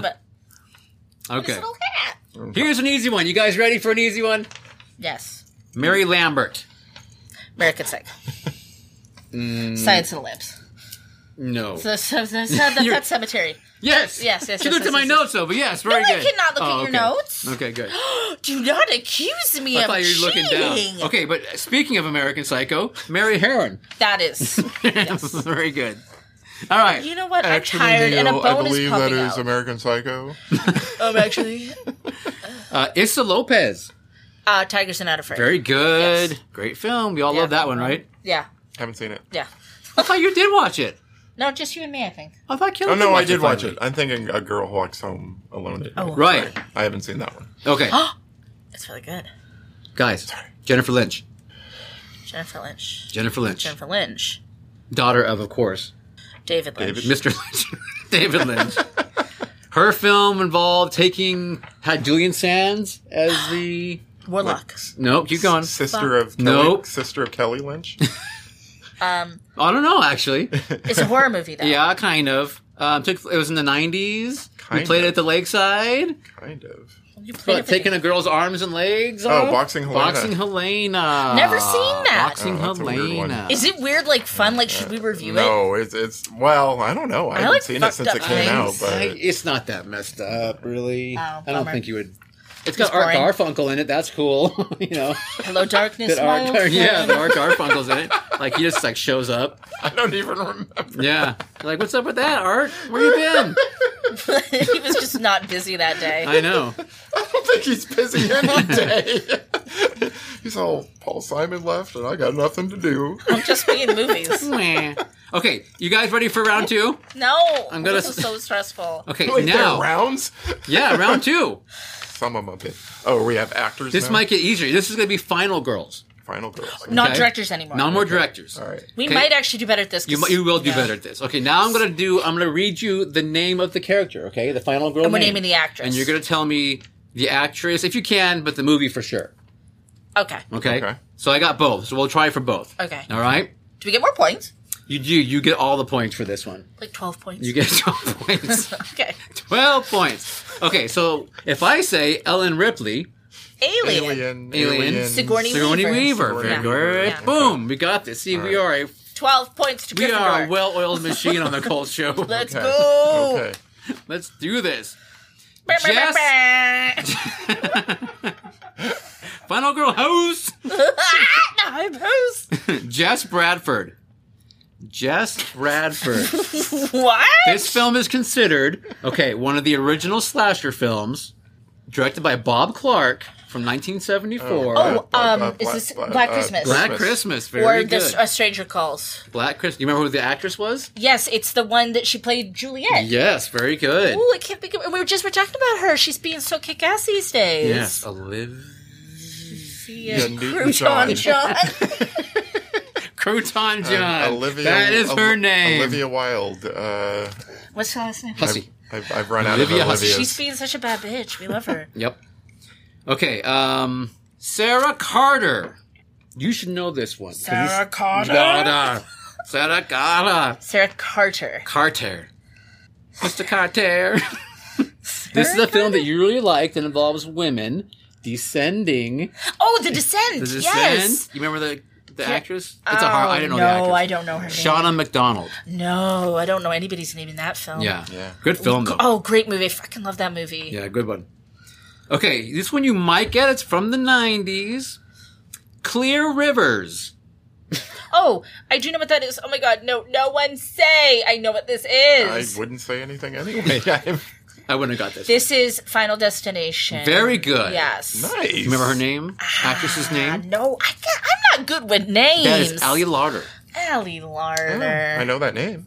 [SPEAKER 2] okay.
[SPEAKER 1] little hat.
[SPEAKER 2] Here's an easy one. You guys ready for an easy one?
[SPEAKER 1] Yes.
[SPEAKER 2] Mary Lambert.
[SPEAKER 1] American Psych.
[SPEAKER 2] Mm.
[SPEAKER 1] Science in the Labs.
[SPEAKER 2] No.
[SPEAKER 1] The, the, the, the
[SPEAKER 2] You're-
[SPEAKER 1] Pet Cemetery.
[SPEAKER 2] Yes.
[SPEAKER 1] Yes, yes,
[SPEAKER 2] She
[SPEAKER 1] yes, yes,
[SPEAKER 2] looked at my
[SPEAKER 1] yes,
[SPEAKER 2] notes though, but yes, very
[SPEAKER 1] I
[SPEAKER 2] good. Oh,
[SPEAKER 1] cannot look at your
[SPEAKER 2] okay.
[SPEAKER 1] notes.
[SPEAKER 2] Okay, good.
[SPEAKER 1] Do not accuse me
[SPEAKER 2] I
[SPEAKER 1] of
[SPEAKER 2] thought you were looking
[SPEAKER 1] cheating.
[SPEAKER 2] down. Okay, but speaking of American Psycho, Mary Heron.
[SPEAKER 1] That is.
[SPEAKER 2] very good. All right.
[SPEAKER 1] You know what?
[SPEAKER 3] Actually,
[SPEAKER 1] I'm tired, and a
[SPEAKER 3] Neil, I
[SPEAKER 1] bone is
[SPEAKER 3] believe that
[SPEAKER 1] popping
[SPEAKER 3] is
[SPEAKER 1] out.
[SPEAKER 3] American Psycho.
[SPEAKER 1] um, actually,
[SPEAKER 2] Uh, Issa Lopez.
[SPEAKER 1] uh, Tigers and Not Afraid.
[SPEAKER 2] Very good.
[SPEAKER 1] Yes.
[SPEAKER 2] Great film. You all
[SPEAKER 1] Yeah.
[SPEAKER 2] love that one, right?
[SPEAKER 1] yeah,
[SPEAKER 3] Haven't seen it.
[SPEAKER 1] yeah.
[SPEAKER 2] I thought you did watch it.
[SPEAKER 1] No, just you and me. I think.
[SPEAKER 2] I thought Kelly
[SPEAKER 3] Oh no,
[SPEAKER 2] watch
[SPEAKER 3] I did
[SPEAKER 2] it
[SPEAKER 3] watch
[SPEAKER 2] finally.
[SPEAKER 3] it. I'm thinking A Girl Walks Home Alone. At Night.
[SPEAKER 2] Right.
[SPEAKER 3] I haven't seen that one.
[SPEAKER 2] Okay.
[SPEAKER 1] It's Oh, really good.
[SPEAKER 2] Guys, Jennifer Lynch.
[SPEAKER 1] Jennifer Lynch.
[SPEAKER 2] Jennifer Lynch.
[SPEAKER 1] Jennifer Lynch.
[SPEAKER 2] Daughter of, of course,
[SPEAKER 1] David Lynch.
[SPEAKER 2] Mr. Lynch. David Lynch. Her film involved taking, had Julian Sands as the.
[SPEAKER 1] Warlock.
[SPEAKER 2] Nope, keep going.
[SPEAKER 3] Sister of Kelly,
[SPEAKER 2] Nope.
[SPEAKER 3] Sister of Kelly Lynch.
[SPEAKER 1] Um,
[SPEAKER 2] I don't know, actually.
[SPEAKER 1] it's a horror movie though.
[SPEAKER 2] Yeah, kind of. Um, took, it was in the 90s. we
[SPEAKER 3] Kind
[SPEAKER 2] played it
[SPEAKER 3] of.
[SPEAKER 2] at the lakeside.
[SPEAKER 3] kind of.
[SPEAKER 1] You played
[SPEAKER 2] But
[SPEAKER 1] it for the-
[SPEAKER 2] taking a girl's arms and legs. off.
[SPEAKER 3] Oh, Boxing Helena.
[SPEAKER 2] Boxing Helena.
[SPEAKER 1] Never seen that.
[SPEAKER 2] Boxing
[SPEAKER 3] Oh, that's a weird
[SPEAKER 2] Helena.
[SPEAKER 3] one.
[SPEAKER 1] Is it weird? Like fun? Like should we review it?
[SPEAKER 3] No, it's it's well, I don't know. I, haven't
[SPEAKER 1] like
[SPEAKER 3] seen it
[SPEAKER 1] fucked
[SPEAKER 3] since
[SPEAKER 1] up
[SPEAKER 3] it came out,
[SPEAKER 1] things.
[SPEAKER 3] but
[SPEAKER 2] I- it's not that messed up, really.
[SPEAKER 1] Oh,
[SPEAKER 2] I don't
[SPEAKER 1] bummer.
[SPEAKER 2] think you would. It's
[SPEAKER 1] It's
[SPEAKER 2] got Art
[SPEAKER 1] boring.
[SPEAKER 2] Garfunkel in it. That's cool. you know,
[SPEAKER 1] Hello, darkness.
[SPEAKER 2] that Art,
[SPEAKER 1] my
[SPEAKER 2] Gar-
[SPEAKER 1] old
[SPEAKER 2] yeah,
[SPEAKER 1] friend.
[SPEAKER 2] the Art Garfunkel's in it. Like he just like shows up.
[SPEAKER 3] I don't even remember.
[SPEAKER 2] Yeah, like what's up with that, Art? Where you been?
[SPEAKER 1] he was just not busy that day.
[SPEAKER 2] I know.
[SPEAKER 3] I don't think he's busy any day. he's all Paul Simon left, and I got nothing to do.
[SPEAKER 1] I'm just being movies.
[SPEAKER 2] Meh. okay, you guys ready for round two?
[SPEAKER 1] No,
[SPEAKER 2] I'm gonna
[SPEAKER 1] this is
[SPEAKER 2] s-
[SPEAKER 1] so stressful.
[SPEAKER 2] Okay,
[SPEAKER 3] Wait, there
[SPEAKER 2] now
[SPEAKER 3] are rounds.
[SPEAKER 2] yeah, round two.
[SPEAKER 3] Some of them a bit. Oh, we have actors.
[SPEAKER 2] This
[SPEAKER 3] now?
[SPEAKER 2] might get easier. This is gonna be Final Girls.
[SPEAKER 3] Final Girls.
[SPEAKER 1] Not
[SPEAKER 2] Okay.
[SPEAKER 1] directors anymore.
[SPEAKER 2] No more directors.
[SPEAKER 3] All right.
[SPEAKER 1] We
[SPEAKER 2] Okay.
[SPEAKER 1] might actually do better at this.
[SPEAKER 2] You,
[SPEAKER 1] 'cause-
[SPEAKER 2] mi- you will do
[SPEAKER 1] yeah.
[SPEAKER 2] better at this. Okay, now I'm gonna do. I'm gonna read you the name of the character. Okay, the final girl.
[SPEAKER 1] And we're
[SPEAKER 2] name.
[SPEAKER 1] naming the actress.
[SPEAKER 2] And you're gonna tell me the actress if you can, but the movie for sure.
[SPEAKER 1] Okay.
[SPEAKER 2] Okay.
[SPEAKER 3] Okay.
[SPEAKER 2] So I got both. So we'll try for both.
[SPEAKER 1] Okay.
[SPEAKER 2] All right.
[SPEAKER 1] Do we get more points?
[SPEAKER 2] You do. You get all the points for this one.
[SPEAKER 1] Like twelve points.
[SPEAKER 2] You get twelve points.
[SPEAKER 1] okay.
[SPEAKER 2] Twelve points. Okay. So if I say Ellen Ripley,
[SPEAKER 1] Alien.
[SPEAKER 3] Alien.
[SPEAKER 2] Alien.
[SPEAKER 1] Sigourney
[SPEAKER 2] Sigourney
[SPEAKER 1] Weaver.
[SPEAKER 2] Weaver, very
[SPEAKER 1] Yeah.
[SPEAKER 2] good.
[SPEAKER 1] Yeah.
[SPEAKER 2] Boom. We got this. See, we are a
[SPEAKER 1] Twelve points to
[SPEAKER 2] we are
[SPEAKER 1] Gryffindor.
[SPEAKER 2] a well-oiled machine on the Cold Show.
[SPEAKER 1] Let's
[SPEAKER 3] Okay.
[SPEAKER 1] go. Oh,
[SPEAKER 3] Okay.
[SPEAKER 2] Let's do this.
[SPEAKER 1] Brr, brr, brr,
[SPEAKER 2] Jess-
[SPEAKER 1] brr.
[SPEAKER 2] Final girl host.
[SPEAKER 1] no, I'm Bruce.
[SPEAKER 2] Jess Bradford. Jess Bradford.
[SPEAKER 1] What?
[SPEAKER 2] this film is considered, okay, one of the original slasher films, directed by Bob Clark from 1974.
[SPEAKER 1] Oh,
[SPEAKER 3] Uh,
[SPEAKER 1] um,
[SPEAKER 3] uh,
[SPEAKER 1] is
[SPEAKER 3] Black-
[SPEAKER 1] this
[SPEAKER 3] Black-
[SPEAKER 1] Black
[SPEAKER 3] uh,
[SPEAKER 1] Christmas?
[SPEAKER 2] Black
[SPEAKER 3] Christmas.
[SPEAKER 2] Christmas, very
[SPEAKER 1] or
[SPEAKER 2] good.
[SPEAKER 1] this A Stranger Calls.
[SPEAKER 2] Black Christmas. You remember who the actress was?
[SPEAKER 1] Yes, it's the one that she played Juliet.
[SPEAKER 2] Yes, very good.
[SPEAKER 1] Oh, I can't think of. and We were just were talking about her. She's being so kick ass these days.
[SPEAKER 2] Yes, Olivia.
[SPEAKER 1] Yeah,
[SPEAKER 3] Yeah, Newton
[SPEAKER 1] Crouton
[SPEAKER 3] John.
[SPEAKER 1] John.
[SPEAKER 2] Crouton
[SPEAKER 3] And
[SPEAKER 2] John.
[SPEAKER 3] Uh, Olivia.
[SPEAKER 2] that is
[SPEAKER 3] Ol-
[SPEAKER 2] her name.
[SPEAKER 3] Olivia Wilde. Uh,
[SPEAKER 1] What's her last name?
[SPEAKER 2] Hussey.
[SPEAKER 3] I've, I've run
[SPEAKER 2] Olivia
[SPEAKER 3] out of
[SPEAKER 2] Hussey.
[SPEAKER 3] Olivia's.
[SPEAKER 1] She's being such a bad bitch. We love her.
[SPEAKER 2] Yep. Okay. Um, Sarah Carter. You should know this one. 'cause this-
[SPEAKER 1] Sarah Carter.
[SPEAKER 2] Carter. Sarah Carter.
[SPEAKER 1] Sarah Carter.
[SPEAKER 2] Carter. Mr. Carter. this is a film that you really liked that involves women descending.
[SPEAKER 1] Oh, The Descent.
[SPEAKER 2] Does it
[SPEAKER 1] yes.
[SPEAKER 2] descend? You remember the the actress? It's a hard. I didn't know
[SPEAKER 1] Oh, no,
[SPEAKER 2] the actress.
[SPEAKER 1] I don't know her name.
[SPEAKER 2] Shauna McDonald.
[SPEAKER 1] No, I don't know anybody's name in that film.
[SPEAKER 2] Yeah.
[SPEAKER 3] Yeah.
[SPEAKER 2] Good film though.
[SPEAKER 1] Oh, great movie. I fucking love that movie.
[SPEAKER 2] Yeah, good one. Okay, this one you might get. It's from the '90s. Clear Rivers.
[SPEAKER 1] Oh, I do know what that is. Oh my god, no, no one say. I know what this
[SPEAKER 3] I
[SPEAKER 1] is.
[SPEAKER 3] wouldn't say anything anyway. I'm-
[SPEAKER 2] I wouldn't have got this.
[SPEAKER 1] This is Final Destination.
[SPEAKER 2] Very good.
[SPEAKER 1] Yes.
[SPEAKER 3] nice.
[SPEAKER 2] Remember her name? Actress's
[SPEAKER 1] Ah,
[SPEAKER 2] name?
[SPEAKER 1] no, I can't, I'm not good with names.
[SPEAKER 2] That is Ali Larder.
[SPEAKER 1] Allie Larder.
[SPEAKER 3] Oh, I know that name.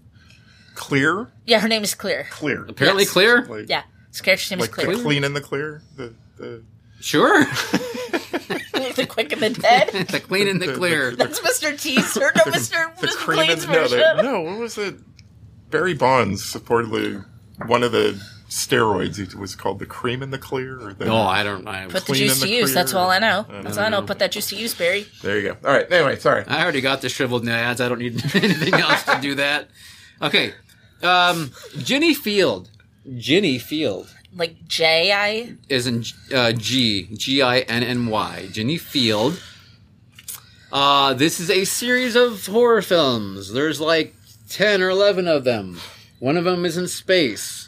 [SPEAKER 3] Clear.
[SPEAKER 1] Yeah, her name is Clear.
[SPEAKER 3] Clear.
[SPEAKER 2] Apparently
[SPEAKER 1] Yes.
[SPEAKER 2] clear?
[SPEAKER 3] Like,
[SPEAKER 1] Yeah, this character's name
[SPEAKER 3] like
[SPEAKER 1] is Clear.
[SPEAKER 3] the clean and the clear. The the
[SPEAKER 2] Sure.
[SPEAKER 1] the quick and the dead.
[SPEAKER 2] the clean and the clear.
[SPEAKER 1] That's Mr. T's or no, Mr.
[SPEAKER 3] the
[SPEAKER 1] Mr.
[SPEAKER 3] cream
[SPEAKER 1] Blaine's
[SPEAKER 3] and no,
[SPEAKER 1] version.
[SPEAKER 3] the, no. What was it? Barry Bonds supposedly one of the steroids. It was called the cream and the clear. Or the,
[SPEAKER 2] No, I don't. I,
[SPEAKER 1] Put the
[SPEAKER 3] Clean
[SPEAKER 1] juice
[SPEAKER 3] and
[SPEAKER 1] to
[SPEAKER 3] the
[SPEAKER 1] use. That's
[SPEAKER 3] clear.
[SPEAKER 1] all I know.
[SPEAKER 3] I
[SPEAKER 1] That's all I know. Put that juice to use, Barry.
[SPEAKER 3] There you go. All right. Anyway, sorry.
[SPEAKER 2] I already got the shriveled nads. I don't need anything else to do that. Okay. Um, Ginny Field. Ginny Field
[SPEAKER 1] Like J I.
[SPEAKER 2] is in uh, G. G I N N Y. Ginny Field Uh, this is a series of horror films. There's like 10 or 11 of them. One of them is in space.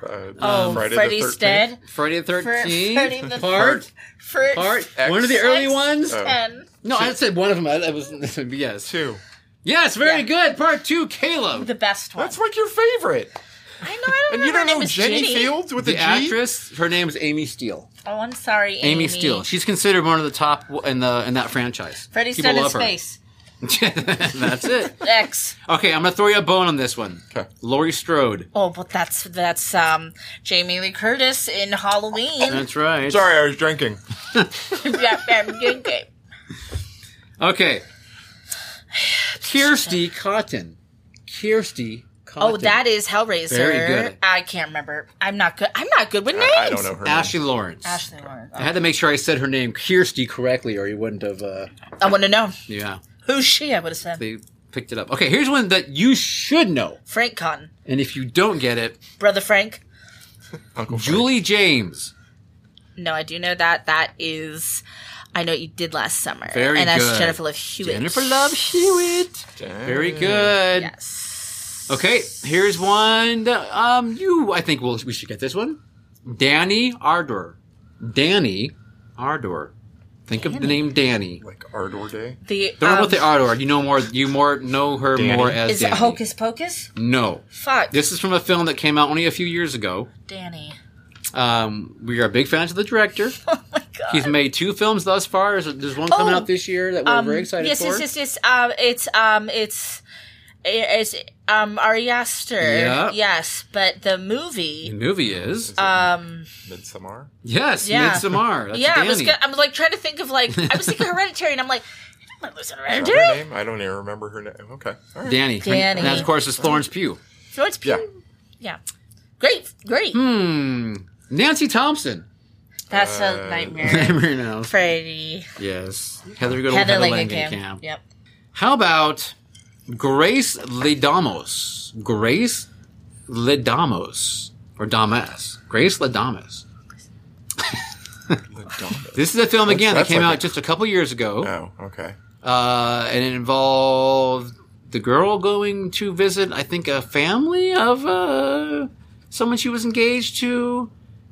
[SPEAKER 3] Uh,
[SPEAKER 1] Oh,
[SPEAKER 3] Friday the
[SPEAKER 1] Freddy's
[SPEAKER 3] 13th.
[SPEAKER 1] dead.
[SPEAKER 2] Friday the 13th.
[SPEAKER 1] Friday the
[SPEAKER 2] part.
[SPEAKER 1] For
[SPEAKER 2] Part.
[SPEAKER 3] X.
[SPEAKER 2] One of the early ones?
[SPEAKER 3] Oh.
[SPEAKER 1] ten.
[SPEAKER 2] No, I said one of them. I, I was, yes.
[SPEAKER 3] Two.
[SPEAKER 2] Yes, very
[SPEAKER 1] Yeah.
[SPEAKER 2] good. Part two, Caleb.
[SPEAKER 1] The best one.
[SPEAKER 3] That's like your favorite.
[SPEAKER 1] I know. I don't
[SPEAKER 3] And
[SPEAKER 1] remember.
[SPEAKER 3] you don't
[SPEAKER 1] Her name
[SPEAKER 3] know
[SPEAKER 1] is
[SPEAKER 3] Jenny Fields with
[SPEAKER 2] the
[SPEAKER 3] a G?
[SPEAKER 2] actress, her name is Amy Steele.
[SPEAKER 1] Oh, I'm sorry, Amy.
[SPEAKER 2] Amy, Steele. She's considered one of the top w- in the in that franchise.
[SPEAKER 1] Freddy's
[SPEAKER 2] People
[SPEAKER 1] dead in
[SPEAKER 2] love her.
[SPEAKER 1] space.
[SPEAKER 2] That's it.
[SPEAKER 1] X.
[SPEAKER 2] Okay, I'm gonna throw you a bone on this one.
[SPEAKER 3] Okay.
[SPEAKER 2] Laurie Strode.
[SPEAKER 1] Oh, but that's that's um Jamie Lee Curtis in Halloween.
[SPEAKER 2] That's right.
[SPEAKER 3] Sorry, I was drinking.
[SPEAKER 1] Yeah, I'm doing good.
[SPEAKER 2] Okay. Kirsty Cotton. Kirsty Cotton.
[SPEAKER 1] oh, that is Hellraiser.
[SPEAKER 2] Very good.
[SPEAKER 1] I can't remember. I'm not good. I'm not good with names.
[SPEAKER 3] I don't know her. name.
[SPEAKER 2] Ashley Lawrence.
[SPEAKER 1] Ashley Lawrence.
[SPEAKER 2] I had to make sure I said her name Kirsty correctly, or you wouldn't have. Uh,
[SPEAKER 1] I want to know
[SPEAKER 2] yeah,
[SPEAKER 1] who's she. I would have said
[SPEAKER 2] they picked it up. Okay, here's one that you should know,
[SPEAKER 1] Frank Cotton,
[SPEAKER 2] and if you don't get it,
[SPEAKER 1] brother Frank.
[SPEAKER 3] Uncle Frank.
[SPEAKER 2] Julie James.
[SPEAKER 1] No, I do know that. That is, I know what you did last summer.
[SPEAKER 2] Very
[SPEAKER 1] and
[SPEAKER 2] good.
[SPEAKER 1] that's Jennifer Love Hewitt.
[SPEAKER 2] Jennifer Love Hewitt.
[SPEAKER 3] Damn.
[SPEAKER 2] Very good.
[SPEAKER 1] Yes.
[SPEAKER 2] Okay, here's one. that, um, you, I think we'll, we should get this one. Danny Ardor. Danny Ardor. Think of the name Danny.
[SPEAKER 3] Like Ardor Day.
[SPEAKER 1] The
[SPEAKER 2] The one
[SPEAKER 1] um,
[SPEAKER 2] with the Ardor. You know more. You more know her
[SPEAKER 3] Danny?
[SPEAKER 2] more as
[SPEAKER 1] is
[SPEAKER 2] Danny.
[SPEAKER 1] it Hocus Pocus?
[SPEAKER 2] No,
[SPEAKER 1] Fuck,
[SPEAKER 2] this is from a film that came out only a few years ago.
[SPEAKER 1] Danny.
[SPEAKER 2] Um, we are big fans of the director.
[SPEAKER 1] Oh my god.
[SPEAKER 2] He's made two films thus far. There's- There's one coming
[SPEAKER 1] Oh,
[SPEAKER 2] out this year that we're very excited
[SPEAKER 1] yes,
[SPEAKER 2] for.
[SPEAKER 1] yes, yes, yes. Um, it's um, it's it's um Ari Aster.
[SPEAKER 2] Yeah.
[SPEAKER 1] Yes, but the
[SPEAKER 2] The
[SPEAKER 1] movie.
[SPEAKER 2] movie is
[SPEAKER 1] Um.
[SPEAKER 3] Midsommar.
[SPEAKER 2] yes,
[SPEAKER 1] yeah.
[SPEAKER 2] Midsommar. That's
[SPEAKER 1] yeah, I was.
[SPEAKER 2] Danny.
[SPEAKER 1] Good. I was like trying to think of like I was thinking Hereditary, and I'm like, am I losing
[SPEAKER 3] Is that her
[SPEAKER 1] Hereditary?
[SPEAKER 3] name? I don't even remember her name. Okay. All right.
[SPEAKER 2] Danny. Her-
[SPEAKER 1] Danny.
[SPEAKER 2] And of course, it's Florence Pugh.
[SPEAKER 1] Florence Pugh.
[SPEAKER 3] Yeah.
[SPEAKER 1] Yeah. Great, great.
[SPEAKER 2] Hmm. Nancy Thompson.
[SPEAKER 1] That's
[SPEAKER 3] Uh,
[SPEAKER 1] a nightmare.
[SPEAKER 2] Memory now.
[SPEAKER 1] Freddy.
[SPEAKER 2] Yes. Heather Goodall,
[SPEAKER 1] Heather
[SPEAKER 2] Heather,
[SPEAKER 1] Langenkamp.
[SPEAKER 2] Langenkamp.
[SPEAKER 1] Yep.
[SPEAKER 2] How about Grace Ledamos? Grace Ledamos. Or Damas. Grace Ledamos.
[SPEAKER 3] Madonna.
[SPEAKER 2] This is a film, again,
[SPEAKER 3] that's
[SPEAKER 2] that came
[SPEAKER 3] like
[SPEAKER 2] out
[SPEAKER 3] a-
[SPEAKER 2] just a couple years ago.
[SPEAKER 3] Oh, okay.
[SPEAKER 2] Uh, and it involved the girl going to visit, I think, a family of uh, someone she was engaged to.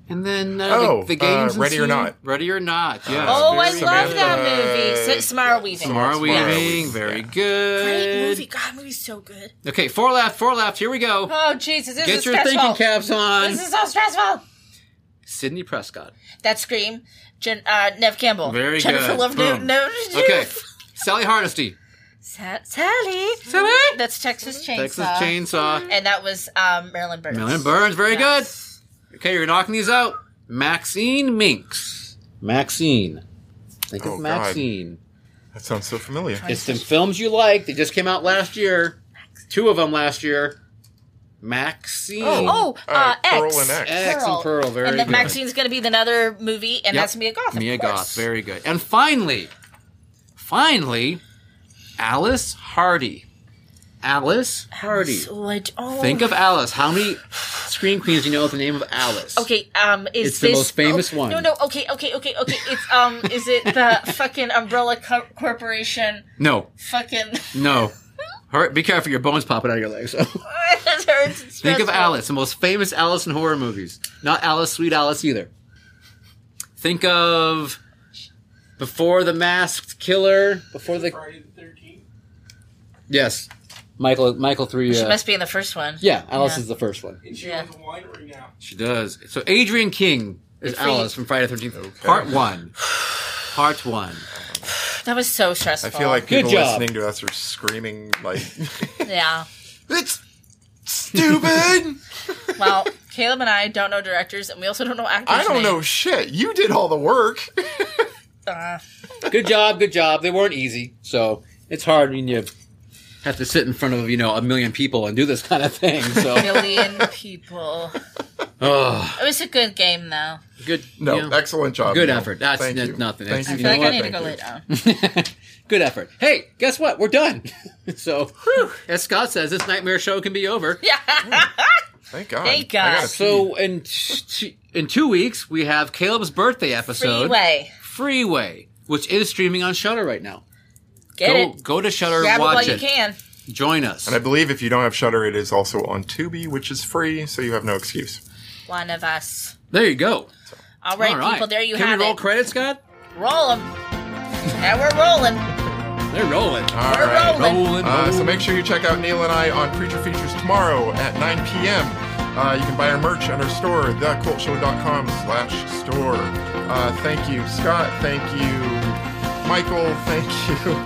[SPEAKER 2] And then uh,
[SPEAKER 3] Oh,
[SPEAKER 2] the, the games.
[SPEAKER 3] uh, Ready or
[SPEAKER 2] ensued.
[SPEAKER 3] Not.
[SPEAKER 2] Ready or Not, yes.
[SPEAKER 1] Oh, I
[SPEAKER 2] very
[SPEAKER 1] love
[SPEAKER 2] good.
[SPEAKER 1] that movie. S-
[SPEAKER 3] Uh,
[SPEAKER 1] Samara Weaving.
[SPEAKER 2] Tomorrow
[SPEAKER 3] Tomorrow
[SPEAKER 2] Weaving,
[SPEAKER 3] Weaving,
[SPEAKER 2] very
[SPEAKER 3] yeah.
[SPEAKER 2] good.
[SPEAKER 1] Great movie. God, that movie's so good.
[SPEAKER 2] Okay, four left, four left. Here we go.
[SPEAKER 1] Oh Jesus, this
[SPEAKER 2] Get
[SPEAKER 1] is
[SPEAKER 2] your
[SPEAKER 1] stressful.
[SPEAKER 2] thinking caps on.
[SPEAKER 1] This is so stressful.
[SPEAKER 2] Sydney Prescott.
[SPEAKER 1] That scream, Jen, uh, Nev Campbell,
[SPEAKER 2] Very
[SPEAKER 1] Jennifer
[SPEAKER 2] good.
[SPEAKER 1] Love Newton.
[SPEAKER 2] Boom.
[SPEAKER 1] No,
[SPEAKER 2] Okay, Sally Hardesty,
[SPEAKER 1] Sa- Sally,
[SPEAKER 2] Sally?
[SPEAKER 1] That's Texas Chainsaw.
[SPEAKER 2] Texas Chainsaw.
[SPEAKER 1] And that was um, Marilyn Burns.
[SPEAKER 2] Marilyn Burns, very
[SPEAKER 1] Yes.
[SPEAKER 2] good. Okay, you're knocking these out. Maxine Minks. Maxine. Think
[SPEAKER 3] Oh,
[SPEAKER 2] of
[SPEAKER 3] God.
[SPEAKER 2] Maxine.
[SPEAKER 3] That sounds so familiar.
[SPEAKER 2] It's some films you like. They just came out last year. Two of them last year. Maxine.
[SPEAKER 1] Oh, uh,
[SPEAKER 3] Uh, Pearl
[SPEAKER 1] X.
[SPEAKER 3] and X.
[SPEAKER 2] X and Pearl, very
[SPEAKER 1] And then
[SPEAKER 2] good.
[SPEAKER 1] Maxine's going to be in another movie, and
[SPEAKER 2] Yep.
[SPEAKER 1] that's Mia Goth. of
[SPEAKER 2] Mia
[SPEAKER 1] course.
[SPEAKER 2] Goth, very good. And finally, finally, Alice Hardy. Alice Hardy.
[SPEAKER 1] So I d- oh.
[SPEAKER 2] Think of Alice. How many screen queens do you know with the name of Alice?
[SPEAKER 1] Okay, um, is
[SPEAKER 2] It's the
[SPEAKER 1] this,
[SPEAKER 2] most famous
[SPEAKER 1] oh,
[SPEAKER 2] one.
[SPEAKER 1] No, no, okay, okay, okay, okay. It's um, is it the fucking Umbrella Co- Corporation?
[SPEAKER 2] No,
[SPEAKER 1] Fucking,
[SPEAKER 2] no. Her, be careful, your bones popping out of your legs. Think
[SPEAKER 1] It hurts. It's
[SPEAKER 2] of
[SPEAKER 1] stressful.
[SPEAKER 2] Alice, the most famous Alice in horror movies. Not Alice, Sweet Alice either. Think of Before the Masked Killer. Before the
[SPEAKER 4] Friday the 13th.
[SPEAKER 2] yes, Michael. Michael three.
[SPEAKER 1] She
[SPEAKER 2] uh,
[SPEAKER 1] must be in the first one.
[SPEAKER 2] yeah, Alice
[SPEAKER 1] Yeah.
[SPEAKER 2] is the first one.
[SPEAKER 4] And she
[SPEAKER 1] Yeah.
[SPEAKER 4] has a winery now.
[SPEAKER 2] She does. So Adrian King is
[SPEAKER 1] Good for you.
[SPEAKER 2] Alice from Friday the Thirteenth,
[SPEAKER 3] Okay.
[SPEAKER 2] Part One. Part One.
[SPEAKER 1] That was so
[SPEAKER 3] I
[SPEAKER 1] stressful.
[SPEAKER 3] feel like
[SPEAKER 2] Good
[SPEAKER 3] people
[SPEAKER 2] job.
[SPEAKER 3] listening to us are screaming like,
[SPEAKER 1] yeah.
[SPEAKER 3] "It's stupid!
[SPEAKER 1] Well, Caleb and I don't know directors, and we also don't know actors.
[SPEAKER 3] I don't know shit. You did all the work."
[SPEAKER 1] know. Uh,
[SPEAKER 2] Good job. Good job. They weren't easy, so it's hard when you have to sit in front of you know a million people and do this kind of thing. So,
[SPEAKER 1] million people.
[SPEAKER 2] oh,
[SPEAKER 1] It was a good game, though.
[SPEAKER 2] good.
[SPEAKER 3] No,
[SPEAKER 2] you know,
[SPEAKER 3] excellent job.
[SPEAKER 2] Good
[SPEAKER 3] Neil.
[SPEAKER 2] effort. That's-
[SPEAKER 3] Thank
[SPEAKER 2] that's
[SPEAKER 3] you.
[SPEAKER 2] nothing.
[SPEAKER 3] Thank
[SPEAKER 2] That's-
[SPEAKER 1] I
[SPEAKER 3] you.
[SPEAKER 1] feel like I
[SPEAKER 3] Neil.
[SPEAKER 1] need to
[SPEAKER 3] Thank
[SPEAKER 1] go
[SPEAKER 3] you.
[SPEAKER 1] lay down.
[SPEAKER 2] good effort. Hey, guess what? We're done. so, as Scott says, this nightmare show can be over.
[SPEAKER 1] Yeah.
[SPEAKER 3] Thank God.
[SPEAKER 1] Thank
[SPEAKER 3] I
[SPEAKER 1] God.
[SPEAKER 3] gotta
[SPEAKER 2] So, in t- in two weeks, we have Caleb's birthday episode,
[SPEAKER 1] Freeway.
[SPEAKER 2] Freeway, which is streaming on Shutter right now.
[SPEAKER 1] Get
[SPEAKER 2] go,
[SPEAKER 1] it.
[SPEAKER 2] go to Shutter,
[SPEAKER 1] Grab it while
[SPEAKER 2] watch
[SPEAKER 1] you
[SPEAKER 2] it,
[SPEAKER 1] can.
[SPEAKER 2] join us.
[SPEAKER 3] And I believe if you don't have Shutter, it is also on Tubi, which is free, so you have no excuse.
[SPEAKER 1] One of us.
[SPEAKER 2] There you go.
[SPEAKER 1] All right,
[SPEAKER 2] All right.
[SPEAKER 1] people. There you
[SPEAKER 2] Can
[SPEAKER 1] have
[SPEAKER 2] we roll
[SPEAKER 1] it.
[SPEAKER 2] credits, Scott?
[SPEAKER 1] roll them. and we're rolling.
[SPEAKER 2] They're rolling.
[SPEAKER 3] All
[SPEAKER 1] We're
[SPEAKER 3] right.
[SPEAKER 1] rolling.
[SPEAKER 2] Rolling.
[SPEAKER 3] Uh, so make sure you check out Neil and I on Preacher Features tomorrow at 9 p.m. Uh, you can buy our merch at our store, thecultshow.com slash store. Uh, thank you, Scott. Thank you, Michael. Thank you,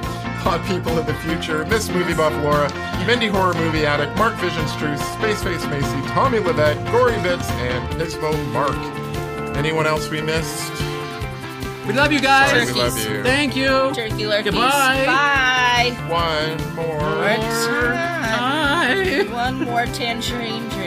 [SPEAKER 3] Pod People of the Future, Miss Movie Buff Laura, Mindy Horror Movie Addict, Mark Vision's Truth, Space Face Macy, Tommy Levette, Gory Bits, and Pismo Mark. Anyone else we missed?
[SPEAKER 2] we love you guys.
[SPEAKER 3] Sorry, we love
[SPEAKER 1] Turkeys.
[SPEAKER 3] you.
[SPEAKER 2] Thank you.
[SPEAKER 1] Turkey lurkies.
[SPEAKER 2] Goodbye.
[SPEAKER 1] Bye.
[SPEAKER 3] One more.
[SPEAKER 2] Bye.
[SPEAKER 1] One more tangerine dream.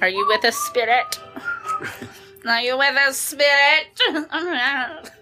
[SPEAKER 1] Are you with us, spirit? Are you with us, spirit?